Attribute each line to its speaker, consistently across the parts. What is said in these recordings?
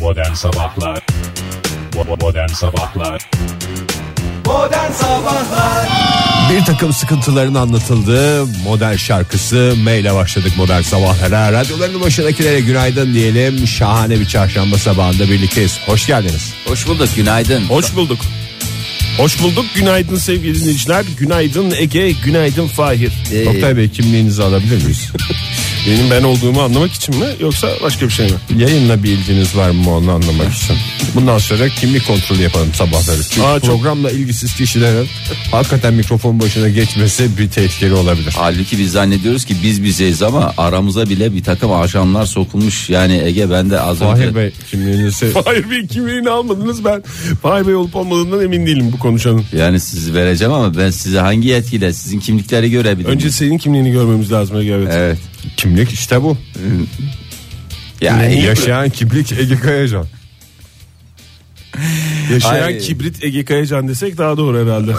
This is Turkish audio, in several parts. Speaker 1: Modern Sabahlar Bo- Modern Sabahlar
Speaker 2: Modern Sabahlar
Speaker 3: Bir takım sıkıntıların anlatıldığı model şarkısı maile başladık model sabahlara. Radyoların başındakilere günaydın diyelim. Şahane bir çarşamba sabahında birlikteyiz. Hoş geldiniz.
Speaker 4: Hoş bulduk günaydın.
Speaker 5: Hoş bulduk. Hoş bulduk. Günaydın sevgili dinleyiciler. Günaydın Ege. Günaydın Fahir.
Speaker 4: Ee,
Speaker 3: Oktay Bey kimliğinizi alabilir miyiz?
Speaker 5: Benim ben olduğumu anlamak için mi yoksa başka bir şey mi?
Speaker 3: Yayınla bir ilginiz var mı onu anlamak için. Bundan sonra kimlik kontrolü yapalım sabahları. Çünkü
Speaker 5: Aa, çok-
Speaker 3: programla ilgisiz kişilerin hakikaten mikrofon başına geçmesi bir tehlikeli olabilir.
Speaker 4: Halbuki biz zannediyoruz ki biz bizeyiz ama aramıza bile bir takım aşamlar sokulmuş. Yani Ege ben de az önce
Speaker 3: Fahir Bey kimliğinizi
Speaker 5: Fahir Bey kimliğini almadınız ben. Fahir Bey olup olmadığından emin değilim bu konuşanın.
Speaker 4: yani sizi vereceğim ama ben size hangi yetkiyle sizin kimlikleri görebilirim.
Speaker 5: Önce senin kimliğini görmemiz lazım Ege evet.
Speaker 4: evet.
Speaker 3: kimlik işte bu.
Speaker 4: Yani
Speaker 3: Yaşayan kimlik Ege Kayacan.
Speaker 5: Yaşayan
Speaker 4: Ay.
Speaker 5: kibrit Ege Kayacan desek daha doğru herhalde.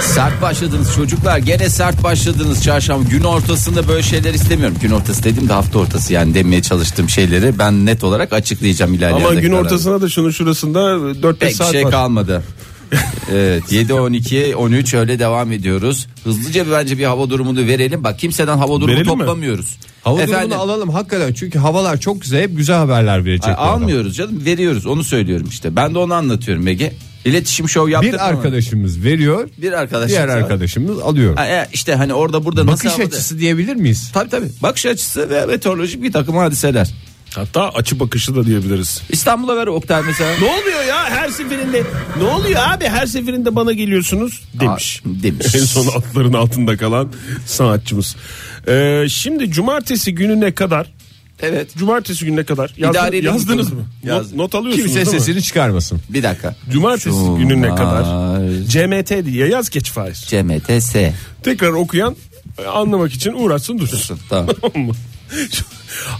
Speaker 4: sert başladınız çocuklar. Gene sert başladınız çarşamba. Gün ortasında böyle şeyler istemiyorum. Gün ortası dedim de hafta ortası yani demeye çalıştığım şeyleri ben net olarak açıklayacağım ilerleyen
Speaker 5: Ama gün
Speaker 4: dakikalarda.
Speaker 5: ortasına da şunun şurasında 4-5
Speaker 4: Pek bir
Speaker 5: saat
Speaker 4: şey
Speaker 5: var.
Speaker 4: kalmadı. evet 7 12 13 öyle devam ediyoruz. Hızlıca bence bir hava durumunu verelim. Bak kimseden hava durumu
Speaker 5: Verelim mi?
Speaker 4: toplamıyoruz.
Speaker 3: Hava
Speaker 4: Efendim,
Speaker 3: durumunu alalım hakikaten çünkü havalar çok güzel hep güzel haberler verecek.
Speaker 4: ay,
Speaker 3: bu adam.
Speaker 4: almıyoruz canım veriyoruz onu söylüyorum işte. Ben de onu anlatıyorum Ege. İletişim şov yaptık
Speaker 3: Bir arkadaşımız veriyor
Speaker 4: Bir arkadaş.
Speaker 3: diğer arkadaşımız alıyor.
Speaker 4: Ha, e, işte hani orada burada nasıl
Speaker 3: Bakış
Speaker 4: havada-
Speaker 3: açısı diyebilir miyiz?
Speaker 4: Tabii tabii. Bakış açısı ve meteorolojik bir takım hadiseler.
Speaker 5: Hatta açı bakışı da diyebiliriz.
Speaker 4: İstanbul'a ver Oktay mesela.
Speaker 5: Ne oluyor ya her seferinde? Ne oluyor abi her seferinde bana geliyorsunuz demiş.
Speaker 4: Aa, demiş.
Speaker 5: en son atların altında kalan sanatçımız. Ee, şimdi cumartesi gününe kadar
Speaker 4: Evet.
Speaker 5: cumartesi gününe kadar yazdı-
Speaker 4: İdare edelim
Speaker 5: yazdınız
Speaker 4: bunu.
Speaker 5: mı?
Speaker 4: Yazdım.
Speaker 5: Not, not alıyorsunuz değil
Speaker 3: Kimse
Speaker 5: mi?
Speaker 3: sesini çıkarmasın.
Speaker 4: Bir dakika.
Speaker 5: Cumartesi
Speaker 4: Cumart-
Speaker 5: gününe kadar CMT diye yaz geç faiz.
Speaker 4: CMTS.
Speaker 5: Tekrar okuyan e, anlamak için uğraşsın dursun.
Speaker 4: Tamam.
Speaker 5: Tamam mı?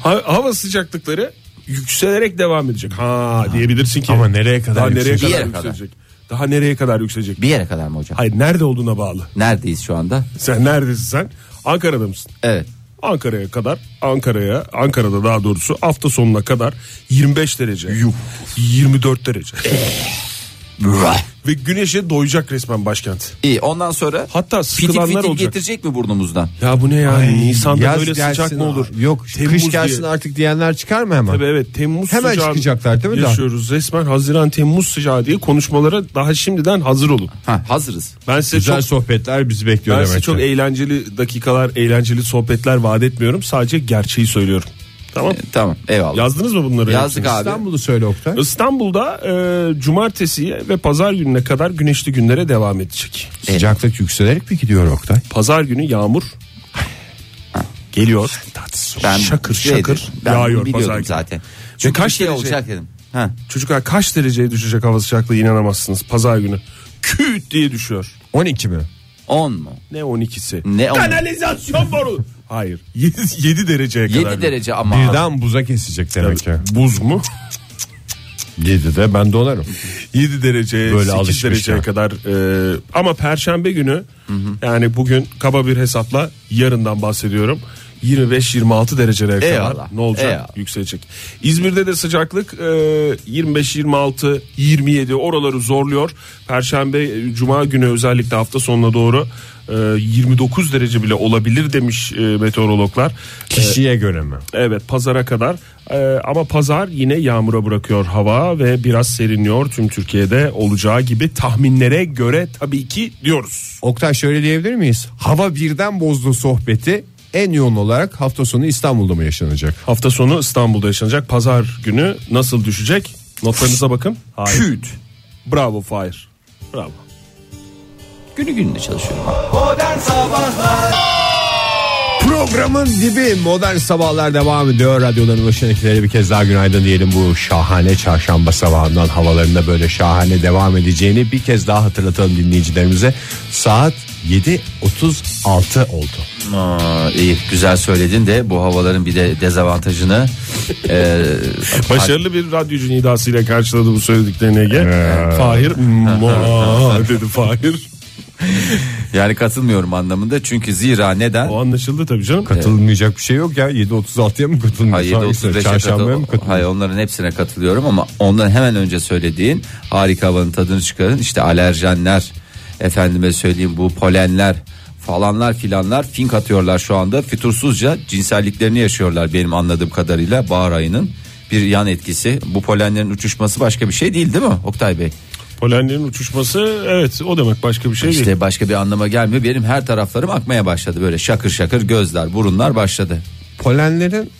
Speaker 5: Ha- Hava sıcaklıkları yükselerek devam edecek. Ha diyebilirsin ki.
Speaker 3: Ama nereye kadar
Speaker 5: Daha nereye
Speaker 3: yükselecek?
Speaker 4: Bir
Speaker 5: kadar
Speaker 4: yere kadar.
Speaker 5: yükselecek? Daha nereye kadar yükselecek?
Speaker 4: Bir yere kadar mı hocam?
Speaker 5: Hayır nerede olduğuna bağlı.
Speaker 4: Neredeyiz şu anda?
Speaker 5: Sen neredesin sen? Ankara'da mısın?
Speaker 4: Evet.
Speaker 5: Ankara'ya kadar Ankara'ya Ankara'da daha doğrusu hafta sonuna kadar 25 derece. 24 derece. Ve güneşe doyacak resmen başkent.
Speaker 4: İyi ondan sonra
Speaker 5: Hatta
Speaker 4: fitil
Speaker 5: sıkılanlar
Speaker 4: fitil
Speaker 5: olacak.
Speaker 4: getirecek mi burnumuzdan?
Speaker 5: Ya bu ne ya? Nisan'da
Speaker 3: Yaz
Speaker 5: böyle
Speaker 3: gelsin
Speaker 5: sıcak mı
Speaker 3: abi.
Speaker 5: olur?
Speaker 3: Yok kış gelsin
Speaker 5: diye.
Speaker 3: artık diyenler çıkar mı hemen?
Speaker 5: Tabii evet Temmuz
Speaker 3: Hemen
Speaker 5: sıcağı
Speaker 3: çıkacaklar değil mi daha?
Speaker 5: Yaşıyoruz resmen Haziran Temmuz sıcağı diye konuşmalara daha şimdiden hazır olun.
Speaker 4: Ha, hazırız.
Speaker 5: Ben size
Speaker 3: Güzel
Speaker 5: çok
Speaker 3: sohbetler bizi bekliyor
Speaker 5: ben size
Speaker 3: demek
Speaker 5: çok
Speaker 3: ki.
Speaker 5: eğlenceli dakikalar, eğlenceli sohbetler vaat etmiyorum. Sadece gerçeği söylüyorum. Tamam.
Speaker 4: E, Tamam eyvallah.
Speaker 5: Yazdınız mı bunları?
Speaker 4: Yazdık
Speaker 5: hepsini?
Speaker 4: abi.
Speaker 3: İstanbul'u söyle Oktay.
Speaker 5: İstanbul'da e, cumartesi ve pazar gününe kadar güneşli günlere devam edecek.
Speaker 3: Sıcaklık yükselerek mi gidiyor Oktay?
Speaker 5: Pazar günü yağmur geliyor.
Speaker 4: Ben
Speaker 5: şakır
Speaker 3: şey
Speaker 4: şeydir,
Speaker 5: şakır
Speaker 4: ben
Speaker 5: yağıyor
Speaker 4: biliyordum
Speaker 5: pazar günü.
Speaker 4: zaten. Çünkü
Speaker 5: kaç
Speaker 4: bir şey
Speaker 5: derece?
Speaker 4: olacak dedim. Ha.
Speaker 5: Çocuklar kaç dereceye düşecek hava sıcaklığı inanamazsınız pazar günü. Küt diye düşüyor.
Speaker 3: 12 mi?
Speaker 4: 10 mu?
Speaker 5: Ne 12'si?
Speaker 4: Ne 10?
Speaker 5: Kanalizasyon boru. Hayır. 7, dereceye kadar.
Speaker 4: 7 derece ama.
Speaker 3: Birden buza kesecek demek ki.
Speaker 5: Buz mu?
Speaker 3: 7'de ben donarım.
Speaker 5: Ee, 7 derece,
Speaker 3: Böyle
Speaker 5: 8
Speaker 3: alışmışlar.
Speaker 5: dereceye kadar. e, ama perşembe günü yani bugün kaba bir hesapla yarından bahsediyorum. 25-26 derecelere kadar
Speaker 4: Eyvallah,
Speaker 5: ne olacak?
Speaker 4: eyvallah.
Speaker 5: Yükselecek. İzmir'de de sıcaklık e, 25-26-27 oraları zorluyor. Perşembe, e, cuma günü özellikle hafta sonuna doğru e, 29 derece bile olabilir demiş e, meteorologlar.
Speaker 3: Kişiye göre mi?
Speaker 5: Evet pazara kadar Ee, ama pazar yine yağmura bırakıyor hava ve biraz serinliyor tüm Türkiye'de olacağı gibi tahminlere göre tabii ki diyoruz.
Speaker 3: Oktay şöyle diyebilir miyiz? Hava birden bozdu sohbeti en yoğun olarak hafta sonu İstanbul'da mı yaşanacak?
Speaker 5: Hafta sonu İstanbul'da yaşanacak pazar günü nasıl düşecek notlarınıza bakın. Hayır.
Speaker 4: Küt.
Speaker 5: Bravo Fahir. Bravo.
Speaker 4: Günü gününe çalışıyorum.
Speaker 2: Modern Sabahlar
Speaker 3: Programın dibi modern sabahlar devam ediyor. Radyoların başındakilere bir kez daha günaydın diyelim. Bu şahane çarşamba sabahından havalarında böyle şahane devam edeceğini bir kez daha hatırlatalım dinleyicilerimize. Saat 7.36 oldu.
Speaker 4: Aa, iyi güzel söyledin de bu havaların bir de dezavantajını e,
Speaker 5: Başarılı bir radyocu nidasıyla karşıladı "Hmm, bu söylediklerini Ege. Fahir "Mua" dedi Fahir.
Speaker 4: Yani katılmıyorum anlamında çünkü zira neden?
Speaker 5: O anlaşıldı tabii canım.
Speaker 3: Katılmayacak bir şey yok ya. 7.36'ya mı
Speaker 4: Hayır,
Speaker 3: katılmıyorsun?
Speaker 4: 7.35'e
Speaker 3: Çarşambaya mı
Speaker 4: katıl- Hayır onların hepsine katılıyorum ama ondan hemen önce söylediğin harika havanın tadını çıkarın. İşte alerjenler, efendime söyleyeyim bu polenler falanlar filanlar fink atıyorlar şu anda. Fütursuzca cinselliklerini yaşıyorlar benim anladığım kadarıyla bahar ayının bir yan etkisi. Bu polenlerin uçuşması başka bir şey değil değil mi Oktay Bey?
Speaker 5: Polenlerin uçuşması evet o demek başka bir şey değil.
Speaker 4: İşte başka bir anlama gelmiyor. Benim her taraflarım akmaya başladı böyle şakır şakır gözler, burunlar başladı.
Speaker 3: Polenlerin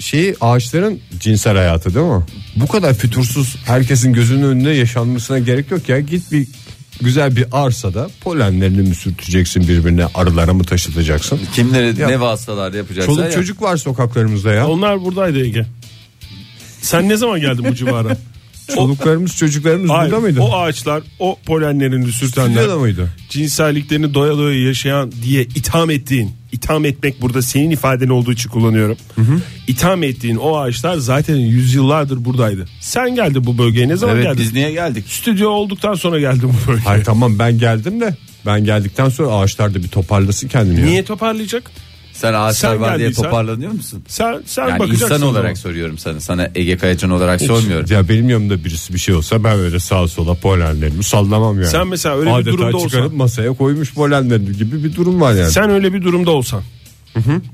Speaker 3: şeyi ağaçların cinsel hayatı değil mi? Bu kadar fütursuz herkesin gözünün önünde yaşanmasına gerek yok ya. Git bir güzel bir arsada polenlerini mi sürteceksin birbirine arılara mı taşıtacaksın?
Speaker 4: Kimleri
Speaker 3: Ya-
Speaker 4: ne vasıtalar yapacaklar
Speaker 3: Çoluk çocuk var sokaklarımızda ya.
Speaker 5: Onlar buradaydı Ege. Sen ne zaman geldin bu civara?
Speaker 3: Çoluklarımız çocuklarımız
Speaker 5: Hayır,
Speaker 3: burada mıydı?
Speaker 5: O ağaçlar, o polenlerini sürtenler,
Speaker 3: Stüdyoda mıydı?
Speaker 5: cinselliklerini doya doya yaşayan diye itham ettiğin, itham etmek burada senin ifaden olduğu için kullanıyorum. İtham ettiğin o ağaçlar zaten yüzyıllardır buradaydı. Sen geldin bu bölgeye ne zaman
Speaker 4: Evet
Speaker 5: geldin?
Speaker 4: biz niye geldik?
Speaker 5: Stüdyo olduktan sonra geldin bu bölgeye.
Speaker 3: Hayır tamam ben geldim de ben geldikten sonra ağaçlar da bir toparlasın kendini. ya.
Speaker 5: Niye toparlayacak?
Speaker 4: Sen ağaçlar
Speaker 5: Sen
Speaker 4: var diye
Speaker 5: geldiysen-
Speaker 4: toparlanıyor musun?
Speaker 5: Sen sen
Speaker 4: Yani
Speaker 5: bakacaksın.
Speaker 4: insan
Speaker 5: o
Speaker 4: olarak
Speaker 5: zaman.
Speaker 4: soruyorum sana. Sana Ege Kayacan olarak sormuyorum.
Speaker 3: Ya benim yanımda birisi bir şey olsa ben öyle sağa sola polenlerimi sallamam yani.
Speaker 5: Sen mesela öyle bir
Speaker 3: Adeta
Speaker 5: durumda
Speaker 3: çıkarıp
Speaker 5: olsan-
Speaker 3: masaya koymuş polenlerini gibi bir durum var yani.
Speaker 5: Sen öyle bir durumda olsan.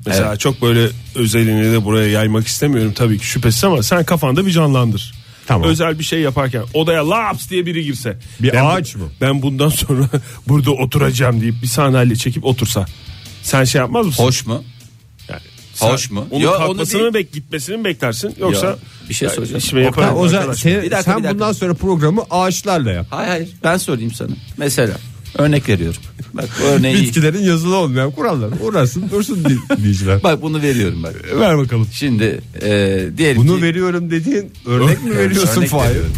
Speaker 5: Mesela çok böyle özelini de buraya yaymak istemiyorum tabii ki şüphesiz ama sen kafanda bir canlandır.
Speaker 3: Tamam.
Speaker 5: Özel bir şey yaparken odaya laps diye biri girse.
Speaker 3: Bir
Speaker 5: ben,
Speaker 3: ağaç mı?
Speaker 5: Ben bundan sonra burada oturacağım deyip bir sandalye çekip otursa. Sen şey yapmaz mısın?
Speaker 4: Hoş mu?
Speaker 5: Yani sen
Speaker 4: Hoş mu?
Speaker 5: Onun
Speaker 4: Yo, onu
Speaker 5: kalkmasını
Speaker 4: değil.
Speaker 5: mı bek gitmesini mi beklersin yoksa
Speaker 4: Ya, bir şey
Speaker 5: Yani
Speaker 4: soracağım.
Speaker 5: işime
Speaker 4: Oktay,
Speaker 5: yaparım
Speaker 3: Ha, o zaman
Speaker 5: arkadaş.
Speaker 3: sen,
Speaker 4: Bir dakika,
Speaker 3: sen
Speaker 4: bir dakika.
Speaker 3: bundan sonra programı ağaçlarla yap.
Speaker 4: Hayır hayır ben sorayım sana. Mesela örnek veriyorum. Bak bu örneği
Speaker 3: Bitkilerin yazılı olmayan kurallar. Uğraşsın dursun di- diyiciler.
Speaker 4: bak bunu veriyorum bak.
Speaker 3: Ver bakalım.
Speaker 4: Şimdi e, diyelim
Speaker 3: Bunu
Speaker 4: ki
Speaker 3: veriyorum dediğin örnek mi veriyorsun
Speaker 4: Örnek
Speaker 3: Fahir?
Speaker 4: veriyorum.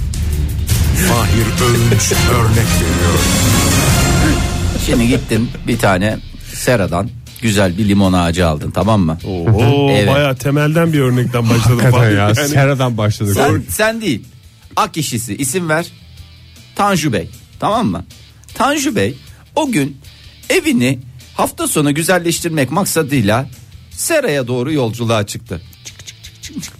Speaker 4: şimdi gittin bir tane seradan güzel bir limon ağacı aldın tamam mı?
Speaker 5: Oo,
Speaker 4: Evet.
Speaker 5: baya temelden bir örnekten başladım.
Speaker 3: Hakikaten
Speaker 5: Fahir.
Speaker 3: ya
Speaker 5: Yani
Speaker 3: seradan başladık.
Speaker 4: Sen, sen değil. Ak işisi isim ver. Tanju Bey. Tamam mı? Tanju Bey o gün evini hafta sonu güzelleştirmek maksadıyla Sera'ya doğru yolculuğa çıktı.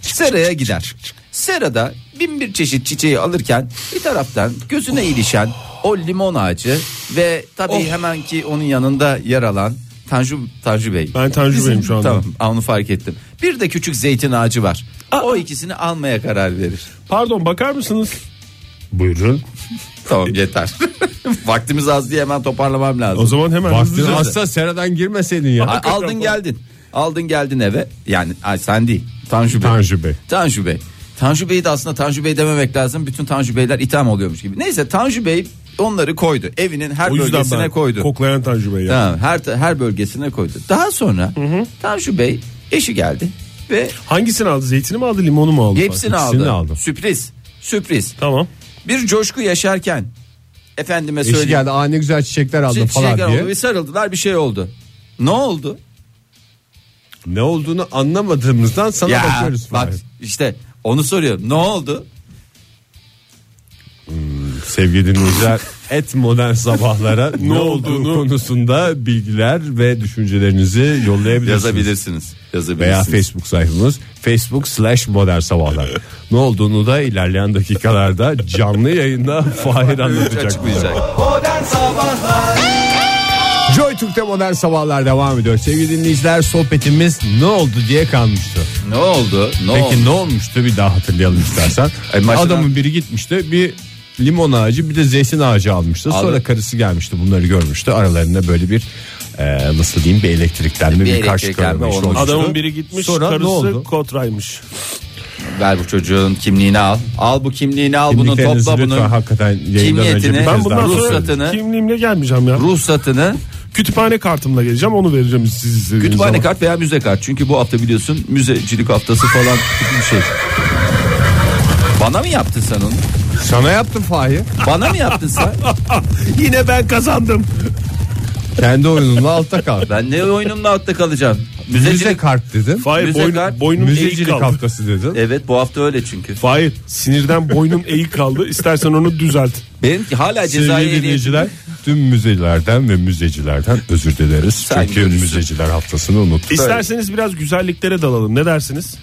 Speaker 4: Sera'ya gider. Sera'da bin bir çeşit çiçeği alırken bir taraftan gözüne ilişen o limon ağacı ve tabii
Speaker 5: Oh.
Speaker 4: hemen ki onun yanında yer alan Tanju, Tanju Bey.
Speaker 5: Ben Tanju Bey'im şu anda.
Speaker 4: Tamam onu fark ettim. Bir de küçük zeytin ağacı var. O ikisini almaya karar verir.
Speaker 5: Pardon bakar mısınız?
Speaker 3: Buyurun.
Speaker 4: Tamam yeter. Vaktimiz az diye hemen toparlamam lazım.
Speaker 5: O zaman hemen
Speaker 3: Baktın
Speaker 5: hızlıca-
Speaker 3: asla seradan girmeseydin
Speaker 4: A-
Speaker 3: ya.
Speaker 4: aldın geldin. Aldın geldin eve. Yani ay, sen değil. Tanju Bey.
Speaker 3: Tanju Bey.
Speaker 4: Tanju Bey. Tanju Bey'i de aslında Tanju Bey dememek lazım. Bütün Tanju Beyler itham oluyormuş gibi. Neyse Tanju Bey onları koydu. Evinin her
Speaker 5: O yüzden
Speaker 4: bölgesine
Speaker 5: ben
Speaker 4: koydu.
Speaker 5: koklayan Tanju Bey ya.
Speaker 4: Tamam, her her bölgesine koydu. Daha sonra Tanju Bey eşi geldi ve
Speaker 5: Hangisini aldı? Zeytini mi aldı, limonu mu aldı?
Speaker 4: hepsini
Speaker 3: ikisini
Speaker 4: aldı.
Speaker 3: aldı.
Speaker 4: Sürpriz. Sürpriz.
Speaker 5: Tamam.
Speaker 4: Bir coşku yaşarken efendime
Speaker 3: Eşi
Speaker 4: söyleyeyim.
Speaker 3: geldi aa ne güzel çiçekler aldım
Speaker 4: Çiçek
Speaker 3: falan diye.
Speaker 4: oldu, bir sarıldılar bir şey oldu. Ne oldu?
Speaker 3: Ne olduğunu anlamadığımızdan sana bakıyoruz.
Speaker 4: bak
Speaker 3: Fahir.
Speaker 4: işte onu soruyorum. Ne oldu?
Speaker 3: Sevgili dinleyiciler et modern sabahlara ne olduğu
Speaker 5: olduğunu-
Speaker 3: konusunda bilgiler ve düşüncelerinizi yollayabilirsiniz.
Speaker 4: Yazabilirsiniz.
Speaker 3: Veya
Speaker 4: Yazabilirsiniz.
Speaker 3: Facebook sayfamız facebook slash modern sabahlar. ne olduğunu da ilerleyen dakikalarda canlı yayında Fahir anlatacak. bize.
Speaker 4: açıklayacak.
Speaker 2: Modern Sabahlar
Speaker 3: Joy Türk'te modern sabahlar devam ediyor. Sevgili dinleyiciler sohbetimiz ne oldu diye kalmıştı.
Speaker 4: Ne oldu? Ne
Speaker 3: Peki
Speaker 4: oldu?
Speaker 3: ne olmuştu bir daha hatırlayalım istersen.
Speaker 4: E, maçtan-
Speaker 3: Adamın biri gitmişti bir limon ağacı bir de zeytin ağacı almıştı. Sonra
Speaker 4: Aldı.
Speaker 3: karısı gelmişti bunları görmüştü. Aralarında böyle bir e, nasıl diyeyim bir elektriklenme bir, karşı
Speaker 4: elektriklenme
Speaker 3: karışma
Speaker 4: olmuş.
Speaker 3: olmuştu.
Speaker 5: Adamın biri gitmiş,
Speaker 3: Sonra ne
Speaker 5: karısı
Speaker 3: oldu?
Speaker 5: kotraymış.
Speaker 4: Ver bu çocuğun kimliğini al. Al bu kimliğini al bunu
Speaker 3: Kimliklerinizi
Speaker 4: topla
Speaker 3: lütfen
Speaker 4: bunun.
Speaker 3: hakikaten yayından önce
Speaker 4: kimyetini-
Speaker 5: Ben
Speaker 3: bir kez daha
Speaker 5: bundan sonra
Speaker 3: söyleyin.
Speaker 4: ruhsatını-
Speaker 5: kimliğimle gelmeyeceğim ya.
Speaker 4: Ruhsatını
Speaker 5: Kütüphane kartımla geleceğim, onu vereceğim siz istediğiniz
Speaker 4: kütüphane
Speaker 5: zaman.
Speaker 4: kart veya müze kart. Çünkü bu hafta biliyorsun müzecilik haftası falan gibi bir şey. Bana mı yaptın sen onu?
Speaker 3: Sana yaptım Fahir.
Speaker 4: Bana mı yaptın sen?
Speaker 5: Yine ben kazandım.
Speaker 3: Kendi oyununla altta kaldı.
Speaker 4: Ben ne oyunumla altta kalacağım?
Speaker 3: Müze
Speaker 4: Müzecilik
Speaker 3: kart dedin.
Speaker 5: Fahir
Speaker 4: Müze
Speaker 5: boynum,
Speaker 4: kart,
Speaker 5: boynum eğik
Speaker 3: Müzecilik
Speaker 5: kaldı.
Speaker 3: haftası dedin.
Speaker 4: Evet bu hafta öyle çünkü.
Speaker 5: Fahir sinirden boynum eğik kaldı. İstersen onu düzelt.
Speaker 4: Benimki hala
Speaker 3: Sevgili
Speaker 4: cezai ehliyetim.
Speaker 3: dinleyiciler tüm müzelerden ve müzecilerden özür dileriz.
Speaker 4: Sen
Speaker 3: Çünkü
Speaker 4: görürsün.
Speaker 3: müzeciler haftasını unuttuk.
Speaker 5: İsterseniz biraz güzelliklere dalalım. Ne dersiniz?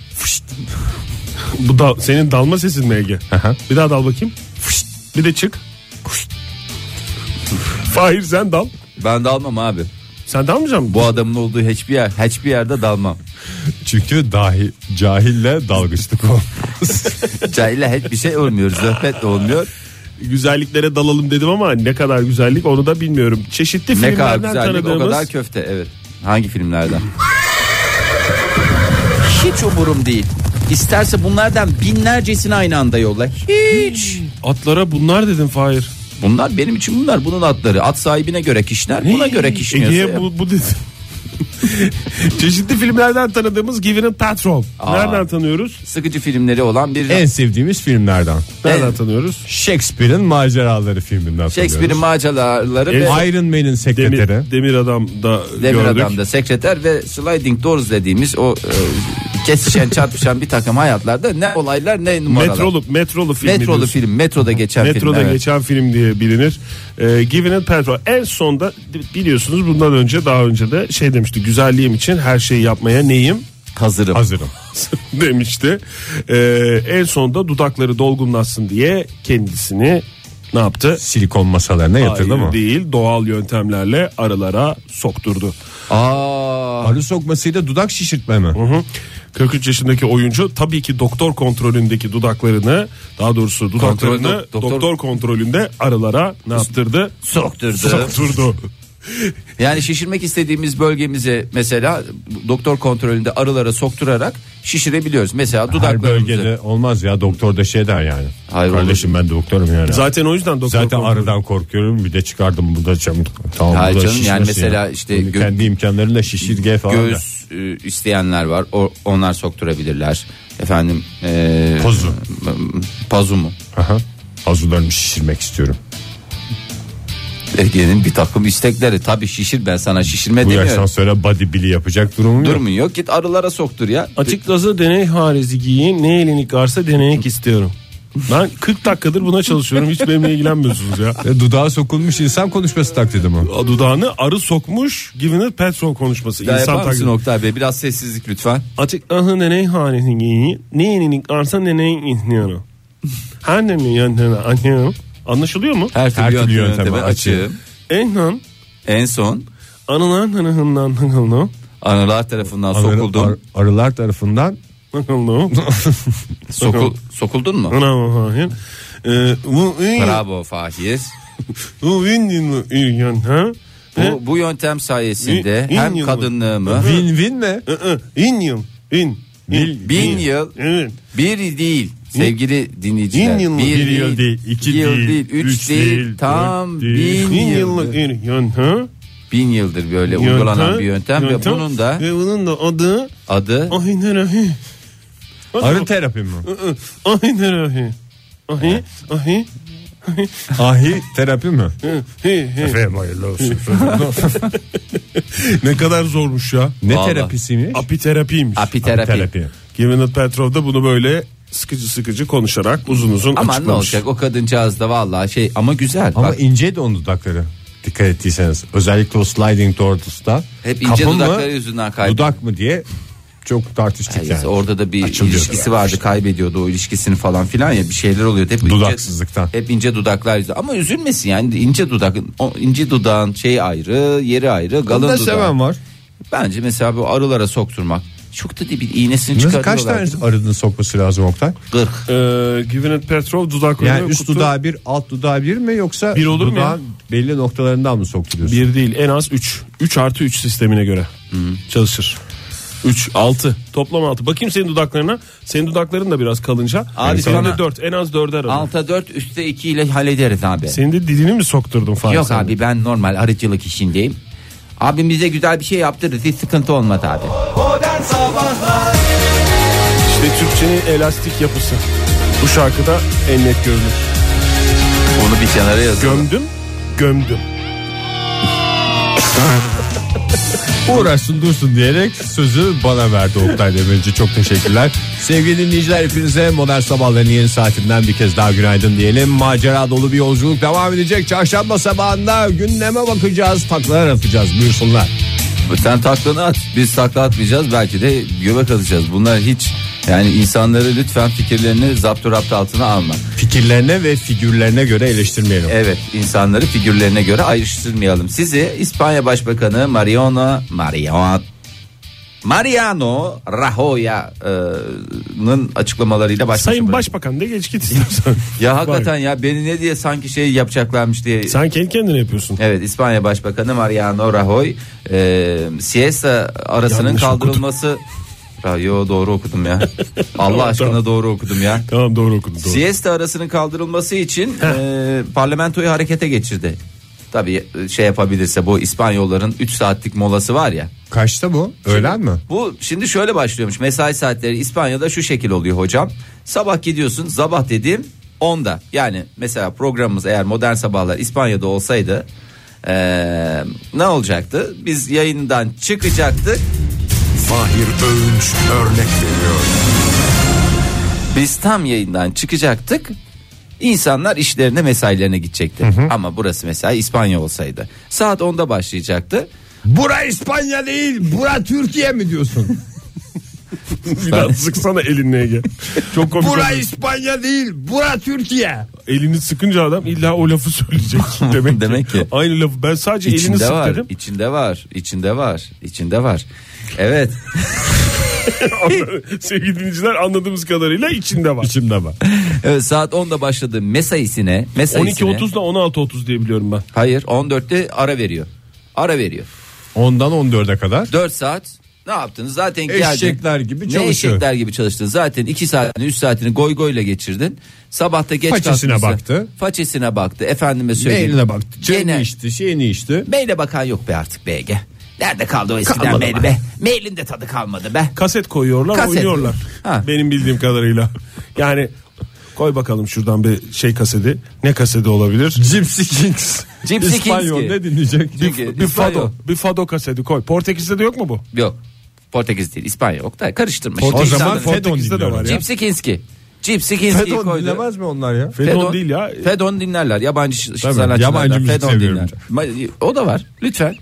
Speaker 5: Bu da, senin dalma sesin mi Ege?
Speaker 3: hı.
Speaker 5: bir daha dal bakayım. bir de çık. Fahir sen dal.
Speaker 4: Ben dalmam abi.
Speaker 5: Sen dalmayacak mısın?
Speaker 4: Bu adamın olduğu hiçbir yer, hiçbir yerde dalmam.
Speaker 3: Çünkü dahi cahille dalgıçlık olmaz.
Speaker 4: Cahille hiçbir şey olmuyor. Zöhbet de olmuyor.
Speaker 5: Güzelliklere dalalım dedim ama ne kadar güzellik onu da bilmiyorum. Çeşitli
Speaker 4: Ne kadar
Speaker 5: filmlerden
Speaker 4: güzellik o
Speaker 5: tanıdığımız
Speaker 4: kadar köfte. Evet. Hangi filmlerden? Hiç umurum değil. İsterse bunlardan binlercesini aynı anda yolla. Hiç.
Speaker 5: atlara bunlar dedim Fahir.
Speaker 4: Bunlar benim için bunlar bunun atları. At sahibine göre kişner, buna göre kişniyorsa.
Speaker 5: Ege'ye E, bu, bu dedim. Çeşitli filmlerden tanıdığımız Given Patrol.
Speaker 4: Aa.
Speaker 5: Nereden tanıyoruz?
Speaker 4: Sıkıcı filmleri olan bir
Speaker 3: en sevdiğimiz filmlerden.
Speaker 5: Nereden
Speaker 4: Evet.
Speaker 5: tanıyoruz?
Speaker 3: Shakespeare'in maceraları filminden
Speaker 4: Shakespeare'in maceraları ve
Speaker 3: tanıyoruz. Iron Man'in sekreteri.
Speaker 5: Demir, Demir Adam da
Speaker 4: Demir
Speaker 5: gördük.
Speaker 4: Adam'da sekreter ve Sliding Doors dediğimiz o e, kesişen çarpışan bir takım hayatlarda ne olaylar ne numaralar.
Speaker 5: Metrolu, metrolu film
Speaker 4: Metrolu film, metroda geçen film.
Speaker 5: Metroda
Speaker 4: evet.
Speaker 5: geçen film diye bilinir. Ee, Given and Petrol. En sonda biliyorsunuz bundan önce daha önce de şey demişti. Güzelliğim için her şeyi yapmaya neyim?
Speaker 4: Hazırım.
Speaker 3: Hazırım.
Speaker 5: demişti. Ee, en sonda dudakları dolgunlaşsın diye kendisini ne yaptı?
Speaker 3: Silikon masalarına yatırdı
Speaker 5: Hayır
Speaker 3: mı?
Speaker 5: değil doğal yöntemlerle aralara sokturdu.
Speaker 4: Aa,
Speaker 3: Arı sokmasıyla dudak şişirtme mi?
Speaker 5: Hı hı. 43 yaşındaki oyuncu tabii ki doktor kontrolündeki dudaklarını daha doğrusu dudaklarını
Speaker 4: Kontrol-
Speaker 5: doktor,
Speaker 4: doktor-
Speaker 5: kontrolünde aralara ne yaptırdı?
Speaker 4: sokturdu.
Speaker 5: Sokturdu.
Speaker 4: Yani şişirmek istediğimiz bölgemizi mesela doktor kontrolünde arılara sokturarak şişirebiliyoruz. Mesela
Speaker 3: Her
Speaker 4: dudaklarımızı.
Speaker 3: bölgede olmaz ya doktor da şey der yani.
Speaker 4: Hayır,
Speaker 3: Kardeşim ben doktorum yani.
Speaker 5: Zaten o yüzden doktor
Speaker 3: Zaten
Speaker 5: kontrolü-
Speaker 3: arıdan korkuyorum bir de çıkardım bu da cam. Tamam
Speaker 4: Hayır
Speaker 3: bu da
Speaker 4: canım, yani
Speaker 3: şişmesin
Speaker 4: mesela işte
Speaker 3: Bunu
Speaker 4: gö-
Speaker 3: kendi imkanlarıyla şişirge falan da.
Speaker 4: Göz e, isteyenler var. O, onlar sokturabilirler. Efendim. E,
Speaker 3: Pozu.
Speaker 4: Pazu mu?
Speaker 3: Aha. Pazularımı şişirmek istiyorum.
Speaker 4: Ege'nin bir takım istekleri. Tabii şişir ben sana şişirme
Speaker 3: Bu yaştan
Speaker 4: demiyorum.
Speaker 3: sonra body bili yapacak durumum yok.
Speaker 4: Durumun yok git arılara soktur ya.
Speaker 5: Açık gazı deney harizi giyeyim ne elinik varsa deneyek istiyorum. Ben 40 dakikadır buna çalışıyorum hiç benimle ilgilenmiyorsunuz ya.
Speaker 3: E, Dudağa sokulmuş insan konuşması taklidi mi?
Speaker 5: Dudağını arı sokmuş Given'ın petrol konuşması.
Speaker 4: Ya
Speaker 5: İnsan
Speaker 4: yapar mısın
Speaker 5: taklidi.
Speaker 4: Oktay Bey biraz sessizlik lütfen.
Speaker 5: Açık ahı deney harizi giyeyim ne elinik varsa deneyek istiyorum. Her ne mi yöntemi anlıyorum. Anlaşılıyor mu?
Speaker 4: Her türlü,
Speaker 3: Her türlü
Speaker 4: yönteme,
Speaker 3: yönteme
Speaker 4: açığım.
Speaker 3: açığım.
Speaker 5: Enhan
Speaker 4: En son
Speaker 5: anılar tanıhından tıkıldı.
Speaker 4: anılar tarafından
Speaker 3: Arı-
Speaker 4: sokuldum.
Speaker 3: ar- arılar tarafından
Speaker 5: Tıkıldı.
Speaker 4: Sokul, sokuldun mu?
Speaker 5: Bravo Fahir. Ee, bu iyi.
Speaker 4: Bravo Fahir.
Speaker 5: Bu iyi iyi yöntem. Ve-
Speaker 4: Bu, bu yöntem sayesinde
Speaker 5: Bin- bin
Speaker 4: hem
Speaker 5: yıl mı?
Speaker 4: kadınlığımı
Speaker 3: win win mi?
Speaker 5: Hı hı, İn Ee, e, yıl. İn. İn.
Speaker 4: bin
Speaker 5: İn.
Speaker 4: yıl
Speaker 5: Evet.
Speaker 4: bir değil sevgili dinleyiciler.
Speaker 5: Bin yıllık.
Speaker 3: Bir yıl değil, iki
Speaker 4: yıl
Speaker 3: değil,
Speaker 4: üç,
Speaker 3: üç
Speaker 4: değil,
Speaker 3: değil,
Speaker 4: tam
Speaker 3: dört değil.
Speaker 4: bin,
Speaker 5: Bin
Speaker 4: yıllık.
Speaker 5: yıllık bir yöntem.
Speaker 4: Bin yıldır böyle uygulanan bir yöntem,
Speaker 5: yöntem.
Speaker 4: ve bunun da
Speaker 5: ve bunun da adı
Speaker 4: adı
Speaker 5: ahi nerahi.
Speaker 3: Arı terapi mi?
Speaker 5: ahi nerahi. Ahi ahi.
Speaker 3: Ahi terapi mi?
Speaker 5: hı, hı, hı.
Speaker 3: Efendim hayırlı olsun.
Speaker 5: ne kadar zormuş ya.
Speaker 3: ne
Speaker 4: Vallahi.
Speaker 3: terapisiymiş?
Speaker 5: Apiterapiymiş.
Speaker 4: apiterapi.
Speaker 3: Terapi.
Speaker 5: Given Petrov da bunu böyle sıkıcı sıkıcı konuşarak uzun uzun
Speaker 4: Aman ne
Speaker 5: açıklamış.
Speaker 4: olacak o kadıncağız da vallahi şey ama güzel.
Speaker 3: Ama
Speaker 4: Bak,
Speaker 3: ince de onun dudakları. Dikkat ettiyseniz özellikle o sliding doors'ta
Speaker 4: Hep ince dudakları yüzünden kaybediyor.
Speaker 3: Dudak mı diye çok tartıştık
Speaker 4: Hayır,
Speaker 3: yani.
Speaker 4: Orada da bir
Speaker 3: Açılıyor
Speaker 4: ilişkisi
Speaker 3: yani.
Speaker 4: vardı kaybediyordu o ilişkisini falan filan ya bir şeyler oluyordu. Hep
Speaker 3: Dudaksızlıktan.
Speaker 4: Ince, hep ince dudaklar yüzü. Ama üzülmesin yani ince dudak o ince dudağın şeyi ayrı yeri ayrı
Speaker 3: Bunu
Speaker 4: galın
Speaker 3: da
Speaker 4: dudağı.
Speaker 3: seven var.
Speaker 4: Bence mesela bu arılara sokturmak çok da değil bir iğnesini
Speaker 3: Nasıl
Speaker 4: çıkarıyorlar.
Speaker 3: kaç tane arının sokması lazım Oktay?
Speaker 4: 40.
Speaker 5: Ee, Given Petrov dudakları
Speaker 3: Yani üst
Speaker 5: kutu-
Speaker 3: dudağı bir, alt dudağı bir mi yoksa
Speaker 5: Bir olur mu
Speaker 3: dudağın belli noktalarından mı sokturuyorsun?
Speaker 5: Bir değil en az 3. 3 artı 3 sistemine göre çalışır. 3, 6. Toplam 6. Bakayım senin dudaklarına. Senin dudakların da biraz kalınca.
Speaker 4: Abi
Speaker 5: senin
Speaker 4: sana-
Speaker 5: de 4. En az 4'er arada.
Speaker 4: Alta 4 üstte 2 ile hallederiz abi.
Speaker 5: Senin de dilini mi sokturdun Fahri?
Speaker 4: Yok
Speaker 5: sen de?
Speaker 4: abi ben normal arıcılık işindeyim. Abim bize güzel bir şey yaptırdı. Hiç sıkıntı olmadı abi.
Speaker 2: Modern Sabahlar
Speaker 5: İşte Türkçenin elastik yapısı. Bu şarkıda en net görünür.
Speaker 4: Onu bir kenara yazalım.
Speaker 5: Gömdüm, gömdüm.
Speaker 3: Uğraşsın dursun diyerek sözü bana verdi Oktay Demirci. Çok teşekkürler. Sevgili dinleyiciler hepinize modern sabahların yeni saatinden bir kez daha günaydın diyelim. Macera dolu bir yolculuk devam edecek. Çarşamba sabahında gündeme bakacağız, taklalar atacağız. Buyursunlar.
Speaker 4: Sen taklanı at. Biz takla atmayacağız. Belki de göbek atacağız. Bunlar hiç yani insanları lütfen fikirlerini zaptı raptı altına alma.
Speaker 3: Fikirlerine ve figürlerine göre eleştirmeyelim.
Speaker 4: Evet insanları figürlerine göre ayrıştırmayalım. Sizi İspanya Başbakanı Mariano Mariano Mariano Rajoya'nın açıklamalarıyla baş başa
Speaker 5: Sayın
Speaker 4: bırak-
Speaker 5: Başbakan de geç git istiyorsan.
Speaker 4: Ya hakikaten
Speaker 5: Bak,
Speaker 4: ya beni ne diye sanki şey yapacaklarmış diye.
Speaker 5: Sen kendi kendine yapıyorsun.
Speaker 4: Evet İspanya Başbakanı Mariano Rajoy e, siesta arasının
Speaker 5: Yanlış okudum.
Speaker 4: kaldırılması Ha, Yo doğru okudum ya. Allah aşkına
Speaker 5: tamam.
Speaker 4: doğru okudum ya.
Speaker 5: Tamam doğru okudun doğru.
Speaker 4: Siesta arasının kaldırılması için e, parlamentoyu harekete geçirdi. Tabii e, şey yapabilirse bu İspanyolların 3 saatlik molası var ya.
Speaker 3: Kaçta bu? Öğlen mi?
Speaker 4: Bu şimdi şöyle başlıyormuş. Mesai saatleri İspanya'da şu şekil oluyor hocam. Sabah gidiyorsun. Sabah dediğim 10'da. Yani mesela programımız eğer modern sabahlar İspanya'da olsaydı eee, ne olacaktı? Biz yayından çıkacaktık.
Speaker 6: Fahir Öğünç örnek veriyor.
Speaker 4: Biz tam yayından çıkacaktık. İnsanlar işlerine mesailerine gidecekti. Ama burası mesela İspanya olsaydı. Saat 10'da başlayacaktı.
Speaker 3: Bura İspanya değil, bura Türkiye mi diyorsun?
Speaker 5: Bir daha sıksana elinle Ege. Çok komik.
Speaker 3: Bura
Speaker 5: oldu.
Speaker 3: İspanya değil, bura Türkiye.
Speaker 5: Elini sıkınca adam illa o lafı söyleyecek. Demek,
Speaker 4: Demek ki.
Speaker 5: Aynı lafı. Ben sadece elini
Speaker 4: İçinde
Speaker 5: sık
Speaker 4: var,
Speaker 5: dedim.
Speaker 4: içinde var, içinde var, içinde var. Evet.
Speaker 5: Sevgili dinleyiciler anladığımız kadarıyla içinde var.
Speaker 3: İçimde var.
Speaker 4: Evet, saat 10'da başladı mesaisine. mesaisine
Speaker 5: 12.30 ile 16.30 diye biliyorum ben.
Speaker 4: Hayır 14'te ara veriyor. Ara veriyor.
Speaker 3: Ondan 14'e kadar.
Speaker 4: 4 saat ne yaptınız zaten
Speaker 3: Eşekler
Speaker 4: geldin.
Speaker 3: gibi
Speaker 4: Ne
Speaker 3: çalışıyor.
Speaker 4: eşekler gibi çalıştın. Zaten 2 saatini 3 saatini goy goyla geçirdin. Sabahta geç
Speaker 3: Façesine
Speaker 4: kalkmışsın.
Speaker 3: baktı.
Speaker 4: Façesine baktı. Efendime söyleyeyim.
Speaker 3: Mailine baktı. Gene.
Speaker 4: Gene-
Speaker 3: içti, şeyini içti.
Speaker 4: Maile bakan yok be artık be Ege. Nerede kaldı o eskiden
Speaker 3: Kalmadı
Speaker 4: mail be? Mailin de tadı kalmadı be.
Speaker 5: Kaset koyuyorlar
Speaker 4: Kaset.
Speaker 5: oynuyorlar.
Speaker 4: Ha.
Speaker 5: Benim bildiğim kadarıyla. Yani koy bakalım şuradan bir şey kaseti. Ne kaseti olabilir?
Speaker 3: Gypsy Kings.
Speaker 4: Gypsy
Speaker 3: İspanyol
Speaker 4: Kings ki.
Speaker 3: ne dinleyecek?
Speaker 4: Çünkü
Speaker 5: Bir
Speaker 4: İspanyol-
Speaker 5: fado. Bir fado kaseti koy. Portekiz'de de yok mu bu?
Speaker 4: Yok. Portekiz değil İspanya. Oktay karıştırma.
Speaker 3: O
Speaker 4: Şimdi
Speaker 3: zaman
Speaker 4: insanları-
Speaker 3: Fedon
Speaker 5: Portekiz'de de
Speaker 3: dinliyorlar.
Speaker 5: var ya.
Speaker 4: Cipsi Kinski. Cipsi Kinski'yi
Speaker 3: Fedon
Speaker 4: koydu.
Speaker 3: dinlemez mi onlar ya?
Speaker 5: Fedon, değil ya.
Speaker 4: Fedon dinlerler. Yabancı ş-
Speaker 3: Tabii,
Speaker 4: sanatçılardan
Speaker 3: yabancı müzik
Speaker 4: Fedon
Speaker 3: seviyorum.
Speaker 4: dinler. Ma- O da var. Lütfen.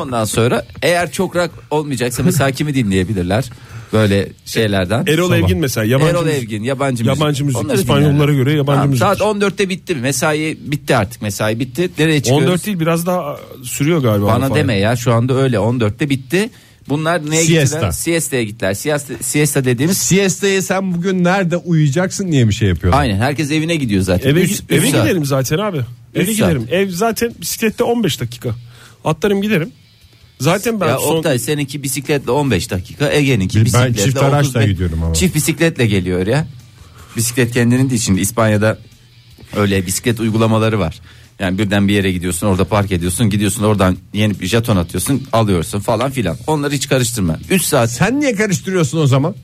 Speaker 4: Ondan sonra eğer çok rock olmayacaksa mesela kimi dinleyebilirler? Böyle şeylerden.
Speaker 5: Erol
Speaker 3: Sabah.
Speaker 5: Evgin mesela. Yabancı
Speaker 4: Erol
Speaker 5: müzik.
Speaker 4: Evgin yabancı müzik.
Speaker 5: Yabancı müzik,
Speaker 4: Onları
Speaker 5: İspanyollara
Speaker 4: dinlerler.
Speaker 5: göre yabancı
Speaker 4: Tamam,
Speaker 5: müziktir.
Speaker 4: Saat 14'te bitti mi? Mesai bitti artık. Mesai bitti. Nereye çıkıyoruz?
Speaker 5: 14 değil biraz daha sürüyor galiba.
Speaker 4: Bana
Speaker 5: falan.
Speaker 4: deme ya şu anda öyle 14'te bitti. Bunlar neye
Speaker 3: Siesta.
Speaker 4: gittiler? Siesta'ya gittiler. Siesta, siesta dediğimiz
Speaker 3: Siesta'ya sen bugün nerede uyuyacaksın diye bir şey yapıyorlar.
Speaker 4: aynen herkes evine gidiyor zaten.
Speaker 5: Eve,
Speaker 4: Üç-
Speaker 5: eve
Speaker 4: üç saat.
Speaker 5: giderim zaten abi. Eve
Speaker 4: Üç
Speaker 5: giderim. Ev zaten bisiklette 15 dakika. Atlarım giderim. Zaten ben
Speaker 4: ya
Speaker 5: son
Speaker 4: Oktay seninki bisikletle 15 dakika Ege'ninki
Speaker 3: Ben
Speaker 4: bisikletle
Speaker 3: çift
Speaker 4: 30
Speaker 3: araçla
Speaker 4: dakika.
Speaker 3: gidiyorum ama.
Speaker 4: Çift bisikletle geliyor ya. Bisiklet kendinin değil şimdi İspanya'da öyle bisiklet uygulamaları var. Yani birden bir yere gidiyorsun orada park ediyorsun gidiyorsun oradan yeni bir jeton atıyorsun alıyorsun falan filan. Onları hiç karıştırma. 3 saat
Speaker 3: Sen niye karıştırıyorsun o zaman?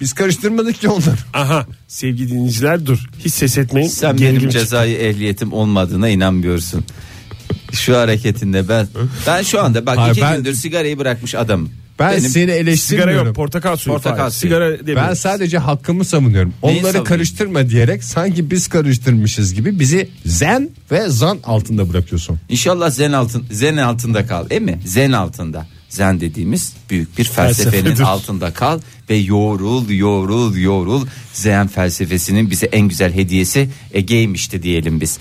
Speaker 3: Biz karıştırmadık ki onları.
Speaker 5: Aha sevgili dinleyiciler dur. Hiç ses etmeyin.
Speaker 4: sen
Speaker 5: Gerilim
Speaker 4: benim
Speaker 5: çıktı.
Speaker 4: cezai ehliyetim olmadığına inanmıyorsun. Şu hareketinde ben ben şu anda bak
Speaker 3: Hayır,
Speaker 4: iki
Speaker 3: ben-
Speaker 4: gündür sigarayı bırakmış adam.
Speaker 3: Ben
Speaker 4: Benim-
Speaker 3: seni
Speaker 5: Sigara
Speaker 3: eleştirmiyorum.
Speaker 5: yok portakal suyu.
Speaker 4: Portakal
Speaker 5: Fahir.
Speaker 4: suyu.
Speaker 5: Sigara demiyorum.
Speaker 3: Ben sadece hakkımı savunuyorum.
Speaker 4: Neyi
Speaker 3: Onları
Speaker 4: savunuyorsun?
Speaker 3: karıştırma diyerek sanki biz karıştırmışız gibi bizi zen ve zan altında bırakıyorsun.
Speaker 4: İnşallah zen altın zen altında kal, değil mi? Zen altında. Zen dediğimiz büyük bir felsefenin
Speaker 5: Felsefedir.
Speaker 4: altında kal ve yorul yorul yorul. Zen felsefesinin bize en güzel hediyesi Ege'ymişti diyelim biz.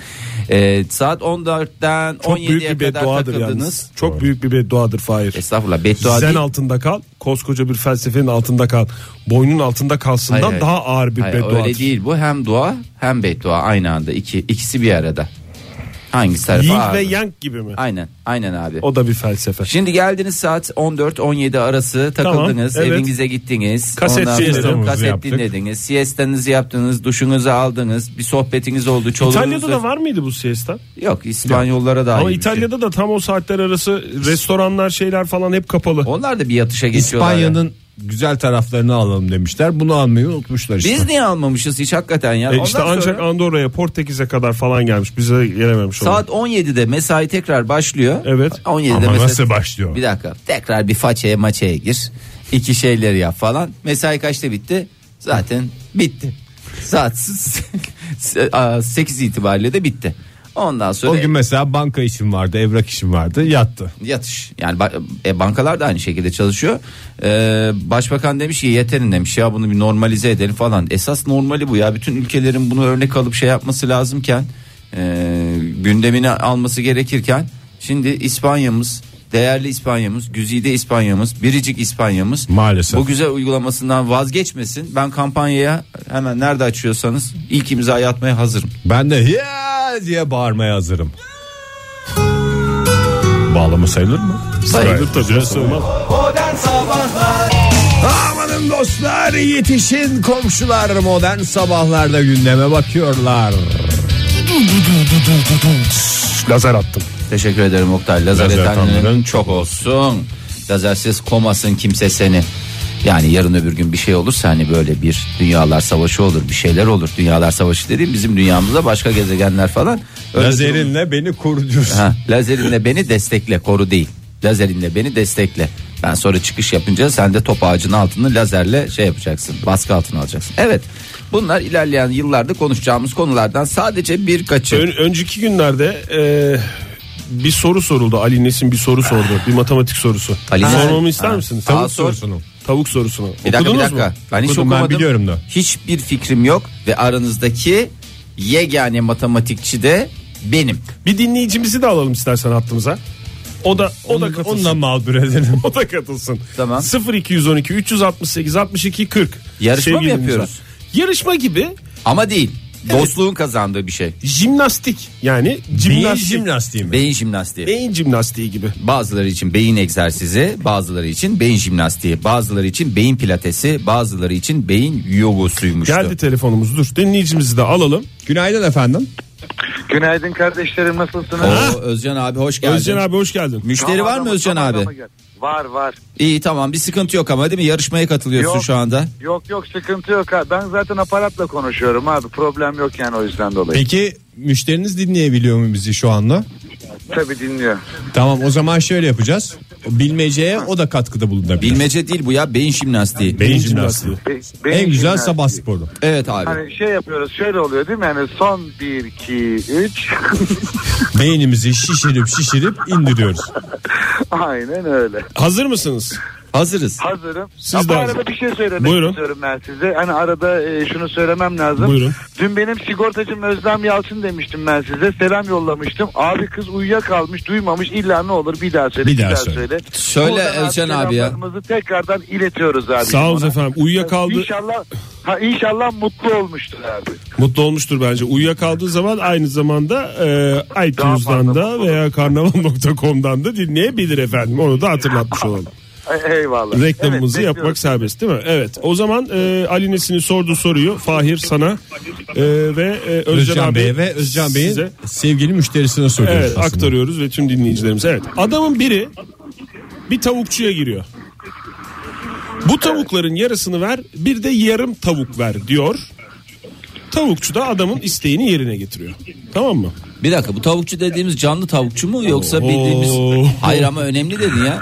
Speaker 4: Ee, saat 14'ten
Speaker 5: çok büyük
Speaker 4: 17'ye
Speaker 5: bir
Speaker 4: kadar
Speaker 5: bedduadır
Speaker 4: takıldınız.
Speaker 5: yalnız. Çok büyük bir bedduadır Fahir.
Speaker 4: Estağfurullah beddua
Speaker 5: Zen
Speaker 4: değil.
Speaker 5: altında kal, koskoca bir felsefenin altında kal. Boynun altında kalsından
Speaker 4: Hayır, hayır.
Speaker 5: daha ağır bir
Speaker 4: Hayır,
Speaker 5: beddua.
Speaker 4: Öyle değil bu hem dua hem beddua aynı anda iki ikisi bir arada. Hangisi tarafı
Speaker 5: Ying ve
Speaker 4: ağırdır?
Speaker 5: Yang gibi mi?
Speaker 4: Aynen aynen abi.
Speaker 5: O da bir felsefe.
Speaker 4: Şimdi geldiniz saat 14-17 arası takıldınız
Speaker 5: Tamam, evet.
Speaker 4: evinize gittiniz.
Speaker 5: Kaset
Speaker 4: Ondan sonra
Speaker 5: siestamızı
Speaker 4: kaset
Speaker 3: yaptık.
Speaker 4: dinlediniz. Siestanızı yaptınız, duşunuzu aldınız, bir sohbetiniz oldu. Çoluğunuzla...
Speaker 5: İtalya'da da var mıydı bu siesta?
Speaker 4: Yok İspanyollara da
Speaker 5: Ama
Speaker 4: ait bir şey.
Speaker 5: İtalya'da da tam o saatler arası restoranlar şeyler falan hep kapalı.
Speaker 4: Onlar da bir yatışa geçiyorlar. ya.
Speaker 3: İspanya'nın güzel taraflarını alalım demişler. Bunu almayı unutmuşlar işte.
Speaker 4: Biz niye almamışız hiç hakikaten ya?
Speaker 5: E işte
Speaker 4: Ondan
Speaker 5: ancak
Speaker 4: sonra
Speaker 5: Andorra'ya Portekiz'e kadar falan gelmiş. Bize gelememiş oldu.
Speaker 4: saat 17'de mesai tekrar başlıyor.
Speaker 5: Evet.
Speaker 4: 17'de
Speaker 3: Ama
Speaker 4: mesai-
Speaker 3: nasıl başlıyor?
Speaker 4: Bir dakika. Tekrar bir façeye maçeye gir. İki şeyleri yap falan. Mesai kaçta bitti? Zaten bitti. Saat 8 itibariyle de bitti. Ondan sonra
Speaker 3: O gün mesela banka işim vardı, evrak işim vardı, yattı.
Speaker 4: yatış. Yani ba- e, bankalar da aynı şekilde çalışıyor. Ee, başbakan demiş ki yeterin demiş ya bunu bir normalize edelim falan. Esas normali bu ya. Bütün ülkelerin bunu örnek alıp şey yapması lazımken e, gündemini alması gerekirken şimdi İspanya'mız değerli İspanya'mız, güzide İspanya'mız, biricik İspanya'mız
Speaker 3: Maalesef.
Speaker 4: bu güzel uygulamasından vazgeçmesin. Ben kampanyaya hemen nerede açıyorsanız ilk imzayı atmaya hazırım.
Speaker 3: Ben de ya diye bağırmaya hazırım. Bağlama sayılır mı?
Speaker 4: Sayılır
Speaker 3: tabii. Sayılmaz.
Speaker 2: Modern Sabahlar
Speaker 3: Amanın dostlar yetişin komşular modern sabahlarda gündeme bakıyorlar.
Speaker 5: Lazer attım.
Speaker 4: Teşekkür ederim Oktay. Lazer,
Speaker 3: Lazer
Speaker 4: edenlerin
Speaker 3: edenlerin
Speaker 4: çok olsun. Lazersiz komasın kimse seni. Yani yarın öbür gün bir şey olursa hani böyle bir dünyalar savaşı olur bir şeyler olur. Dünyalar savaşı dediğim bizim dünyamızda başka gezegenler falan. Öyle durum-
Speaker 3: Lazerinle beni koruyorsun.
Speaker 4: Ha, lazerinle beni destekle koru değil. Lazerinle beni destekle. Ben sonra çıkış yapınca sen de top ağacının altını lazerle şey yapacaksın. Baskı altına alacaksın. Evet bunlar ilerleyen yıllarda konuşacağımız konulardan sadece birkaçı.
Speaker 5: Ön- önceki günlerde e, bir soru soruldu. Ali Nesin bir soru sordu. Bir matematik sorusu.
Speaker 4: Ali Nesin-
Speaker 5: Sormamı ister
Speaker 4: Ha.
Speaker 5: misiniz?
Speaker 4: Aa,
Speaker 5: Tavuk
Speaker 4: sor.
Speaker 5: sorusunu. Tavuk sorusunu.
Speaker 4: Bir dakika bir
Speaker 5: Okudunuz
Speaker 4: dakika.
Speaker 5: mu?
Speaker 4: Ben hiç
Speaker 3: Okudum, ben
Speaker 4: okumadım.
Speaker 3: biliyorum da.
Speaker 4: Hiçbir fikrim yok ve aranızdaki yegane matematikçi de benim.
Speaker 5: Bir dinleyicimizi de alalım istersen hattımıza. O da o da katılsın.
Speaker 3: Onunla mal edelim.
Speaker 5: o da katılsın.
Speaker 4: Tamam.
Speaker 5: 0212 368 62 40.
Speaker 4: Yarışma mı
Speaker 5: Sevgili
Speaker 4: yapıyoruz?
Speaker 5: dinleyiciler. Yarışma gibi
Speaker 4: Ama değil. Dostluğun kazandığı bir şey.
Speaker 5: jimnastik yani
Speaker 3: Beyin
Speaker 5: jimnastik.
Speaker 3: jimnastiği mi?
Speaker 4: Beyin jimnastiği.
Speaker 5: Beyin jimnastiği gibi.
Speaker 4: Bazıları için beyin egzersizi, bazıları için beyin jimnastiği, bazıları için beyin pilatesi, bazıları için beyin yogasıymıştı.
Speaker 5: Geldi telefonumuz dur. Dinleyicimizi de alalım.
Speaker 3: Günaydın efendim.
Speaker 7: Günaydın kardeşlerim nasılsınız?
Speaker 4: Oo, Özcan abi hoş geldin.
Speaker 5: Özcan abi hoş geldin.
Speaker 4: Müşteri var mı Özcan
Speaker 7: Tamam,
Speaker 4: abi?
Speaker 7: tamam, gel. Var var.
Speaker 4: İyi tamam bir sıkıntı yok ama değil mi? Yarışmaya katılıyorsun
Speaker 7: Yok.
Speaker 4: şu anda.
Speaker 7: Yok yok sıkıntı yok. abi. Ben zaten aparatla konuşuyorum abi. Problem yok yani o yüzden dolayı.
Speaker 3: Peki müşteriniz dinleyebiliyor mu bizi şu anda?
Speaker 7: Tabii dinliyor.
Speaker 3: Tamam o zaman şöyle yapacağız. Bilmeceye o da katkıda bulunabilir.
Speaker 4: Bilmece değil bu ya beyin jimnastiği.
Speaker 3: Beyin jimnastiği.
Speaker 7: Be- benim
Speaker 3: En güzel
Speaker 7: dinler-
Speaker 3: sabah sporu.
Speaker 4: Evet abi.
Speaker 7: Hani şey yapıyoruz şöyle oluyor değil mi? Yani son 1, 2, 3.
Speaker 3: Beynimizi şişirip şişirip indiriyoruz.
Speaker 7: Aynen öyle.
Speaker 5: Hazır mısınız?
Speaker 4: Hazırız.
Speaker 7: Hazırım.
Speaker 5: Siz
Speaker 7: Ama
Speaker 5: de hazır.
Speaker 7: arada bir şey söylemek
Speaker 5: Buyurun.
Speaker 7: istiyorum ben size. Hani arada e, şunu söylemem lazım.
Speaker 5: Buyurun.
Speaker 7: Dün benim sigortacım Özlem Yalçın demiştim ben size. Selam yollamıştım. Abi kız uyuyakalmış duymamış. İlla ne olur bir daha söyle.
Speaker 3: Bir daha söyle.
Speaker 4: Söyle Elçen abi ya.
Speaker 7: selamlarımızı tekrardan iletiyoruz abi.
Speaker 5: Sağ olun
Speaker 7: Ona.
Speaker 5: efendim. Uyuyakaldı.
Speaker 7: İnşallah, ha, inşallah mutlu olmuştur abi.
Speaker 5: Mutlu olmuştur bence. Uyuyakaldığı zaman aynı zamanda e,
Speaker 7: Daha
Speaker 5: iTunes'dan
Speaker 7: fazla
Speaker 5: da veya karnaval.com'dan da dinleyebilir efendim. Onu da hatırlatmış olalım.
Speaker 7: E- Eyvallah.
Speaker 5: Reklamımızı
Speaker 7: Evet,
Speaker 5: yapmak
Speaker 7: bekliyoruz.
Speaker 5: serbest değil mi? Evet. O zaman e, Ali Nesin'in sorduğu soruyu Fahir sana e, ve e, Özcan,
Speaker 3: Özcan
Speaker 5: abi
Speaker 3: Bey ve Özcan Bey'in
Speaker 5: size-
Speaker 3: sevgili müşterisine söylüyoruz
Speaker 5: Evet
Speaker 3: aslında.
Speaker 5: aktarıyoruz ve tüm dinleyicilerimize. Evet. Adamın biri bir tavukçuya giriyor. Bu tavukların yarısını ver, bir de yarım tavuk ver diyor. Tavukçu da adamın isteğini yerine getiriyor. Tamam mı?
Speaker 4: Bir dakika bu tavukçu dediğimiz canlı tavukçu mu yoksa bildiğimiz
Speaker 5: Oo.
Speaker 4: Hayır ama önemli dedin ya.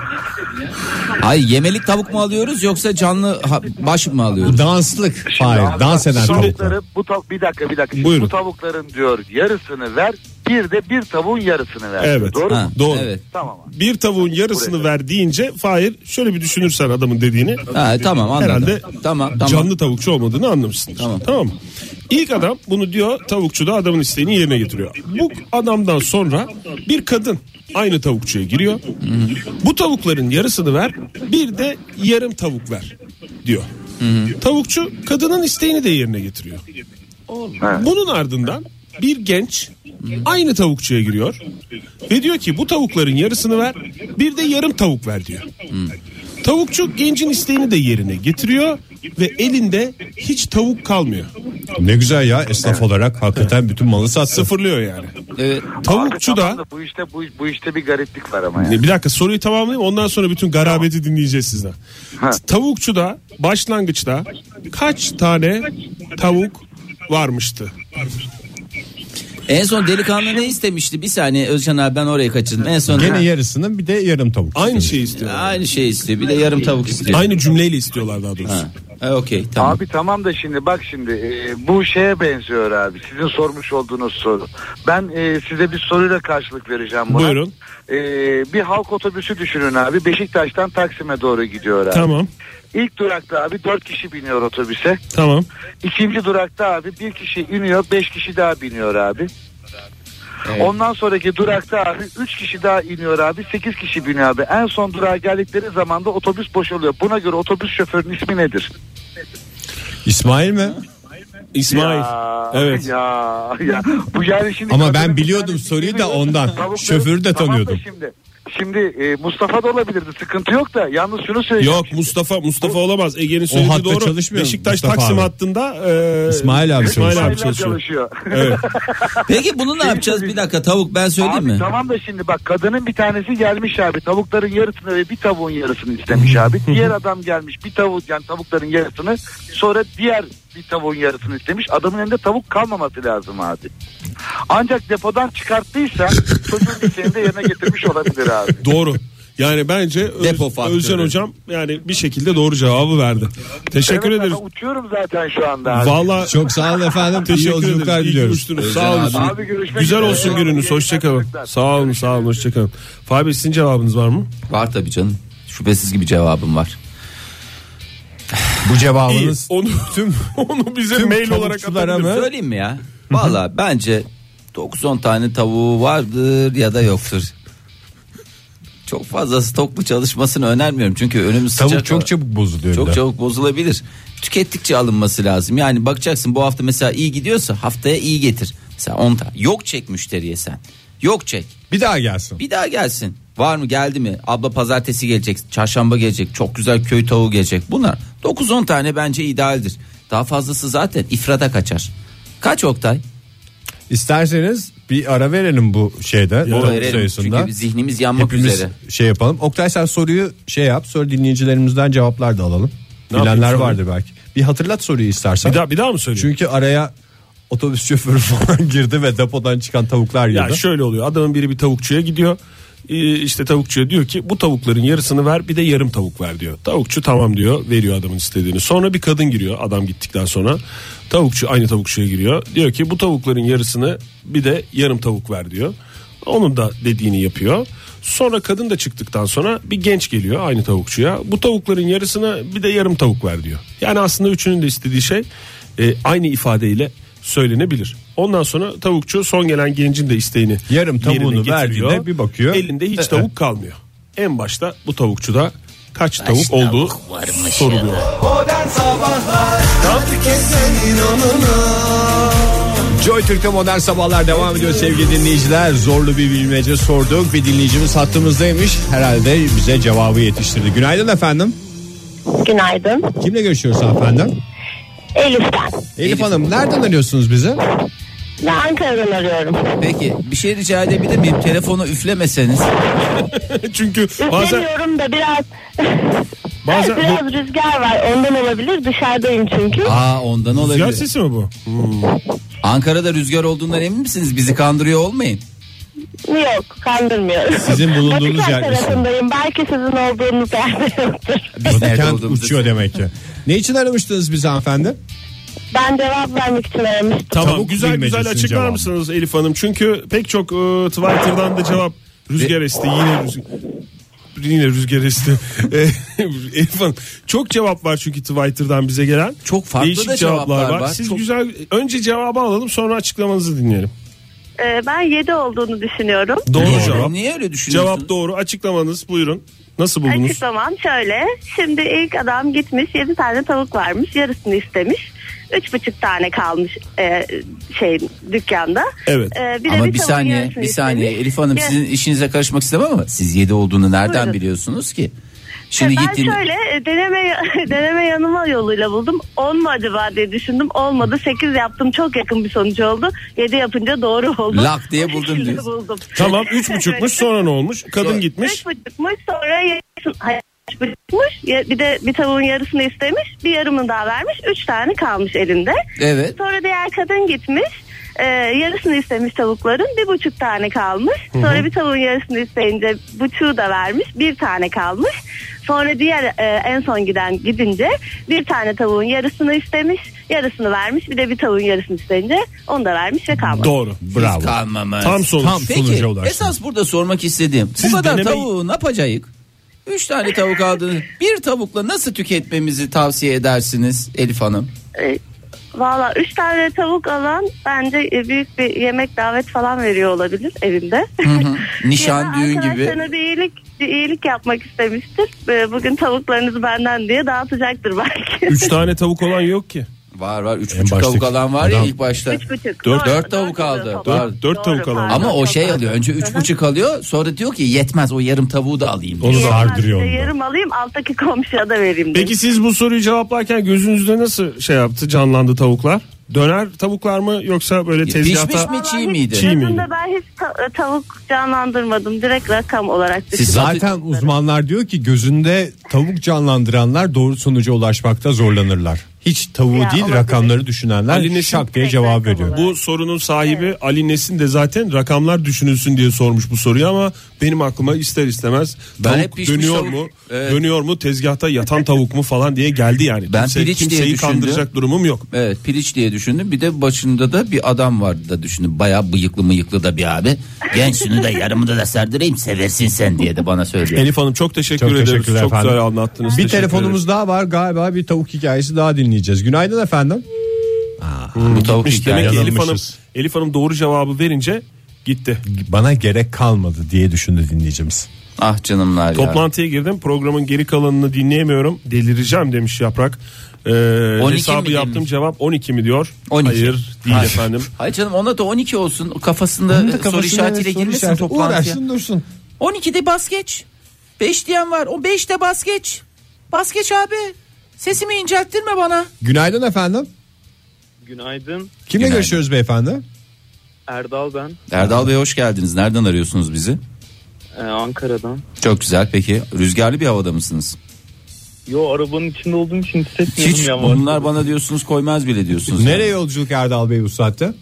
Speaker 4: Hayır yemelik tavuk mu alıyoruz yoksa canlı ha- baş mı alıyoruz?
Speaker 3: Danslık.
Speaker 7: Şimdi
Speaker 3: Hayır
Speaker 7: abi,
Speaker 3: dans eden tavuklar.
Speaker 7: tavukları, bu tav- bir dakika bir dakika. Şimdi
Speaker 5: Buyurun.
Speaker 7: Bu tavukların diyor yarısını ver. Bir de bir tavuğun yarısını ver.
Speaker 5: Evet.
Speaker 7: Doğru
Speaker 4: Ha,
Speaker 7: mu?
Speaker 5: Doğru.
Speaker 4: Evet.
Speaker 7: Tamam abi.
Speaker 5: Bir tavuğun yarısını ver deyince Fahir şöyle bir düşünürsen adamın dediğini.
Speaker 4: Ha, tamam anladım.
Speaker 5: Herhalde
Speaker 4: tamam tamam.
Speaker 5: canlı tavukçu olmadığını anlamışsındır. Tamam. mı? İlk adam bunu diyor tavukçu da adamın isteğini yerine getiriyor. Bu adamdan sonra bir kadın aynı tavukçuya giriyor. Bu tavukların yarısını ver bir de yarım tavuk ver diyor. Tavukçu kadının isteğini de yerine getiriyor. Bunun ardından bir genç aynı tavukçuya giriyor ve diyor ki bu tavukların yarısını ver bir de yarım tavuk ver diyor. Tavukçu gencin isteğini de yerine getiriyor ve elinde hiç tavuk kalmıyor.
Speaker 3: Ne güzel ya esnaf olarak hakikaten bütün malı sattı.
Speaker 5: Sıfırlıyor yani.
Speaker 4: Evet.
Speaker 5: Tavukçu da
Speaker 7: Tamam da Bu işte bu, bu işte bir gariplik var ama yani.
Speaker 5: bir dakika soruyu tamamlayayım ondan sonra bütün garabeti dinleyeceğiz sizden.
Speaker 7: Ha.
Speaker 5: Tavukçuda başlangıçta kaç tane tavuk varmıştı?
Speaker 4: En son delikanlı ne istemişti? Bir saniye Özcan abi ben orayı kaçırdım. En son
Speaker 3: Gene yarısının bir de yarım tavuk.
Speaker 5: Aynı
Speaker 3: istemiş.
Speaker 5: şeyi istiyorlar.
Speaker 4: aynı şey istiyor. Bir de yarım tavuk istiyor.
Speaker 5: Aynı cümleyle istiyorlar daha doğrusu.
Speaker 4: Ha. E, Okey tamam.
Speaker 7: Abi tamam da şimdi bak şimdi e, bu şeye benziyor abi sizin sormuş olduğunuz soru. Ben e, size bir soruyla karşılık vereceğim buna.
Speaker 5: Buyurun.
Speaker 7: E, bir halk otobüsü düşünün abi Beşiktaş'tan Taksim'e doğru gidiyor abi.
Speaker 5: Tamam.
Speaker 7: İlk durakta abi 4 kişi biniyor otobüse.
Speaker 5: Tamam.
Speaker 7: İkinci durakta abi bir kişi iniyor beş kişi daha biniyor abi.
Speaker 4: Evet.
Speaker 7: Ondan sonraki durakta abi 3 kişi daha iniyor abi 8 kişi biniyor abi. En son durağa geldikleri zaman da otobüs boşalıyor. Buna göre otobüs şoförünün ismi nedir?
Speaker 3: İsmail mi?
Speaker 5: İsmail.
Speaker 7: Ya,
Speaker 5: Evet.
Speaker 7: Ya, ya. Bu yani şimdi
Speaker 3: Ama
Speaker 7: kadının
Speaker 3: ben
Speaker 7: bir
Speaker 3: biliyordum
Speaker 7: tanesi
Speaker 3: soruyu da
Speaker 7: bilmiyordu.
Speaker 3: ondan.
Speaker 7: Tavukları-
Speaker 3: Şoförü de
Speaker 7: Tamam da
Speaker 3: tanıyordum.
Speaker 7: şimdi şimdi e, Mustafa da olabilirdi sıkıntı yok da yalnız şunu söyleyeceğim.
Speaker 5: Yok Mustafa Mustafa olamaz. Ege'nin söylediği
Speaker 3: hatta
Speaker 5: doğru.
Speaker 3: çalışmıyor mu
Speaker 5: Beşiktaş
Speaker 3: Mustafa
Speaker 5: Taksim
Speaker 3: abi?
Speaker 5: hattında e,
Speaker 3: İsmail abi çalışıyor.
Speaker 5: abi
Speaker 7: Aylar
Speaker 5: çalışıyor.
Speaker 7: çalışıyor.
Speaker 5: Evet.
Speaker 4: Peki bunu ne yapacağız? Bir dakika tavuk ben söyleyeyim
Speaker 7: Abi
Speaker 4: mi?
Speaker 7: tamam da şimdi bak kadının bir tanesi gelmiş abi tavukların yarısını ve bir tavuğun yarısını istemiş abi. Diğer adam gelmiş bir tavuk yani tavukların yarısını sonra diğer bir tavuğun yarısını istemiş. Adamın elinde tavuk kalmaması lazım abi. Ancak depodan çıkarttıysa çocuğun isteğini de yerine getirmiş olabilir abi.
Speaker 5: doğru. Yani bence Öz-
Speaker 4: Depo faktörü.
Speaker 5: Özcan hocam yani bir şekilde doğru cevabı verdi. Teşekkür
Speaker 7: Evet,
Speaker 5: ederiz.
Speaker 7: ama Uçuyorum zaten şu anda abi.
Speaker 5: Valla
Speaker 3: Çok sağ olun efendim. İyi
Speaker 5: teşekkür
Speaker 3: yolculuklar
Speaker 5: ederiz. İyi
Speaker 3: diliyoruz.
Speaker 5: görüştünüz. Sağ olun.
Speaker 7: Abi görüşmek
Speaker 5: Güzel
Speaker 7: üzere.
Speaker 5: olsun
Speaker 7: Eyvallah.
Speaker 5: gününüz.
Speaker 7: İyi
Speaker 5: Hoşçakalın.
Speaker 7: yayınlar.
Speaker 5: Sağ olun sağ olun hoşçakalın. Fabi sizin cevabınız var mı?
Speaker 4: Var tabii canım. Şüphesiz gibi cevabım var.
Speaker 3: Bu cevabınız
Speaker 5: Onu tüm onu bize
Speaker 3: Tüm
Speaker 5: mail olarak
Speaker 3: tavukçulara
Speaker 5: atabilirsiniz.
Speaker 3: mı?
Speaker 4: Söyleyeyim mi ya? Valla bence 9-10 tane tavuğu vardır ya da yoktur. Çok fazla stoklu çalışmasını önermiyorum. Çünkü önümüz
Speaker 3: tavuk
Speaker 4: sıcak.
Speaker 3: çok çabuk bozuluyor. bir
Speaker 4: Çok
Speaker 3: de.
Speaker 4: çabuk bozulabilir. Tükettikçe alınması lazım. Yani bakacaksın bu hafta mesela iyi gidiyorsa haftaya iyi getir. Mesela 10 tane. Yok çek müşteriye sen. Yok çek.
Speaker 3: Bir daha gelsin.
Speaker 4: Bir daha gelsin. Var mı geldi mi? Abla pazartesi gelecek, çarşamba gelecek, çok güzel köy tavuğu gelecek. Bunlar 9-10 tane bence idealdir. Daha fazlası zaten ifrada kaçar. Kaç Oktay?
Speaker 3: İsterseniz bir ara verelim bu şeyde.
Speaker 4: Mola
Speaker 3: tavuk
Speaker 4: verelim.
Speaker 3: sayısında.
Speaker 4: Çünkü zihnimiz yanmak
Speaker 3: Hepimiz
Speaker 4: üzere.
Speaker 3: şey yapalım. Oktay sen soruyu şey yap. Sonra dinleyicilerimizden cevaplar da alalım. Bilenler
Speaker 5: yapayım soruyu?
Speaker 3: vardır belki. Bir hatırlat soruyu istersen.
Speaker 5: Bir daha bir daha mı söyleyeyim?
Speaker 3: Çünkü araya otobüs şoförü falan girdi ve depodan çıkan tavuklar girdi.
Speaker 5: Ya şöyle oluyor adamın biri bir tavukçuya gidiyor Ee, işte tavukçuya diyor ki bu tavukların yarısını ver bir de yarım tavuk ver diyor. Tavukçu tamam diyor veriyor adamın istediğini. Sonra bir kadın giriyor adam gittikten sonra tavukçu aynı tavukçuya giriyor. Diyor ki bu tavukların yarısını bir de yarım tavuk ver diyor. Onun da dediğini yapıyor. Sonra kadın da çıktıktan sonra bir genç geliyor aynı tavukçuya. Bu tavukların yarısına bir de yarım tavuk ver diyor. Yani aslında üçünün de istediği şey e, aynı ifadeyle söylenebilir. Ondan sonra tavukçu son gelen gencin de isteğini
Speaker 3: Yarım tavuğunu
Speaker 5: yerine getiriyor.
Speaker 3: verdiğinde bir bakıyor.
Speaker 5: Elinde hiç
Speaker 3: Ee,
Speaker 5: tavuk kalmıyor. En başta bu tavukçuda kaç tavuk olduğu soruluyor.
Speaker 2: Modern Sabahlar
Speaker 3: Joy Türk'te modern sabahlar devam ediyor sevgili dinleyiciler. Zorlu bir bilmece sorduk. Bir dinleyicimiz hattımızdaymış. Herhalde bize cevabı yetiştirdi. Günaydın efendim.
Speaker 8: Günaydın.
Speaker 3: Kimle görüşüyoruz efendim? Elif,
Speaker 8: Elif ben.
Speaker 3: Hanım nereden arıyorsunuz bizi?
Speaker 8: Ben Ankara'dan arıyorum.
Speaker 4: Peki bir şey rica edebilir miyim? Telefonu üflemeseniz.
Speaker 5: Çünkü bazen
Speaker 8: Üflemiyorum da biraz...
Speaker 5: Bazen-
Speaker 8: biraz rüzgar var. Ondan olabilir. Dışarıdayım çünkü.
Speaker 4: Aa ondan
Speaker 5: rüzgar
Speaker 4: olabilir.
Speaker 5: sesi mi bu?
Speaker 4: Ankara'da rüzgar olduğundan emin misiniz? Bizi kandırıyor olmayın.
Speaker 8: Yok kandırmıyorum.
Speaker 3: Sizin bulunduğunuz
Speaker 8: Batıkent
Speaker 3: yer misin?
Speaker 8: tarafındayım. Belki sizin olduğunuz yerde yoktur.
Speaker 4: Biz nerede
Speaker 3: Kent
Speaker 4: olduğumuzu-
Speaker 3: uçuyor demek ki. Ne için aramıştınız bizi hanımefendi?
Speaker 8: Ben cevap vermek için aramıştım.
Speaker 5: Tamam
Speaker 3: Tavuk
Speaker 5: güzel güzel
Speaker 3: bilmecesinin
Speaker 5: açıklar
Speaker 3: cevabı.
Speaker 5: mısınız Elif Hanım? Çünkü pek çok e, Twitter'dan da cevap
Speaker 4: E-
Speaker 5: rüzgar esti yine rüzgar yine rüzgar esti. E, Elif Hanım çok cevap var çünkü Twitter'dan bize gelen.
Speaker 4: Çok farklı
Speaker 5: Değişik
Speaker 4: da cevaplar var.
Speaker 5: Siz
Speaker 4: Çok-
Speaker 5: güzel önce cevabı alalım sonra açıklamanızı dinleyelim.
Speaker 9: Ee, ben 7 olduğunu düşünüyorum.
Speaker 5: Doğru,
Speaker 4: Doğru.
Speaker 5: cevap.
Speaker 4: Niye öyle düşünüyorsunuz?
Speaker 5: Cevap doğru. Açıklamanız buyurun. Nasıl buldunuz?
Speaker 9: Açıklamam şöyle. Şimdi ilk adam gitmiş 7 tane tavuk varmış. Yarısını istemiş. Üç buçuk tane kalmış e, şey dükkanda.
Speaker 5: Evet.
Speaker 9: E, de
Speaker 4: ama bir,
Speaker 9: tavuğun
Speaker 4: saniye,
Speaker 9: yarısını
Speaker 4: bir saniye
Speaker 9: istemiş.
Speaker 4: Elif Hanım
Speaker 9: Ya-
Speaker 4: sizin işinize karışmak istemem ama siz 7 olduğunu nereden
Speaker 9: Buyurun.
Speaker 4: biliyorsunuz ki? Şimdi
Speaker 9: ben
Speaker 4: gittin
Speaker 9: şöyle e, deneme deneme yanılma yoluyla buldum. 10 mu acaba diye düşündüm. Olmadı. 8 yaptım. Çok yakın bir sonuç oldu. 7 yapınca doğru oldu.
Speaker 4: Lak diye
Speaker 9: O
Speaker 4: buldum
Speaker 9: şekilde
Speaker 4: diyorsun.
Speaker 9: buldum.
Speaker 5: Tamam üç buçukmuş sonra ne olmuş? Kadın gitmiş.
Speaker 9: Üç buçukmuş sonra yarısını hayır, üç buçukmuş. Ya- Bir de bir tavuğun yarısını istemiş. Bir yarımını daha vermiş. Üç tane kalmış elinde.
Speaker 4: evet.
Speaker 9: Sonra diğer kadın gitmiş. Ee, yarısını istemiş tavukların bir buçuk tane kalmış. Sonra bir tavuğun yarısını isteyince buçuğu da vermiş bir tane kalmış. Sonra diğer e, en son giden gidince bir tane tavuğun yarısını istemiş yarısını vermiş bir de bir tavuğun yarısını isteyince onu da vermiş ve kalmış.
Speaker 5: Doğru.
Speaker 3: Bravo.
Speaker 4: Kalmamış.
Speaker 5: Tam sonuç.
Speaker 3: Tam
Speaker 4: Peki
Speaker 3: sonuca ulaştın.
Speaker 4: esas burada sormak istediğim
Speaker 5: Siz
Speaker 4: bu kadar
Speaker 5: deneme-
Speaker 4: tavuğu ne yapacağız? Üç tane tavuk aldınız. Bir tavukla nasıl tüketmemizi tavsiye edersiniz Elif Hanım?
Speaker 9: Ee, Valla üç tane tavuk alan bence e, büyük bir yemek davet falan veriyor olabilir evinde.
Speaker 4: Nişan, düğün gibi.
Speaker 9: Arkadaşlarına bir iyilik, bir iyilik yapmak istemiştir. Ee, Bugün tavuklarınızı benden diye dağıtacaktır belki.
Speaker 5: Üç tane tavuk olan yok ki.
Speaker 4: Var var. Üç
Speaker 3: En
Speaker 4: buçuk tavuk
Speaker 3: baştaki
Speaker 4: alan var ya
Speaker 3: adam-
Speaker 4: ilk başta.
Speaker 9: Üç buçuk.
Speaker 5: Dört-
Speaker 9: Doğru,
Speaker 4: dört tavuk aldı.
Speaker 9: tavuk.
Speaker 4: Dört-
Speaker 9: Doğru,
Speaker 5: dört tavuk
Speaker 9: pardon,
Speaker 5: aldı.
Speaker 4: Ama o şey
Speaker 9: pardon.
Speaker 4: alıyor. Önce üç
Speaker 9: Hı hı.
Speaker 4: buçuk alıyor. Sonra diyor ki yetmez o yarım tavuğu da alayım. diyor.
Speaker 5: Onu
Speaker 9: Yarım
Speaker 5: da
Speaker 3: ardırıyor
Speaker 9: aldım,
Speaker 3: onu da.
Speaker 9: Yarım alayım alttaki komşuya da vereyim.
Speaker 5: Peki
Speaker 9: dedim.
Speaker 5: siz bu soruyu cevaplarken gözünüzde nasıl şey yaptı canlandı tavuklar? Döner tavuklar mı yoksa böyle tezgahta?
Speaker 4: Pişmiş mi çiğ miydi?
Speaker 5: Çiğ. iyi miydi?
Speaker 9: Tadında ben hiç ta- e, tavuk canlandırmadım. Direkt rakam olarak düşündüm.
Speaker 4: Siz
Speaker 3: Zaten uzmanlar diyor ki gözünde tavuk canlandıranlar doğru sonuca ulaşmakta zorlanırlar. Hiç tavuğu
Speaker 9: Ya,
Speaker 3: değil
Speaker 9: olabilir.
Speaker 3: rakamları düşünenler
Speaker 5: Ali Nesin-
Speaker 3: şak diye
Speaker 9: Tek
Speaker 3: cevap
Speaker 9: rakam
Speaker 3: veriyor.
Speaker 9: olarak.
Speaker 5: Bu sorunun sahibi Ali Nesin de zaten rakamlar düşünülsün diye sormuş bu soruyu ama benim aklıma ister istemez
Speaker 4: Ben hep
Speaker 5: tavuk
Speaker 4: pişmiş
Speaker 5: dönüyor
Speaker 4: tavuk-
Speaker 5: mu?
Speaker 4: Evet.
Speaker 5: Dönüyor mu? Tezgahta yatan tavuk mu falan diye geldi yani.
Speaker 4: Ben piliç diye
Speaker 5: kimseyi
Speaker 4: düşündüm.
Speaker 5: kandıracak durumum yok.
Speaker 4: Evet piliç diye düşündüm. Bir de başında da bir adam vardı da düşündüm. Bayağı bıyıklı mıyıklı da bir abi. Genç şunu da yarımını da serdireyim seversin sen diye de bana söylüyor.
Speaker 5: Elif Hanım çok teşekkür
Speaker 3: Çok
Speaker 5: ederiz.
Speaker 3: teşekkürler
Speaker 5: çok
Speaker 3: efendim.
Speaker 5: güzel anlattınız.
Speaker 3: Bir
Speaker 5: Teşekkür
Speaker 3: telefonumuz daha var galiba bir tavuk hikayesi daha dinleyeceğiz. Günaydın efendim.
Speaker 4: Bu tavuk
Speaker 5: ederiz. Demek
Speaker 4: hikayesi.
Speaker 5: ki Elif Hanım,
Speaker 3: Yanılmışız.
Speaker 5: Elif Hanım doğru cevabı verince gitti.
Speaker 3: Bana gerek kalmadı diye düşündü dinleyicimiz.
Speaker 4: Ah canımlar ya.
Speaker 5: Toplantıya girdim. Programın geri kalanını dinleyemiyorum. Delireceğim demiş Yaprak. Ee,
Speaker 4: 12 mi
Speaker 5: hesabı
Speaker 4: demiş?
Speaker 5: yaptım cevap 12 mi diyor?
Speaker 4: 12.
Speaker 5: Hayır değil
Speaker 4: Hayır.
Speaker 5: efendim.
Speaker 4: Hayır canım ona da 12 olsun. Kafasında, soru işaretiyle girmesin toplantıya.
Speaker 3: dursun.
Speaker 4: 12'de bas geç. 5 diyen var. O 5'te bas geç. Bas geç abi. Sesimi incelttirme bana.
Speaker 3: Günaydın efendim.
Speaker 10: Günaydın.
Speaker 3: Kimle
Speaker 4: Günaydın.
Speaker 3: görüşüyoruz beyefendi?
Speaker 10: Erdal ben.
Speaker 4: Erdal Bey hoş geldiniz. Nereden arıyorsunuz bizi?
Speaker 10: Ee, Ankara'dan.
Speaker 4: Çok güzel peki. Rüzgarlı bir havada mısınız?
Speaker 10: Yo arabanın içinde olduğum için hissetmiyorum
Speaker 4: Hiç
Speaker 10: ya.
Speaker 4: bunlar bana diyorsunuz koymaz bile diyorsunuz.
Speaker 3: Nereye yolculuk Erdal Bey bu saatte?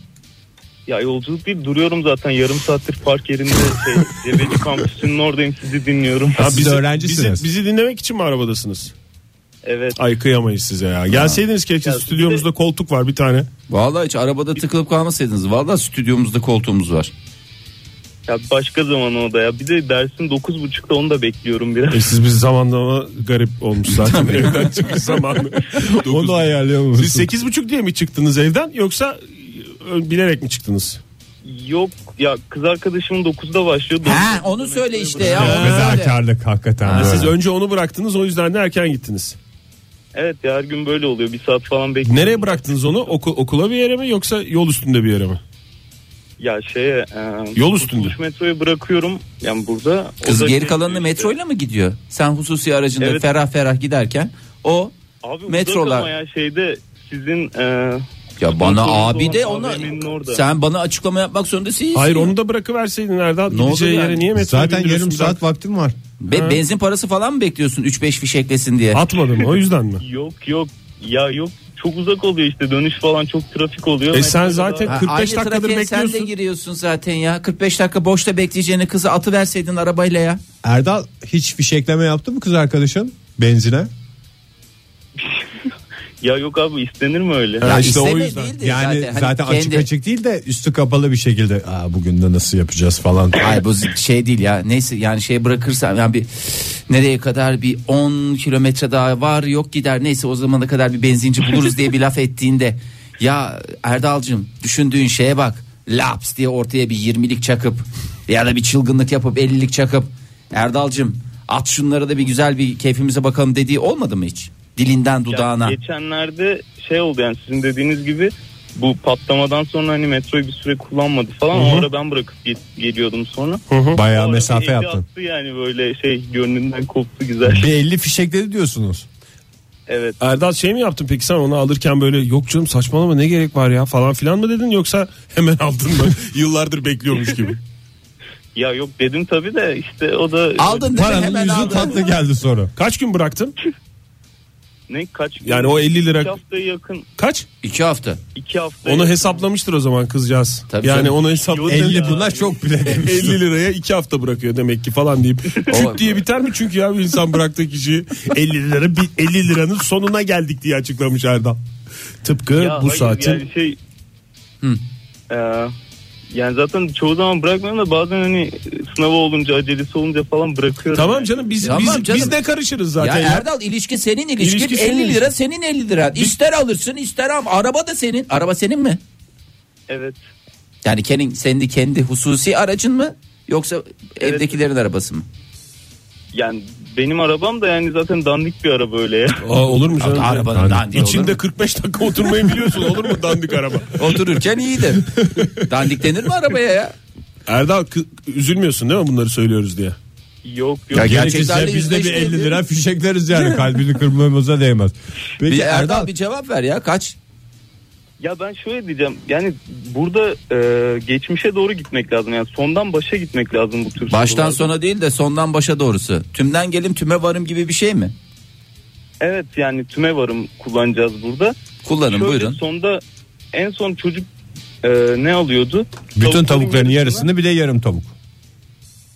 Speaker 10: Ya yolculuk değil duruyorum zaten yarım saattir park yerinde şey, Cebeci kampüsünün oradayım sizi dinliyorum.
Speaker 5: Ha,
Speaker 3: Siz de öğrencisiniz.
Speaker 5: Bizi, bizi dinlemek için mi arabadasınız?
Speaker 10: Evet.
Speaker 5: Ay kıyamayız size ya. Gelseydiniz keşke
Speaker 10: Ya,
Speaker 5: stüdyomuzda koltuk var bir tane.
Speaker 4: Vallahi hiç arabada tıkılıp kalmasaydınız. Vallahi stüdyomuzda koltuğumuz var.
Speaker 10: Ya başka zaman o da ya. Bir de dersin 9.30'da onu da bekliyorum biraz.
Speaker 5: E siz biz zamanlama garip olmuş zaten. evden çıkış zamanı.
Speaker 3: Onu ayarlıyor musun?
Speaker 5: Siz sekiz buçuk diye mi çıktınız evden yoksa e, bilerek mi çıktınız?
Speaker 10: Yok ya kız arkadaşımın 9'da başlıyor.
Speaker 4: Ha onu söyle işte ya.
Speaker 3: Ya,
Speaker 4: onu söyle.
Speaker 3: Fedakarlık hakikaten.
Speaker 5: Ha,
Speaker 3: böyle.
Speaker 5: Siz önce onu bıraktınız o yüzden de erken gittiniz.
Speaker 10: Evet ya her gün böyle oluyor. Bir saat falan bekliyorum.
Speaker 5: Nereye bıraktınız onu? Oku- okula bir yere mi yoksa yol üstünde bir yere mi?
Speaker 10: Ya şeye. E,
Speaker 5: Yol üstünde.
Speaker 10: Kurtuluş Metroya bırakıyorum. Yani burada. o
Speaker 4: Kız
Speaker 10: da
Speaker 4: geri
Speaker 10: şey
Speaker 4: kalanını
Speaker 10: diyor işte,
Speaker 4: metroyla mı gidiyor? Sen hususi aracında
Speaker 10: Evet.
Speaker 4: ferah ferah giderken o
Speaker 10: Abi
Speaker 4: Metrolar.
Speaker 10: Metrolar. Ama ya şeyde sizin e,
Speaker 4: ya bana
Speaker 10: Kontrolü
Speaker 4: abi de
Speaker 10: olan
Speaker 4: ona
Speaker 10: AVM'nin orada.
Speaker 4: sen bana açıklama yapmak zorunda değilsin.
Speaker 5: Hayır onu da bırakıverseydin Erdal.
Speaker 4: Ne oldu
Speaker 5: Gideceği
Speaker 4: yani?
Speaker 5: yere niye metroya
Speaker 3: Zaten yarım
Speaker 5: bindiriyorsun
Speaker 3: saat vaktim var.
Speaker 4: Be- benzin parası falan mı bekliyorsun 3-5 fiş eklesin diye?
Speaker 5: ben? Atmadım o yüzden mi?
Speaker 10: Yok yok ya yok çok uzak oluyor işte dönüş falan çok trafik oluyor.
Speaker 5: E sen
Speaker 10: Metroda
Speaker 5: zaten
Speaker 10: da-
Speaker 4: Ha,
Speaker 5: 45
Speaker 4: aynı
Speaker 5: dakikadır
Speaker 4: trafiğe Sen de
Speaker 5: bekliyorsun.
Speaker 4: giriyorsun zaten ya. 45 dakika boşta bekleyeceğini kızı atı verseydin arabayla ya.
Speaker 3: Erdal hiç fişekleme yaptı mı kız arkadaşın benzine?
Speaker 10: ya yok abi istenir mi öyle?
Speaker 5: Ha, işte
Speaker 4: isteme
Speaker 5: o yüzden.
Speaker 4: değildi
Speaker 3: Yani
Speaker 4: Hani
Speaker 3: zaten, açık
Speaker 4: kendi-
Speaker 3: açık değil de üstü kapalı bir şekilde Aa, bugün de nasıl yapacağız falan.
Speaker 4: Hayır bu şey değil ya. Neyse yani şey bırakırsam yani bir nereye kadar bir 10 kilometre daha var yok gider. Neyse o zamana kadar bir benzinci buluruz diye bir laf ettiğinde ya Erdal'cığım düşündüğün şeye bak. Laps diye ortaya bir 20'lik çakıp ya da bir çılgınlık yapıp 50'lik çakıp Erdal'cığım at şunları da bir güzel bir keyfimize bakalım dediği olmadı mı hiç? Dilinden
Speaker 10: Ya
Speaker 4: dudağına.
Speaker 10: geçenlerde şey oldu yani sizin dediğiniz gibi bu patlamadan sonra hani metroyu bir süre kullanmadı falan.
Speaker 3: Hı hı.
Speaker 10: O ara ben bırakıp ge- geliyordum sonra.
Speaker 3: Bayağı
Speaker 10: O ara bir
Speaker 3: mesafe
Speaker 10: eli
Speaker 3: yaptın.
Speaker 10: attı yani böyle şey gönlünden koptu güzel.
Speaker 3: Bir 50 fişekledi diyorsunuz.
Speaker 10: Evet.
Speaker 5: Erdal şey mi yaptın peki sen onu alırken böyle yok canım saçmalama ne gerek var ya falan filan mı dedin yoksa hemen aldın mı? Yıllardır bekliyormuş gibi.
Speaker 10: Ya yok dedim tabii de işte o da
Speaker 4: Aldın değil mi? Hemen aldın.
Speaker 3: tatlı geldi sonra.
Speaker 5: Kaç gün bıraktın?
Speaker 10: ne kaç
Speaker 5: Yani o 50 lira-
Speaker 10: 2 haftaya yakın
Speaker 5: Kaç?
Speaker 4: İki hafta.
Speaker 10: 2 hafta.
Speaker 5: Onu hesaplamıştır o zaman kızcağız.
Speaker 4: Tabii
Speaker 5: yani
Speaker 4: canım.
Speaker 5: onu hesap
Speaker 10: Yok
Speaker 3: 50
Speaker 10: ya.
Speaker 3: bunlar çok bile demiş.
Speaker 5: 50 E, liraya 2 hafta bırakıyor demek ki falan deyip küt diye biter mi? Çünkü ya bir insan bıraktığı kişi 50 lira bir 50 liranın sonuna geldik diye açıklamış Erdal. Tıpkı
Speaker 10: Ya
Speaker 5: bu
Speaker 10: hayır,
Speaker 5: saatin
Speaker 10: yani şey Ee, yani zaten çoğu zaman bırakmıyorum da bazen hani sınavı olunca acelesi olunca falan bırakıyorum.
Speaker 5: Tamam
Speaker 10: yani.
Speaker 5: canım biz
Speaker 4: Tamam
Speaker 5: biz,
Speaker 4: canım.
Speaker 5: biz de karışırız
Speaker 4: Ya
Speaker 5: zaten. Ya
Speaker 4: Erdal ilişki senin ilişkin
Speaker 5: İlişki
Speaker 4: 50
Speaker 5: senin
Speaker 4: lira senin 50 lira. İster alırsın ister al. Araba da senin. Araba senin mi?
Speaker 10: Evet.
Speaker 4: Yani kendi, senin kendi hususi aracın mı? Yoksa evdekilerin arabası mı?
Speaker 10: Yani benim arabam da yani zaten dandik bir araba öyle ya.
Speaker 5: Aa, olur mu canım?
Speaker 4: arabanın
Speaker 5: Yani
Speaker 4: dandiği olur
Speaker 5: İçinde
Speaker 4: mu?
Speaker 5: 45 dakika oturmayı biliyorsun olur mu dandik araba?
Speaker 4: Otururken iyidir. Dandik denir mi arabaya ya?
Speaker 5: Erdal kı- üzülmüyorsun değil mi bunları söylüyoruz diye?
Speaker 10: Yok yok.
Speaker 3: Ya
Speaker 4: gerçekten
Speaker 3: gerekirse
Speaker 4: de
Speaker 3: biz de bir
Speaker 4: yüzleşmeyelim.
Speaker 3: 50 lira fişekleriz yani kalbini kırmamıza değmez. Peki
Speaker 4: Bir Erdal,
Speaker 3: Erdal
Speaker 4: bir cevap ver ya kaç?
Speaker 10: Ya ben şöyle diyeceğim. Yani burada e, geçmişe doğru gitmek lazım. Yani sondan başa gitmek lazım bu tür
Speaker 4: Baştan
Speaker 10: sorularda.
Speaker 4: sona değil de sondan başa doğrusu. Tümden gelim tüme varım gibi bir şey mi?
Speaker 10: Evet yani tüme varım kullanacağız burada.
Speaker 4: Kullanın
Speaker 10: Şöyle
Speaker 4: buyurun.
Speaker 10: Sonda en son çocuk e, ne alıyordu?
Speaker 3: bütün
Speaker 10: Tavukların
Speaker 3: tavukların
Speaker 10: yarısını-
Speaker 3: yarısını bir de yarım tavuk.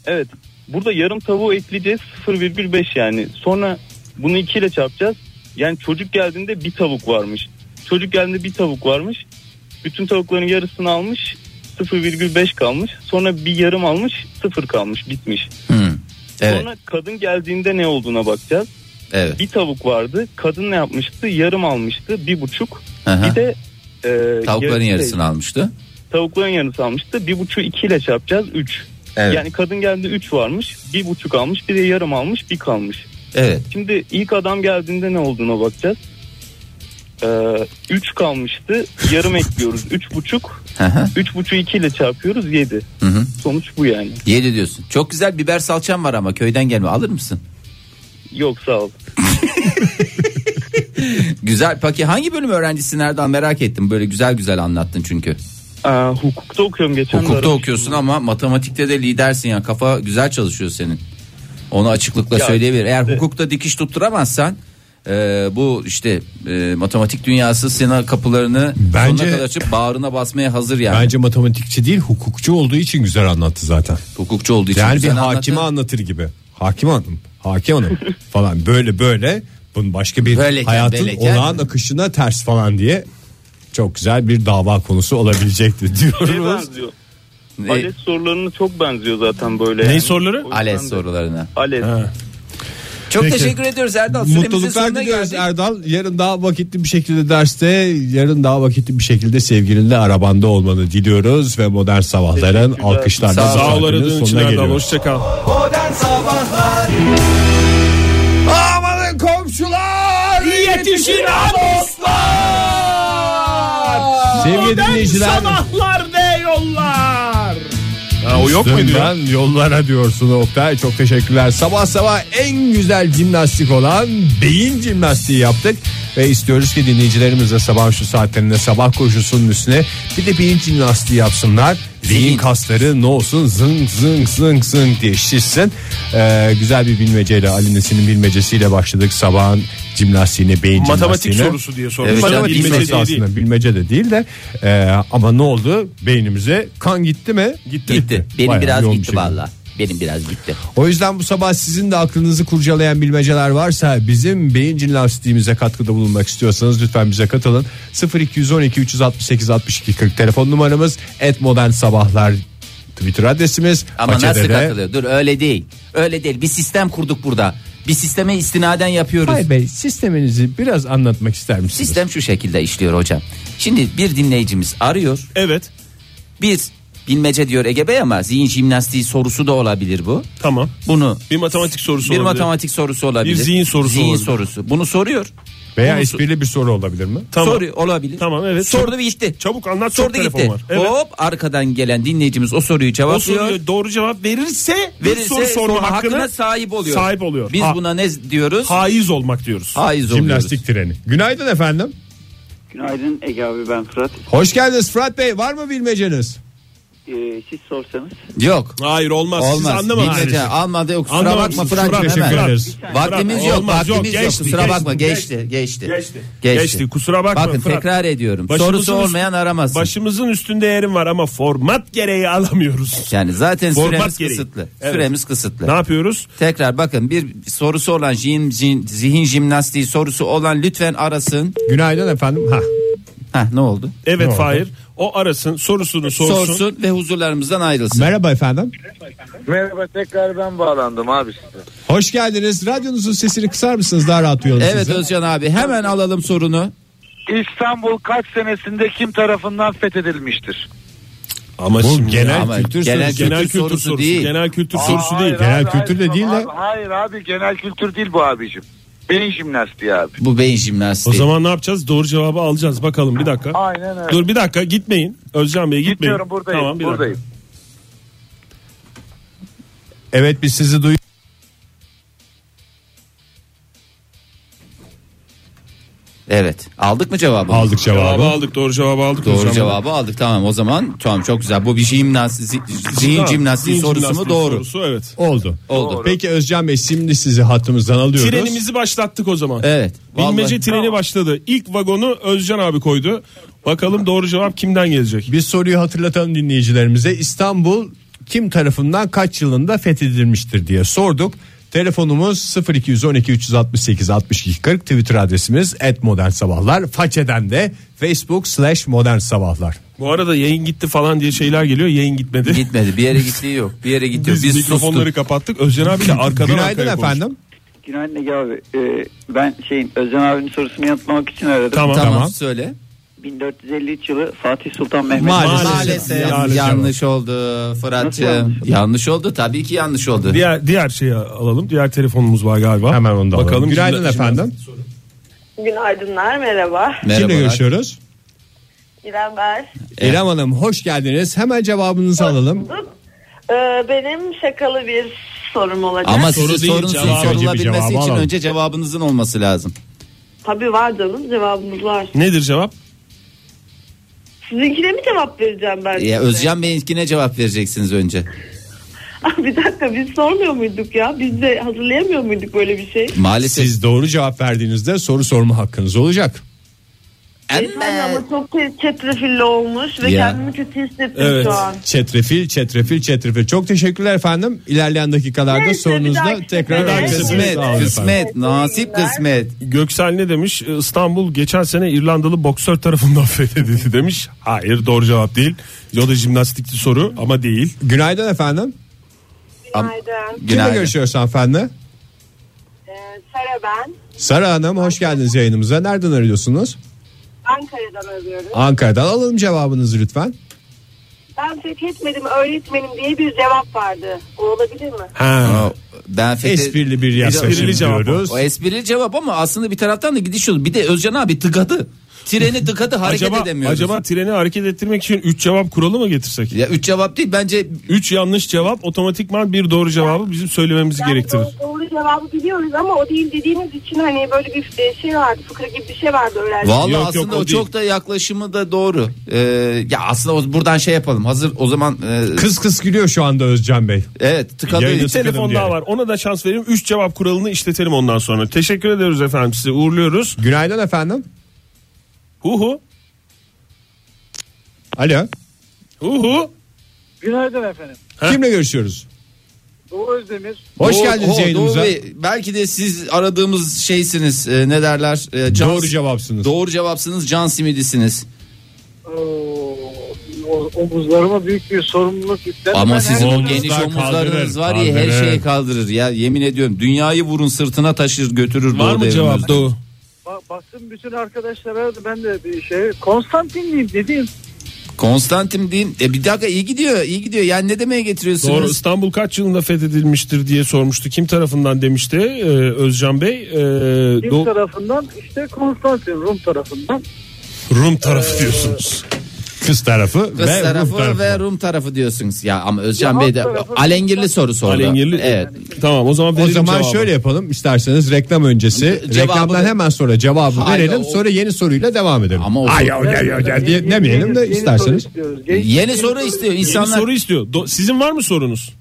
Speaker 10: Evet. Burada yarım tavuğu ekleyeceğiz 0,5 yani. Sonra bunu 2 ile çarpacağız. Yani çocuk geldiğinde bir tavuk varmış. Çocuk geldiğinde bir tavuk varmış. Bütün tavukların yarısını almış. 0,5 kalmış. Sonra bir yarım almış. 0 kalmış. Bitmiş.
Speaker 4: Hı. Hmm. Evet,
Speaker 10: Sonra kadın geldiğinde ne olduğuna bakacağız.
Speaker 4: evet.
Speaker 10: Bir tavuk vardı. Kadın ne yapmıştı? Yarım almıştı. Bir buçuk.
Speaker 4: Aha.
Speaker 10: Bir de e,
Speaker 4: Tavukların
Speaker 10: yarısı-
Speaker 4: yarısını almıştı.
Speaker 10: Tavukların yarısı almıştı. Bir buçuğu 2 ile çarpacağız. 3.
Speaker 4: Evet.
Speaker 10: Yani kadın geldi 3 varmış, bir buçuk almış, bir de yarım almış, bir kalmış.
Speaker 4: Evet.
Speaker 10: Şimdi ilk adam geldiğinde ne olduğuna bakacağız. 3 kalmıştı, yarım ekliyoruz. Üç buçuk,
Speaker 4: Hı hı.
Speaker 10: üç buçuğu 2 ile çarpıyoruz 7.
Speaker 4: Hı hı.
Speaker 10: Sonuç bu yani.
Speaker 4: Yedi diyorsun. Çok güzel biber salçam var ama köyden gelme alır mısın?
Speaker 10: Yok sağ ol.
Speaker 4: Güzel. Peki hangi bölüm öğrencisi nereden merak ettim. Böyle güzel güzel anlattın çünkü.
Speaker 10: Ee, hukukta okuyorum geçen de
Speaker 4: Hukukta
Speaker 10: aramıştım.
Speaker 4: okuyorsun ama matematikte de lidersin ya. Kafa güzel çalışıyor senin. Onu açıklıkla
Speaker 10: Ya,
Speaker 4: söyleyebilir. Eğer
Speaker 3: e-
Speaker 10: işte-
Speaker 4: hukukta dikiş tutturamazsan e, bu işte e, matematik dünyası sana kapılarını
Speaker 3: Bence-
Speaker 4: sonuna kadar açıp bağrına basmaya hazır yani.
Speaker 3: Bence matematikçi değil hukukçu olduğu için güzel anlattı zaten.
Speaker 4: Hukukçu olduğu için.
Speaker 3: Yani bir
Speaker 4: güzel
Speaker 3: hakime
Speaker 4: anlattın.
Speaker 3: anlatır gibi. Hakim hanım, hakim hanım falan böyle böyle bunun başka bir
Speaker 4: Böyleken,
Speaker 3: hayatın
Speaker 4: böyleken.
Speaker 3: olağan akışına ters falan diye çok güzel bir dava konusu olabilecekti
Speaker 10: Şeye
Speaker 3: diyoruz.
Speaker 10: benziyor.
Speaker 4: E,
Speaker 10: ALES sorularına çok benziyor zaten böyle.
Speaker 5: Ne
Speaker 10: yani.
Speaker 5: soruları?
Speaker 10: O yüzden
Speaker 4: ALES
Speaker 10: de-
Speaker 4: sorularına.
Speaker 10: ALES.
Speaker 4: Çok
Speaker 3: Peki.
Speaker 4: teşekkür ediyoruz Erdal. Süremizin
Speaker 3: Mutluluklar
Speaker 4: sonuna
Speaker 3: diliyoruz
Speaker 4: geldik.
Speaker 3: Erdal. Yarın daha vakitli bir şekilde derste, yarın daha vakitli bir şekilde sevgilinle arabanda olmanı diliyoruz ve modern sabahların
Speaker 10: Teşekkürler.
Speaker 3: alkışlarla
Speaker 4: Sağ ol.
Speaker 5: Sağ ol
Speaker 3: saatinin
Speaker 5: aradığın için
Speaker 3: sonuna
Speaker 5: Erdal
Speaker 3: geliyoruz.
Speaker 5: hoşçakal.
Speaker 2: Modern Sabahlar
Speaker 3: Amanın komşular yetişin dostlar. Sevgili dinleyiciler.
Speaker 5: Ha, o yok muydu ya?
Speaker 3: Üstünden yollara diyorsun Oktay. Çok teşekkürler. Sabah sabah en güzel jimnastik olan beyin jimnastiği yaptık. Ve istiyoruz ki dinleyicilerimiz de sabah şu saatlerinde sabah koşusunun üstüne bir de beyin jimnastiği yapsınlar. Beyin
Speaker 4: Zihin.
Speaker 3: kasları ne olsun zıng zıng zıng zıng diye şişsin. Ee, güzel bir bilmeceyle Ali Nesin'in bilmecesiyle başladık sabahın jimnastiğine beyin
Speaker 5: Matematik
Speaker 3: jimnastiğine.
Speaker 5: sorusu diye sormuş.
Speaker 4: Evet,
Speaker 5: Matematik
Speaker 4: bilmece
Speaker 3: Bilmece
Speaker 5: bilmecesi
Speaker 3: de
Speaker 5: değil.
Speaker 3: aslında bilmece de değil de e, ama ne oldu beynimize kan gitti mi?
Speaker 4: Gitti. Benim
Speaker 3: Bayağı
Speaker 4: biraz
Speaker 3: yoğun bir
Speaker 4: gitti
Speaker 3: şey.
Speaker 4: valla. Benim biraz gitti.
Speaker 3: O yüzden bu sabah sizin de aklınızı kurcalayan bilmeceler varsa bizim beyin jimnastiğimize katkıda bulunmak istiyorsanız lütfen bize katılın. 0212 368 62 40 telefon numaramız et modern sabahlar Twitter adresimiz.
Speaker 4: Ama
Speaker 3: Façede
Speaker 4: nasıl
Speaker 3: de-
Speaker 4: katılıyor? Dur öyle değil. Öyle değil. Bir sistem kurduk burada. Bir sisteme istinaden yapıyoruz.
Speaker 3: Hayır Bey sisteminizi biraz anlatmak ister misiniz?
Speaker 4: Sistem şu şekilde işliyor hocam. Şimdi bir dinleyicimiz arıyor.
Speaker 5: Evet
Speaker 4: Bir bilmece diyor Ege Bey ama zihin jimnastiği sorusu da olabilir bu.
Speaker 5: tamam.
Speaker 4: Bunu
Speaker 5: Bir matematik sorusu
Speaker 4: bir
Speaker 5: olabilir.
Speaker 4: matematik sorusu olabilir.
Speaker 5: Bir zihin sorusu
Speaker 4: Zihin
Speaker 5: olabilir.
Speaker 4: sorusu. Bunu soruyor.
Speaker 3: Veya
Speaker 4: Bunu so-
Speaker 3: esprili bir soru olabilir mi?
Speaker 5: Tamam.
Speaker 4: Soru olabilir.
Speaker 5: Tamam, evet.
Speaker 4: Sordu
Speaker 5: Çabuk-
Speaker 4: ve gitti.
Speaker 5: Çabuk anlat çok
Speaker 4: Sordu
Speaker 5: telefon
Speaker 4: gitti.
Speaker 5: var. Evet.
Speaker 4: Hop arkadan gelen dinleyicimiz o soruyu
Speaker 5: O
Speaker 4: cevaplıyor.
Speaker 5: soruya doğru cevap verirse, bir
Speaker 4: Verirse
Speaker 5: soru sorma
Speaker 4: sonra
Speaker 5: hakkına,
Speaker 4: hakkına sahip oluyor.
Speaker 5: Sahip oluyor.
Speaker 4: Biz
Speaker 5: Ha-
Speaker 4: buna ne diyoruz?
Speaker 5: haiz olmak diyoruz.
Speaker 4: Haiz oluyoruz.
Speaker 3: Jimnastik treni. Günaydın efendim.
Speaker 10: Günaydın Ege abi ben Fırat.
Speaker 3: Hoş geldiniz Fırat Bey. Var mı bilmeceniz?
Speaker 10: siz sorsanız.
Speaker 4: Yok.
Speaker 5: Hayır olmaz. Siz
Speaker 4: Olmaz.
Speaker 5: anlamadınız.
Speaker 4: Bilmece almadı yok. Kusura bakma
Speaker 5: Anlamamışsınız.
Speaker 4: Fırat
Speaker 5: Fırat,
Speaker 3: Teşekkür
Speaker 4: hemen.
Speaker 3: ederiz.
Speaker 4: Vaktimiz yok,
Speaker 5: Olmaz, yok.
Speaker 4: vaktimiz yok.
Speaker 5: Geçti,
Speaker 4: Kusura
Speaker 5: geçti,
Speaker 4: bakma. Geçti, geçti.
Speaker 5: Geçti.
Speaker 4: Geçti.
Speaker 5: Geçti, kusura bakma
Speaker 4: Bakın
Speaker 5: Fırat.
Speaker 4: tekrar ediyorum.
Speaker 5: Başımızın
Speaker 4: Sorusu
Speaker 5: üst-
Speaker 4: olmayan aramasın.
Speaker 5: Başımızın üstünde yerim var ama format gereği alamıyoruz.
Speaker 4: Yani zaten
Speaker 5: Format
Speaker 4: süremiz
Speaker 5: gereği.
Speaker 4: kısıtlı.
Speaker 5: Evet.
Speaker 4: Süremiz kısıtlı.
Speaker 5: Ne yapıyoruz?
Speaker 4: Tekrar bakın bir sorusu olan zihin, zihin, zihin jimnastiği sorusu olan lütfen arasın.
Speaker 3: Günaydın efendim. Ha.
Speaker 4: Heh ne oldu? E,
Speaker 5: Evet Fahir. O arasın sorusunu sorsun.
Speaker 4: Sorsun, ve huzurlarımızdan ayrılsın.
Speaker 3: Merhaba efendim.
Speaker 7: Merhaba tekrar ben bağlandım abi size.
Speaker 3: Hoş geldiniz. Radyonuzun sesini kısar mısınız? Daha rahat duyalım
Speaker 4: evet
Speaker 3: sizi.
Speaker 4: Özcan abi hemen alalım sorunu.
Speaker 7: İstanbul kaç senesinde kim tarafından fethedilmiştir?
Speaker 5: Ama
Speaker 3: Bu
Speaker 5: şimdi
Speaker 3: genel
Speaker 4: Ama
Speaker 3: kültür
Speaker 4: genel
Speaker 3: sorusu.
Speaker 4: kültür
Speaker 5: genel kültür
Speaker 4: sorusu
Speaker 5: sorusu,
Speaker 4: değil.
Speaker 5: genel kültür sorusu
Speaker 7: Aa,
Speaker 5: değil.
Speaker 7: hayır
Speaker 3: genel
Speaker 7: abi,
Speaker 3: kültür de
Speaker 7: hayır,
Speaker 3: değil de-
Speaker 7: abi, Hayır abi genel kültür değil bu abicim. Beyin jimnastiği abi.
Speaker 4: Bu beyin
Speaker 5: O
Speaker 4: jimnastiği.
Speaker 5: zaman ne yapacağız? Doğru cevabı alacağız. Bakalım bir dakika.
Speaker 7: Aynen öyle.
Speaker 5: Dur bir dakika gitmeyin. Özcan Bey gitmeyin.
Speaker 7: Gitmiyorum buradayım.
Speaker 5: Tamam, bir dakika.
Speaker 7: buradayım.
Speaker 3: Evet biz sizi duy.
Speaker 4: Evet. Aldık mı cevabı?
Speaker 3: Aldık cevabı.
Speaker 5: Cevabı aldık. Doğru cevabı aldık.
Speaker 4: Doğru
Speaker 5: Özcan Bey.
Speaker 4: cevabı aldık tamam o zaman. Tamam çok güzel. Bu bir jimnastiği, zihin
Speaker 5: Tamam,
Speaker 4: jimnastiği
Speaker 5: zihin
Speaker 4: sorusu mu
Speaker 5: jimnastiği
Speaker 4: doğru?
Speaker 5: Sorusu, evet.
Speaker 3: Oldu.
Speaker 4: Oldu.
Speaker 3: Peki Özcan Bey şimdi sizi hattımızdan alıyoruz.
Speaker 5: Trenimizi başlattık o zaman.
Speaker 4: Evet.
Speaker 5: Bilmece
Speaker 4: Vallahi-
Speaker 5: treni başladı. İlk vagonu Özcan abi koydu. Bakalım doğru cevap kimden gelecek?
Speaker 3: Biz soruyu hatırlatalım dinleyicilerimize. İstanbul kim tarafından kaç yılında fethedilmiştir diye sorduk. Telefonumuz 0212 368 62 40 Twitter adresimiz @modernsabahlar. Façeden de Facebook slash modern sabahlar.
Speaker 5: Bu arada yayın gitti falan diye şeyler geliyor. Yayın gitmedi.
Speaker 4: Gitmedi. Bir yere gittiği yok. Bir yere gitti.
Speaker 5: Biz,
Speaker 4: Biz,
Speaker 5: mikrofonları
Speaker 4: sustuk.
Speaker 5: kapattık. Özcan abi de arkadan
Speaker 3: Günaydın
Speaker 5: arkaya konuştu.
Speaker 3: efendim.
Speaker 10: Günaydın Ege abi. Ee, ben şeyim Özcan abinin sorusunu yanıtmak için aradım.
Speaker 5: Tamam.
Speaker 4: Tamam,
Speaker 5: tamam.
Speaker 4: söyle.
Speaker 10: 1453 yılı Fatih Sultan Mehmet.
Speaker 3: Maalesef.
Speaker 4: Maalesef
Speaker 5: Maalesef.
Speaker 4: yanlış oldu Fırat'cığım. Yanlış oldu tabii ki yanlış oldu.
Speaker 5: Diğer diğer şeyi alalım. Diğer telefonumuz var galiba.
Speaker 3: Hemen onu da alalım.
Speaker 5: Bakalım.
Speaker 3: Günaydın
Speaker 5: kimden-
Speaker 3: efendim.
Speaker 9: Günaydınlar merhaba.
Speaker 3: Kimle
Speaker 4: Merhabalar.
Speaker 3: görüşüyoruz?
Speaker 9: İrem ben.
Speaker 3: İrem Hanım hoş geldiniz. Hemen cevabınızı alalım.
Speaker 9: Ee, benim şakalı bir sorum olacak.
Speaker 4: Ama
Speaker 5: Soru
Speaker 4: soru
Speaker 5: değil,
Speaker 4: sorun
Speaker 5: cevabı. Önce
Speaker 3: bir
Speaker 4: sorulabilmesi
Speaker 3: cevabı
Speaker 4: için
Speaker 3: alalım.
Speaker 4: önce cevabınızın olması lazım.
Speaker 9: Tabii var canım cevabımız var.
Speaker 5: Nedir cevap?
Speaker 9: Sizinkine mi cevap vereceğim ben?
Speaker 4: Ya
Speaker 9: size?
Speaker 4: Özcan Bey'inkine cevap vereceksiniz önce.
Speaker 9: Ah, bir dakika biz sormuyor muyduk ya? Biz de hazırlayamıyor muyduk böyle bir şey?
Speaker 4: Maalesef.
Speaker 3: Siz doğru cevap verdiğinizde soru sorma hakkınız olacak.
Speaker 9: Efendim ama çok ke- çetrefilli olmuş ve
Speaker 4: Ya.
Speaker 9: kendimi kötü hissettim
Speaker 5: Evet.
Speaker 9: şu an.
Speaker 3: Çetrefil, çetrefil, çetrefil. Çok teşekkürler efendim. İlerleyen dakikalarda
Speaker 9: Neyse, bir
Speaker 3: sorunuzla
Speaker 9: dahaki
Speaker 3: tekrar
Speaker 9: sefere.
Speaker 3: alacağız.
Speaker 4: Kısmet,
Speaker 3: Sağ olun efendim.
Speaker 4: kısmet, nasip kısmet.
Speaker 5: Göksel ne demiş? E, İstanbul geçen sene İrlandalı boksör tarafından fethedildi demiş. Hayır doğru cevap değil. O da jimnastikli soru ama değil.
Speaker 3: Günaydın efendim.
Speaker 9: Günaydın.
Speaker 3: Kimle
Speaker 4: Günaydın.
Speaker 3: görüşüyoruz hanımefendi?
Speaker 9: Sara Ee, ben.
Speaker 3: Sara Hanım hoş geldiniz yayınımıza. Nereden arıyorsunuz?
Speaker 9: Ankara'dan arıyorum.
Speaker 3: Ankara'dan alalım cevabınızı lütfen.
Speaker 9: Ben fethetmedim öğretmenim diye bir cevap vardı. O olabilir mi?
Speaker 5: Ha.
Speaker 4: O- Ben fethe-
Speaker 3: Esprili bir yaklaşım
Speaker 5: Esprili cevap
Speaker 3: diyoruz.
Speaker 4: O esprili cevap ama aslında bir taraftan da gidiş yolu. Bir de Özcan abi tıkadı. Treni tıkadı hareket
Speaker 5: Acaba,
Speaker 4: edemiyoruz.
Speaker 5: acaba treni hareket ettirmek için 3 cevap kuralı mı getirsek?
Speaker 4: Ya üç cevap değil bence
Speaker 5: 3 yanlış cevap otomatikman bir doğru cevabı bizim söylememizi gerektirir.
Speaker 9: doğru, doğru cevabı biliyoruz ama o değil dediğiniz için hani böyle bir e, şey vardı fıkra gibi bir şey vardı öğrenci.
Speaker 4: Vallahi
Speaker 5: Yok, yok,
Speaker 4: aslında
Speaker 5: o
Speaker 4: o, çok da yaklaşımı da doğru. Ee, ya aslında o- buradan şey yapalım. Hazır o zaman e,
Speaker 3: Kıs kıs gülüyor şu anda Özcan Bey.
Speaker 4: evet tıkadı.
Speaker 3: Yayını-
Speaker 5: Bir telefon
Speaker 3: Sıkıldım
Speaker 5: daha
Speaker 3: diye.
Speaker 5: var. Ona da şans vereyim. 3 cevap kuralını işletelim ondan sonra. Teşekkür ediyoruz efendim. Sizi uğurluyoruz.
Speaker 3: Günaydın efendim.
Speaker 5: Hu hu.
Speaker 3: Alo.
Speaker 5: Hu hu.
Speaker 7: Günaydın efendim.
Speaker 3: Kimle görüşüyoruz?
Speaker 7: Doğu Özdemir.
Speaker 3: Hoş
Speaker 4: Doğru-
Speaker 3: geldiniz
Speaker 4: Doğru
Speaker 3: yayınımıza.
Speaker 4: Bey, belki de siz aradığımız şeysiniz. e, ne derler? E, can-
Speaker 3: Doğru cevapsınız.
Speaker 4: Doğru cevapsınız. Can simidisiniz.
Speaker 7: Oo, o- omuzlarıma büyük bir sorumluluk yüklendi.
Speaker 4: Ama
Speaker 7: Ben
Speaker 4: sizin o
Speaker 7: her-
Speaker 4: geniş
Speaker 3: Omuzlar
Speaker 4: omuzlarınız
Speaker 3: kaldırır,
Speaker 4: var ya her
Speaker 3: kaldırır.
Speaker 4: şeyi kaldırır ya yemin ediyorum. Dünyayı vurun sırtına taşır götürür
Speaker 5: Var
Speaker 4: Doğu
Speaker 5: mı
Speaker 4: devriminiz.
Speaker 5: cevap Doğu?
Speaker 7: Ba- Baktım bütün arkadaşlar aradı. Ben de bir şey Konstantinliyim dediğim.
Speaker 4: Konstantin diyeyim. E bir dakika iyi gidiyor iyi gidiyor. Yani ne demeye getiriyorsunuz?
Speaker 5: Doğru İstanbul kaç yılında fethedilmiştir diye sormuştu. Kim tarafından demişti ee, Özcan Bey? Ee,
Speaker 11: Rum
Speaker 5: Do-
Speaker 11: tarafından işte Konstantin Rum tarafından.
Speaker 5: Rum tarafı diyorsunuz.
Speaker 3: Kız tarafı
Speaker 4: Kız
Speaker 3: ve
Speaker 4: tarafı,
Speaker 3: Rum tarafı.
Speaker 4: ve Rum tarafı diyorsunuz. Ya ama Özcan
Speaker 11: Ya
Speaker 4: Bey
Speaker 11: alt
Speaker 4: de
Speaker 11: tarafı-
Speaker 4: alengirli soru sordu.
Speaker 5: Alengirli.
Speaker 4: Evet.
Speaker 5: Tamam o zaman
Speaker 3: O
Speaker 5: verelim
Speaker 3: zaman
Speaker 5: cevabı.
Speaker 3: şöyle yapalım isterseniz reklam öncesi
Speaker 4: Cevabı-
Speaker 3: reklamdan hemen sonra cevabı
Speaker 4: Hayır,
Speaker 3: verelim
Speaker 4: o-
Speaker 3: sonra yeni soruyla devam edelim.
Speaker 4: Ama o
Speaker 3: Ay,
Speaker 4: soru-
Speaker 3: ay, ay, ay, ay diye demeyelim
Speaker 11: Yeni-
Speaker 3: de
Speaker 11: yeni soru
Speaker 3: isterseniz.
Speaker 11: istiyoruz.
Speaker 4: Yeni,
Speaker 11: Yeni-
Speaker 4: soru istiyor
Speaker 5: Yeni
Speaker 4: insanlar.
Speaker 5: soru istiyor. Do- sizin var mı sorunuz?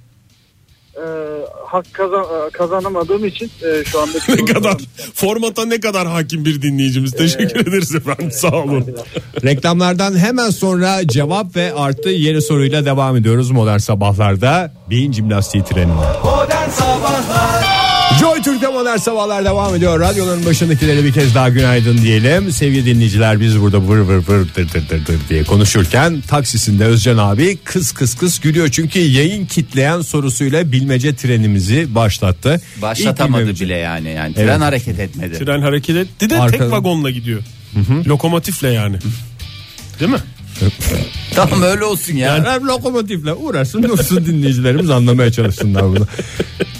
Speaker 11: e, hak kazan- e, kazanamadığım için e, şu anda
Speaker 5: Ne kadar formata ne kadar hakim bir dinleyicimiz. Teşekkür ederiz efendim. Sağ olun.
Speaker 3: Reklamlardan hemen sonra cevap ve artı yeni soruyla devam ediyoruz modern sabahlarda. Beyin jimnastiği trenine.
Speaker 2: Modern Sabahlar
Speaker 3: Joy Türk'te modern sabahlar devam ediyor. Radyoların başındakilere bir kez daha günaydın diyelim. Sevgili dinleyiciler biz burada vır vır vır dır dır dır dır diye konuşurken taksisinde Özcan abi kıs kıs kıs gülüyor. Çünkü yayın kitleyen sorusuyla bilmece trenimizi başlattı. İlk
Speaker 4: Başlatamadı
Speaker 3: bilmece-
Speaker 4: bile yani. yani
Speaker 3: Evet.
Speaker 4: Tren hareket etmedi.
Speaker 5: Tren hareket etti de
Speaker 3: Arkadan.
Speaker 5: tek vagonla gidiyor. Lokomotifle yani. Değil mi?
Speaker 4: Tamam öyle olsun ya.
Speaker 3: Yani hem lokomotifle uğraşsın dursun dinleyicilerimiz anlamaya çalışsınlar bunu.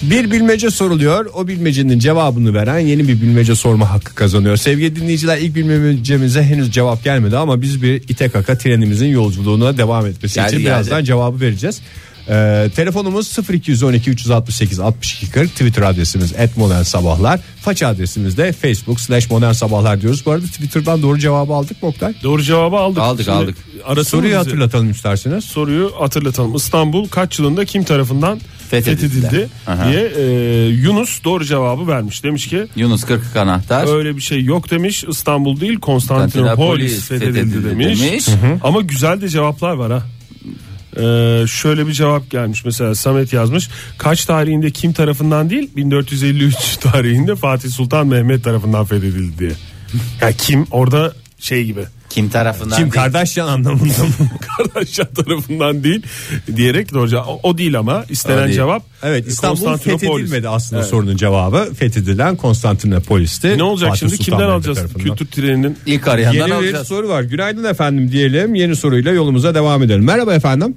Speaker 3: Bir bilmece soruluyor. O bilmecenin cevabını veren yeni bir bilmece sorma hakkı kazanıyor. Sevgili dinleyiciler ilk bilmecemize henüz cevap gelmedi ama biz bir ite kaka trenimizin yolculuğuna devam etmesi
Speaker 4: Geldi,
Speaker 3: için
Speaker 4: geldi.
Speaker 3: birazdan cevabı vereceğiz. Ee, telefonumuz 0212 368 62 40 Twitter adresimiz et sabahlar Faça adresimiz de facebook slash modern sabahlar diyoruz. Bu arada Twitter'dan doğru cevabı aldık mı Oktay?
Speaker 5: Doğru cevabı aldık.
Speaker 4: Aldık, aldık.
Speaker 5: Arasın
Speaker 3: Soruyu
Speaker 5: bizi.
Speaker 3: hatırlatalım isterseniz.
Speaker 5: soruyu hatırlatalım. İstanbul kaç yılında kim tarafından
Speaker 4: Fethedildi.
Speaker 5: fethedildi
Speaker 4: Aha.
Speaker 5: diye e, Yunus doğru cevabı vermiş. Demiş ki
Speaker 4: Yunus 40 anahtar.
Speaker 5: öyle bir şey yok demiş. İstanbul değil Konstantinopolis
Speaker 4: Konstantinopolis
Speaker 5: fethedildi,
Speaker 4: fethedildi
Speaker 5: demiş.
Speaker 4: demiş.
Speaker 5: Ama güzel de cevaplar var ha. E, şöyle bir cevap gelmiş mesela Samet yazmış kaç tarihinde kim tarafından değil 1453 tarihinde Fatih Sultan Mehmet tarafından fethedildi diye. Ya kim orada şey gibi
Speaker 4: Kim tarafından?
Speaker 3: Kim
Speaker 4: değil.
Speaker 3: Kardashian anlamında mı?
Speaker 5: Kardeşler tarafından değil diyerek doğru cevap. O, o değil ama
Speaker 4: O
Speaker 5: istenen
Speaker 4: değil.
Speaker 5: cevap e,
Speaker 3: Evet İstanbul
Speaker 5: Konstantinopolis.
Speaker 3: fethedilmedi aslında
Speaker 5: Evet.
Speaker 3: sorunun cevabı. Fethedilen Konstantinopolis'ti.
Speaker 5: Ne olacak
Speaker 3: Fatih
Speaker 5: şimdi
Speaker 3: Sultan
Speaker 5: kimden
Speaker 3: Mehmet
Speaker 5: alacağız
Speaker 3: tarafından.
Speaker 5: kültür treninin?
Speaker 4: İlk arayandan
Speaker 3: Yeni bir
Speaker 4: alacağız.
Speaker 3: soru var. Günaydın efendim diyelim. Yeni soruyla yolumuza devam edelim. Merhaba efendim.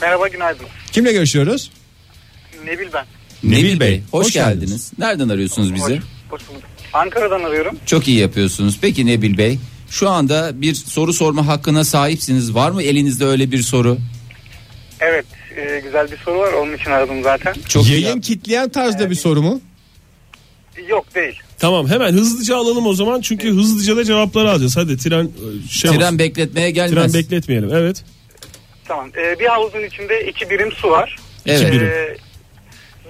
Speaker 11: Merhaba günaydın.
Speaker 3: Kimle görüşüyoruz?
Speaker 11: Nebil ben.
Speaker 4: Nebil,
Speaker 3: Nebil
Speaker 4: Bey,
Speaker 3: Bey,
Speaker 4: hoş,
Speaker 3: hoş
Speaker 4: geldiniz.
Speaker 3: geldiniz.
Speaker 4: Nereden arıyorsunuz bizi?
Speaker 11: Hoş bulduk. Ankara'dan arıyorum.
Speaker 4: Çok iyi yapıyorsunuz. Peki Nebil Bey, şu anda bir soru sorma hakkına sahipsiniz. Var mı elinizde öyle bir soru?
Speaker 11: Evet e, güzel bir soru var onun için aradım zaten.
Speaker 4: Çok iyi
Speaker 3: Yayın
Speaker 4: yap-
Speaker 3: kitleyen tarzda bir soru mu?
Speaker 11: Yok değil.
Speaker 5: Tamam hemen hızlıca alalım o zaman çünkü hızlıca da cevapları alacağız. Hadi tren e, şey
Speaker 4: Tren
Speaker 5: olsun.
Speaker 4: bekletmeye
Speaker 5: tren
Speaker 4: gelmez.
Speaker 5: bekletmeyelim. Evet.
Speaker 11: Tamam. E, bir havuzun içinde iki birim su var.
Speaker 4: evet.
Speaker 5: birim.
Speaker 11: E,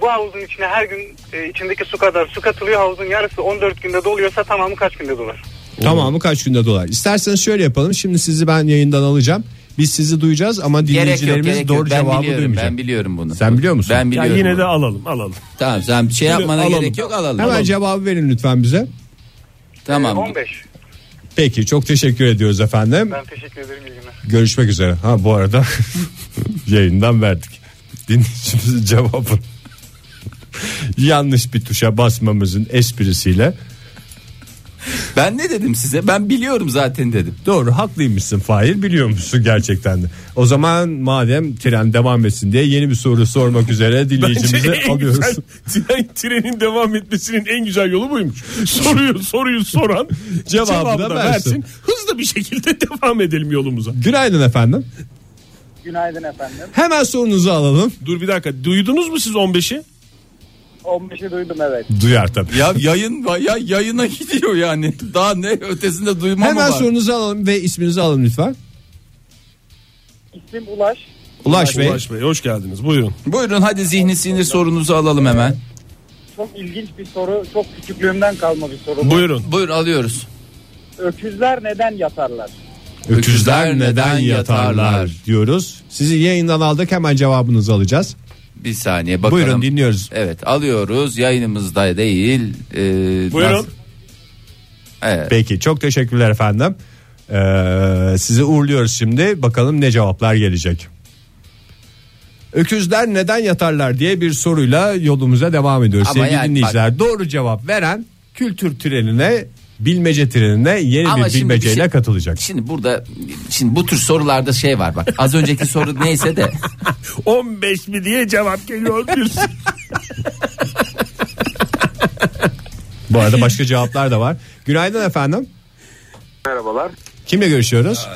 Speaker 11: bu havuzun içine her gün e, içindeki su kadar su katılıyor. Havuzun yarısı 14 günde doluyorsa tamamı kaç günde dolar?
Speaker 3: Tamamı kaç günde dolar? İsterseniz şöyle yapalım. Şimdi sizi ben yayından alacağım. Biz sizi duyacağız ama
Speaker 4: Gerek yok,
Speaker 3: dinleyicilerimiz
Speaker 4: gerek
Speaker 3: doğru
Speaker 4: yok. Ben
Speaker 3: cevabı
Speaker 4: biliyorum,
Speaker 3: duymayacak.
Speaker 4: Ben biliyorum bunu.
Speaker 3: Sen biliyor musun?
Speaker 4: Ben
Speaker 5: Ya
Speaker 4: biliyorum.
Speaker 5: yine de
Speaker 4: bunu.
Speaker 5: alalım alalım.
Speaker 4: Tamam sen bir şey yapmana
Speaker 5: alalım.
Speaker 4: gerek yok alalım.
Speaker 3: Hemen
Speaker 4: Alalım.
Speaker 3: cevabı verin lütfen bize.
Speaker 4: Tamam.
Speaker 11: 15.
Speaker 3: Peki çok teşekkür ediyoruz efendim.
Speaker 11: Ben teşekkür ederim iyi günler.
Speaker 3: Görüşmek üzere. Ha bu arada yayından verdik. Dinleyicimizin cevabı. Yanlış bir tuşa basmamızın esprisiyle
Speaker 4: Ben ne dedim size? Ben biliyorum zaten dedim.
Speaker 3: doğru haklıymışsın Fahir biliyormuşsun gerçekten de. O zaman madem tren devam etsin diye yeni bir soru sormak üzere dinleyicimizi
Speaker 5: en
Speaker 3: alıyoruz.
Speaker 5: güzel tren, trenin devam etmesinin en güzel yolu buymuş. Soruyu soruyu soran
Speaker 3: Cevabı da
Speaker 5: cevabı da versin.
Speaker 3: versin.
Speaker 5: Hızlı bir şekilde devam edelim yolumuza.
Speaker 3: Günaydın efendim.
Speaker 11: Günaydın efendim.
Speaker 3: Hemen sorunuzu alalım.
Speaker 5: Dur bir dakika duydunuz mu siz 15'i?
Speaker 11: 15'i duydum evet.
Speaker 3: Duyar tabii.
Speaker 4: Ya yayın ya yayına gidiyor yani. Daha ne ötesinde duymam
Speaker 3: Hemen
Speaker 4: var?
Speaker 3: sorunuzu alalım ve isminizi alın lütfen.
Speaker 11: İsmim Ulaş.
Speaker 3: Ulaş Bey.
Speaker 5: Ulaş Bey hoş geldiniz buyurun.
Speaker 4: Buyurun hadi zihni sinir sorunuzu alalım hemen.
Speaker 11: Çok ilginç bir soru. Çok küçüklüğümden kalma bir soru.
Speaker 5: Buyurun.
Speaker 4: Buyur alıyoruz.
Speaker 11: Öküzler neden yatarlar?
Speaker 3: Öküzler neden yatarlar diyoruz. Sizi yayından aldık hemen cevabınızı alacağız.
Speaker 4: Bir saniye bakalım.
Speaker 3: Buyurun dinliyoruz.
Speaker 4: Evet alıyoruz yayınımızda değil. Ee,
Speaker 5: Buyurun.
Speaker 4: nasıl- Evet.
Speaker 3: Peki çok teşekkürler efendim. Ee, sizi uğurluyoruz şimdi. Bakalım ne cevaplar gelecek. Öküzler neden yatarlar diye bir soruyla yolumuza devam ediyoruz.
Speaker 4: Ama
Speaker 3: Sevgili
Speaker 4: yani
Speaker 3: dinleyiciler doğru cevap veren kültür trenine bilmece trenine yeni
Speaker 4: Ama
Speaker 3: bir
Speaker 4: şimdi
Speaker 3: bilmeceyle
Speaker 4: bir şey-
Speaker 3: katılacak.
Speaker 4: Şimdi burada şimdi bu tür sorularda şey var bak. Az önceki soru neyse de
Speaker 5: 15 mi diye cevap geliyor bir sürü.
Speaker 3: Bu arada başka cevaplar da var. Günaydın efendim.
Speaker 12: Merhabalar.
Speaker 3: Kimle görüşüyoruz?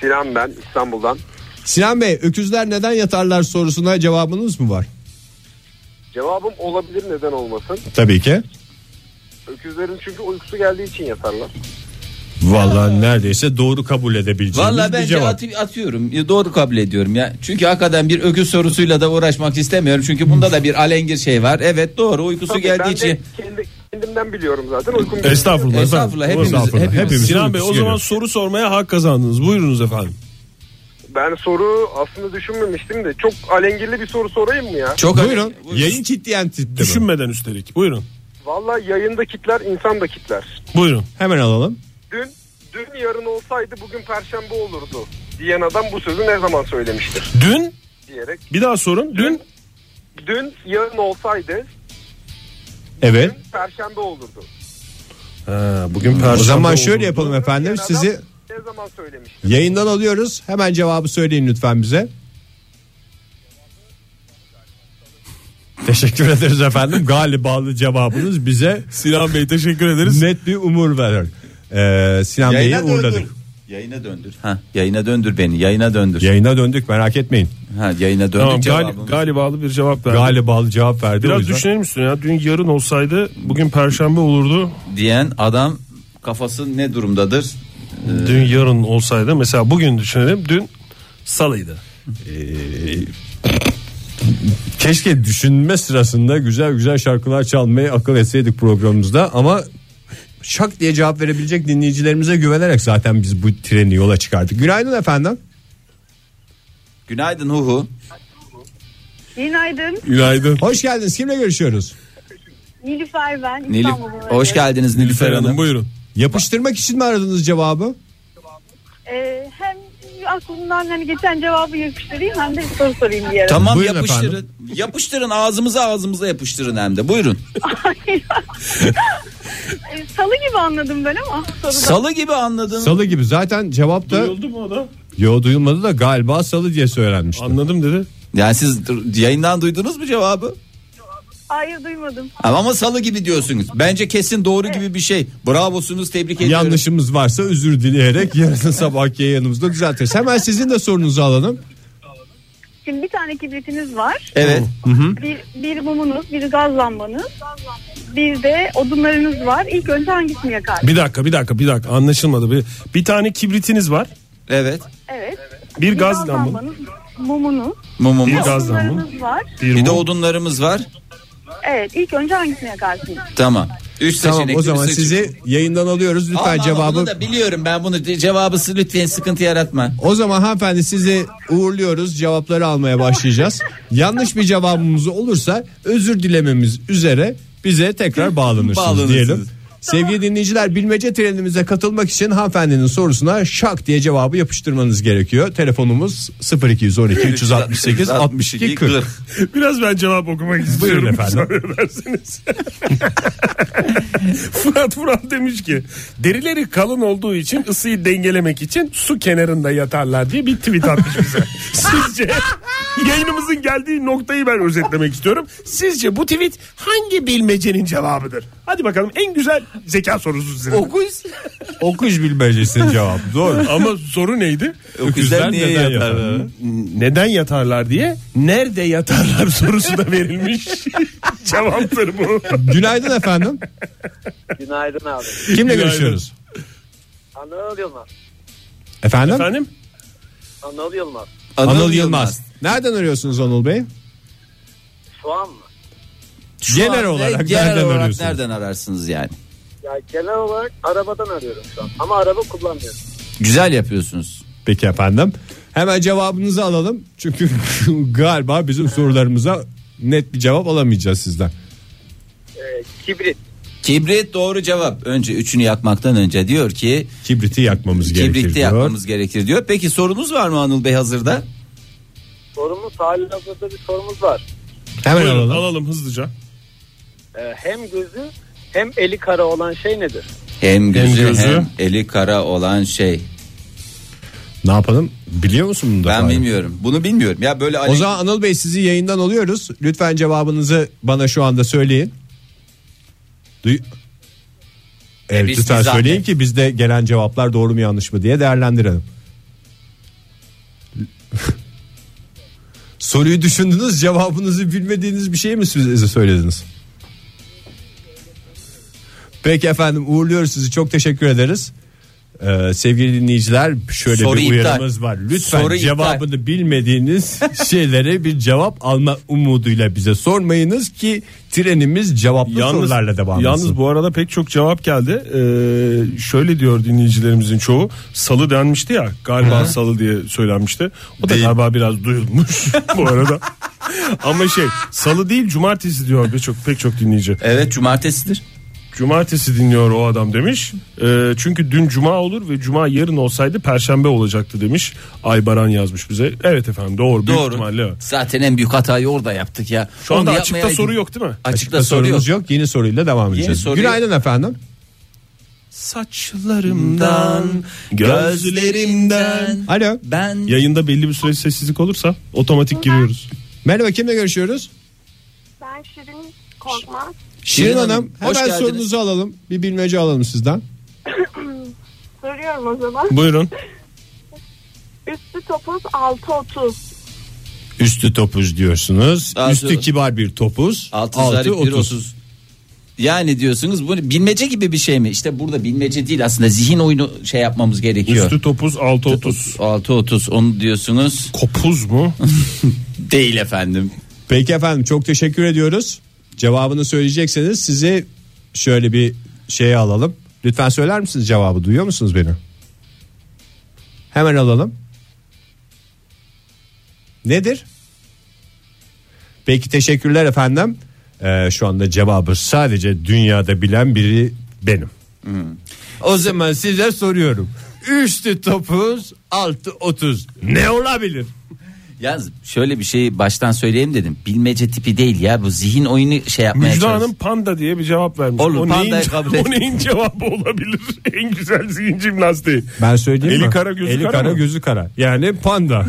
Speaker 12: Sinan ben İstanbul'dan.
Speaker 3: Sinan Bey öküzler neden yatarlar sorusuna cevabınız mı var?
Speaker 12: Cevabım olabilir neden olmasın.
Speaker 3: Tabii ki.
Speaker 12: Öküzlerin çünkü uykusu geldiği için yatarlar.
Speaker 3: Vallahi neredeyse doğru kabul edebileceğimiz
Speaker 4: Vallahi
Speaker 3: bir
Speaker 4: bence
Speaker 3: cevap.
Speaker 4: atı- atıyorum. Ya Doğru kabul ediyorum ya. Çünkü hakikaten bir öküz sorusuyla da uğraşmak istemiyorum. Çünkü bunda da bir alengir şey var. Evet doğru uykusu
Speaker 12: Tabii
Speaker 4: geldiği
Speaker 12: ben de
Speaker 4: için.
Speaker 12: kendi, kendimden biliyorum zaten uykum geliyor.
Speaker 5: Estağfurullah.
Speaker 4: Estağfurullah, hepimiz- Estağfurullah, hepimiz- hepimizin
Speaker 5: Sinan Bey o
Speaker 4: uykusu
Speaker 5: zaman
Speaker 4: geliyor.
Speaker 5: soru sormaya hak kazandınız. Buyurunuz efendim.
Speaker 12: Ben soru aslında düşünmemiştim de çok alengirli bir soru sorayım mı ya?
Speaker 5: Buyurun. Yayın
Speaker 3: kitleyen
Speaker 5: Düşünmeden üstelik. Buyurun.
Speaker 12: Valla yayında kitler insan da kitler.
Speaker 5: Buyurun.
Speaker 3: Hemen alalım.
Speaker 12: Dün dün yarın olsaydı bugün perşembe olurdu diyen adam bu sözü ne zaman söylemiştir?
Speaker 5: Dün
Speaker 12: Diyerek
Speaker 5: bir daha sorun. Dün
Speaker 12: dün yarın olsaydı
Speaker 3: Evet.
Speaker 12: perşembe olurdu.
Speaker 5: bugün
Speaker 3: O
Speaker 5: Perşembe
Speaker 3: zaman
Speaker 5: oldu.
Speaker 3: şöyle yapalım efendim. Sizi
Speaker 12: Ne zaman söylemiş?
Speaker 3: yayından alıyoruz. Hemen cevabı söyleyin lütfen bize. Teşekkür ederiz efendim. Galibalı cevabınız bize
Speaker 5: Sinan Bey teşekkür ederiz.
Speaker 3: Net bir umur verir. Ee, Sinan Bey'i
Speaker 4: Yayına döndür.
Speaker 3: uğurladık.
Speaker 4: Yayına döndür. Ha, yayına döndür beni. Yayına döndür.
Speaker 3: Yayına döndük merak etmeyin.
Speaker 4: Ha, yayına döndük
Speaker 5: Tamam,
Speaker 4: cevabımız.
Speaker 5: gal- galibalı bir cevap verdi.
Speaker 3: Galibalı cevap verdi. o
Speaker 5: Biraz
Speaker 3: yüzden.
Speaker 5: düşünelim üstüne ya. Dün yarın olsaydı bugün perşembe olurdu.
Speaker 4: diyen adam kafası ne durumdadır?
Speaker 5: Dün yarın olsaydı mesela bugün düşünelim. Dün salıydı.
Speaker 3: Ee, Keşke düşünme sırasında güzel güzel şarkılar çalmayı akıl etseydik programımızda ama şak diye cevap verebilecek dinleyicilerimize güvenerek zaten biz bu treni yola çıkardık. Günaydın efendim.
Speaker 4: Günaydın Huhu.
Speaker 9: Günaydın.
Speaker 3: Günaydın. Hoş geldiniz. Kimle görüşüyoruz?
Speaker 9: Nilüfer ben.
Speaker 4: Nilüf
Speaker 9: İstanbul'dan arıyorum.
Speaker 4: hoş geldiniz Nilüfer Hanım.
Speaker 5: Buyurun.
Speaker 3: Yapıştırmak için mi aradınız cevabı?
Speaker 9: Ee, hem aklımdan hani geçen cevabı yapıştırayım hem de soru sorayım diye.
Speaker 4: Tamam yapıştırın. Yapıştırın ağzımıza ağzımıza yapıştırın hem de. Buyurun.
Speaker 9: Ee, Salı gibi anladım ben ama. sorudan.
Speaker 4: gibi anladın.
Speaker 3: Salı gibi zaten cevap da
Speaker 5: Oldu mu o da?
Speaker 3: yo duyulmadı da galiba salı diye söylenmişti.
Speaker 5: Anladım dedi.
Speaker 4: Yani siz dur- yayından duydunuz mu cevabı?
Speaker 9: Hayır duymadım.
Speaker 4: Ama ama salı gibi diyorsunuz. Bence kesin doğru gibi bir şey. Bravosunuz tebrik ediyorum.
Speaker 3: Yanlışımız varsa özür dileyerek yarın sabahki yanımızda düzeltiriz. Hemen sizin de sorunuzu alalım.
Speaker 9: Şimdi bir tane kibritiniz var.
Speaker 4: Evet.
Speaker 9: Bir, bir mumunuz, bir gaz lambanız. Bir de odunlarınız var. İlk önce hangisini yakar?
Speaker 5: Bir dakika bir dakika bir dakika anlaşılmadı. Bir, bir tane kibritiniz var.
Speaker 4: Evet.
Speaker 9: Evet.
Speaker 5: Bir gaz lambası.
Speaker 9: lambanız, mumunuz.
Speaker 4: Mumumuz.
Speaker 5: Bir gaz lambası.
Speaker 9: Odunlarınız var.
Speaker 4: Bir, de odunlarımız var.
Speaker 9: Evet. ilk önce hangisini yakarsınız?
Speaker 4: Tamam. Üç
Speaker 3: Tamam
Speaker 4: seçenekli
Speaker 3: o zaman
Speaker 4: bir seçim.
Speaker 3: sizi yayından alıyoruz. Lütfen
Speaker 4: Allah Allah,
Speaker 3: cevabı
Speaker 4: bunu da biliyorum ben bunu cevabısı lütfen sıkıntı yaratma.
Speaker 3: O zaman hanımefendi sizi uğurluyoruz. Cevapları almaya başlayacağız. Yanlış bir cevabımız olursa özür dilememiz üzere bize tekrar bağlanırsınız,
Speaker 4: Bağlanırsınız.
Speaker 3: diyelim. Sevgili dinleyiciler bilmece trenimize katılmak için hanımefendinin sorusuna şak diye cevabı yapıştırmanız gerekiyor. Telefonumuz 0212 368 62 40.
Speaker 5: Biraz ben cevap okumak istiyorum.
Speaker 3: efendim.
Speaker 5: Müsaade ederseniz. Fırat Vural demiş ki derileri kalın olduğu için ısıyı dengelemek için su kenarında yatarlar diye bir tweet atmış bize. Sizce yayınımızın geldiği noktayı ben özetlemek istiyorum. Sizce bu tweet hangi bilmecenin cevabıdır? Hadi bakalım en güzel zeka sorusu sizin.
Speaker 4: Okuz.
Speaker 3: Okuş bilmecesinin cevabı doğru.
Speaker 5: Ama soru neydi?
Speaker 4: Öküzler niye yatarlar?
Speaker 5: Neden yatarlar diye nerede yatarlar sorusu da verilmiş. Cevaptır bu.
Speaker 3: Günaydın efendim.
Speaker 12: Günaydın abi.
Speaker 3: Kimle
Speaker 5: Günaydın.
Speaker 3: görüşüyoruz?
Speaker 12: Anıl Yılmaz.
Speaker 3: Efendim?
Speaker 5: Efendim?
Speaker 12: Anıl Yılmaz.
Speaker 3: Anıl, Yılmaz. Nereden arıyorsunuz Anıl Bey?
Speaker 12: Soğan mı?
Speaker 4: Şu
Speaker 3: Genel
Speaker 4: an-
Speaker 3: olarak
Speaker 4: genel
Speaker 3: nereden
Speaker 4: olarak
Speaker 3: arıyorsunuz?
Speaker 4: nereden ararsınız yani?
Speaker 12: Ya genel olarak arabadan arıyorum şu an. Ama araba kullanmıyorum.
Speaker 4: Güzel yapıyorsunuz.
Speaker 3: Peki efendim. Hemen cevabınızı alalım. Çünkü galiba bizim sorularımıza net bir cevap alamayacağız sizden.
Speaker 12: Ee, kibrit.
Speaker 4: Kibrit doğru cevap. Önce üçünü yakmaktan önce diyor ki
Speaker 3: Kibriti yakmamız gerekir
Speaker 4: kibriti
Speaker 3: diyor.
Speaker 4: yakmamız gerekir diyor. Peki sorunuz var mı Anıl Bey hazırda?
Speaker 12: Sorumuz hali hazırda bir sorumuz var.
Speaker 3: Hemen
Speaker 5: Buyurun,
Speaker 3: alalım.
Speaker 5: alalım hızlıca.
Speaker 12: Ee, hem gözü hem eli kara olan şey nedir?
Speaker 4: Hem gözü, hem,
Speaker 3: gözü.
Speaker 4: eli kara olan şey.
Speaker 3: Ne yapalım? Biliyor musun bunu da?
Speaker 4: Ben
Speaker 3: Fahir?
Speaker 4: bilmiyorum. Bunu bilmiyorum. Ya böyle
Speaker 3: O zaman Anıl Bey sizi yayından alıyoruz. Lütfen cevabınızı bana şu anda söyleyin. Duy evet,
Speaker 4: biz
Speaker 3: lütfen
Speaker 4: bir zahmet.
Speaker 3: söyleyin ki biz de gelen cevaplar doğru mu yanlış mı diye değerlendirelim. Soruyu düşündünüz cevabınızı bilmediğiniz bir şey mi size söylediniz? Peki efendim uğurluyoruz sizi çok teşekkür ederiz. Ee, sevgili dinleyiciler şöyle
Speaker 5: Soru
Speaker 3: bir
Speaker 5: iptal.
Speaker 3: uyarımız var. Lütfen
Speaker 5: Soru iptal.
Speaker 3: cevabını bilmediğiniz şeylere bir cevap alma umuduyla bize sormayınız ki trenimiz cevaplı sorularla devam etsin.
Speaker 5: Yalnız bu arada pek çok cevap geldi. Ee, şöyle diyor dinleyicilerimizin çoğu. Salı denmişti ya galiba
Speaker 3: Hı.
Speaker 5: salı diye söylenmişti. O da galiba biraz duyulmuş bu arada. Ama şey salı değil cumartesi diyor pek çok, pek çok dinleyici.
Speaker 3: E-
Speaker 4: Evet cumartesidir.
Speaker 5: Cumartesi dinliyor o adam demiş. Ee, çünkü dün cuma olur ve cuma yarın olsaydı perşembe olacaktı demiş. Aybaran yazmış bize. Evet efendim doğru. Büyük
Speaker 4: Doğru.
Speaker 5: ihtimalle. evet.
Speaker 4: Zaten en büyük hatayı orada yaptık ya.
Speaker 5: Şu anda
Speaker 4: Onu
Speaker 5: açıkta
Speaker 4: yapmayaydı.
Speaker 5: soru yok değil mi?
Speaker 4: Açıkta,
Speaker 3: Başka
Speaker 4: soru yok.
Speaker 3: sorumuz yok. Yeni soruyla devam edeceğiz.
Speaker 4: soruyu-
Speaker 3: Günaydın efendim.
Speaker 4: Saçlarımdan, gözlerimden.
Speaker 3: Alo.
Speaker 4: Ben
Speaker 5: Yayında belli bir süre sessizlik olursa otomatik giriyoruz.
Speaker 3: Merhaba kimle görüşüyoruz?
Speaker 13: Ben Şirin Korkmaz.
Speaker 3: Şirin, Hanım,
Speaker 13: hoş
Speaker 3: hemen
Speaker 13: geldiniz.
Speaker 3: sorunuzu alalım. Bir bilmece alalım sizden.
Speaker 13: Soruyorum o zaman.
Speaker 3: Buyurun.
Speaker 13: Üstü topuz 6.30.
Speaker 3: Üstü topuz diyorsunuz.
Speaker 4: Altı-
Speaker 3: Üstü kibar bir topuz.
Speaker 4: Altı zarif, bir otuz. Yani diyorsunuz bu bilmece gibi bir şey mi? İşte burada bilmece değil aslında zihin oyunu şey yapmamız gerekiyor.
Speaker 5: Üstü topuz 6.30.
Speaker 4: 6.30 onu diyorsunuz.
Speaker 5: Kopuz mu?
Speaker 4: değil efendim.
Speaker 3: Peki efendim çok teşekkür ediyoruz. Cevabını söyleyecekseniz sizi şöyle bir şeye alalım. Lütfen söyler misiniz cevabı? Duyuyor musunuz beni? Hemen alalım. Nedir? Peki teşekkürler efendim. Ee, şu anda cevabı sadece dünyada bilen biri benim. Hmm. O zaman size soruyorum. Üstü topuz, altı otuz. Ne olabilir?
Speaker 4: Yalnız şöyle bir şey baştan söyleyeyim dedim. Bilmece tipi değil ya bu zihin oyunu şey yapmaya
Speaker 5: Müjde
Speaker 4: çalış-
Speaker 5: Hanım panda diye bir cevap vermiş.
Speaker 4: Oğlum,
Speaker 5: o,
Speaker 4: pandayı
Speaker 5: neyin,
Speaker 4: kabul
Speaker 5: o
Speaker 4: et.
Speaker 5: neyin cevabı olabilir? en güzel zihin jimnastiği.
Speaker 3: Ben söyleyeyim
Speaker 5: Eli
Speaker 3: mi?
Speaker 5: kara gözü
Speaker 3: Eli
Speaker 5: kara,
Speaker 3: kara
Speaker 5: mı?
Speaker 3: gözü kara. Yani panda.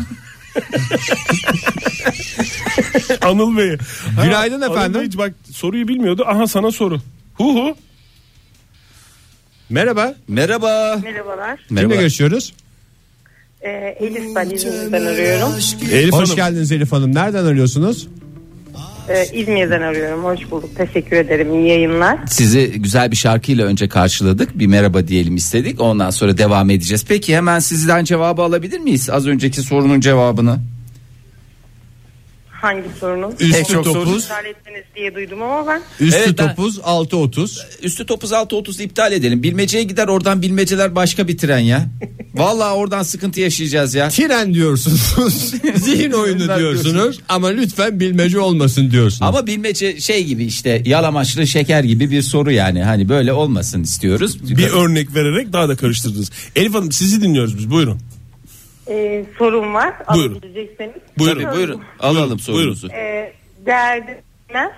Speaker 5: Anıl Bey. Ha,
Speaker 3: Günaydın
Speaker 5: Anıl
Speaker 3: efendim.
Speaker 5: Bey hiç bak soruyu bilmiyordu. Aha sana soru. Hu hu.
Speaker 3: Merhaba.
Speaker 4: Merhaba.
Speaker 14: Merhabalar.
Speaker 3: Kimle görüşüyoruz?
Speaker 14: Ee, Elif ben İzmir'den arıyorum.
Speaker 3: Hoş geldiniz Elif Hanım. Nereden arıyorsunuz?
Speaker 14: Ee, İzmir'den arıyorum. Hoş bulduk. Teşekkür ederim. İyi yayınlar.
Speaker 4: Sizi güzel bir şarkıyla önce karşıladık. Bir merhaba diyelim istedik. Ondan sonra devam edeceğiz. Peki hemen sizden cevabı alabilir miyiz? Az önceki sorunun cevabını.
Speaker 14: Hangi sorunuz?
Speaker 4: Üstü
Speaker 14: Pek çok
Speaker 4: topuz.
Speaker 14: soru iptal ettiniz diye duydum ama ben.
Speaker 3: Üstü
Speaker 4: Evet, ben-
Speaker 3: topuz 6.30.
Speaker 4: Üstü topuz 6.30 iptal edelim. Bilmeceye gider oradan bilmeceler başka bir tren ya. Vallahi oradan sıkıntı yaşayacağız ya.
Speaker 3: Tren diyorsunuz. Zihin oyunu diyorsunuz ama lütfen bilmece olmasın diyorsunuz.
Speaker 4: Ama bilmece şey gibi işte yalamaçlı şeker gibi bir soru yani. Hani böyle olmasın istiyoruz.
Speaker 5: Bir örnek vererek daha da karıştırdınız. Elif Hanım sizi dinliyoruz biz. Buyurun.
Speaker 14: Ee, sorum var.
Speaker 5: Buyurun.
Speaker 14: Alabilecekseniz.
Speaker 5: Buyurun.
Speaker 14: Sorum.
Speaker 4: Ee, Alalım
Speaker 5: sorunuzu.
Speaker 14: Ee, değerde değmez,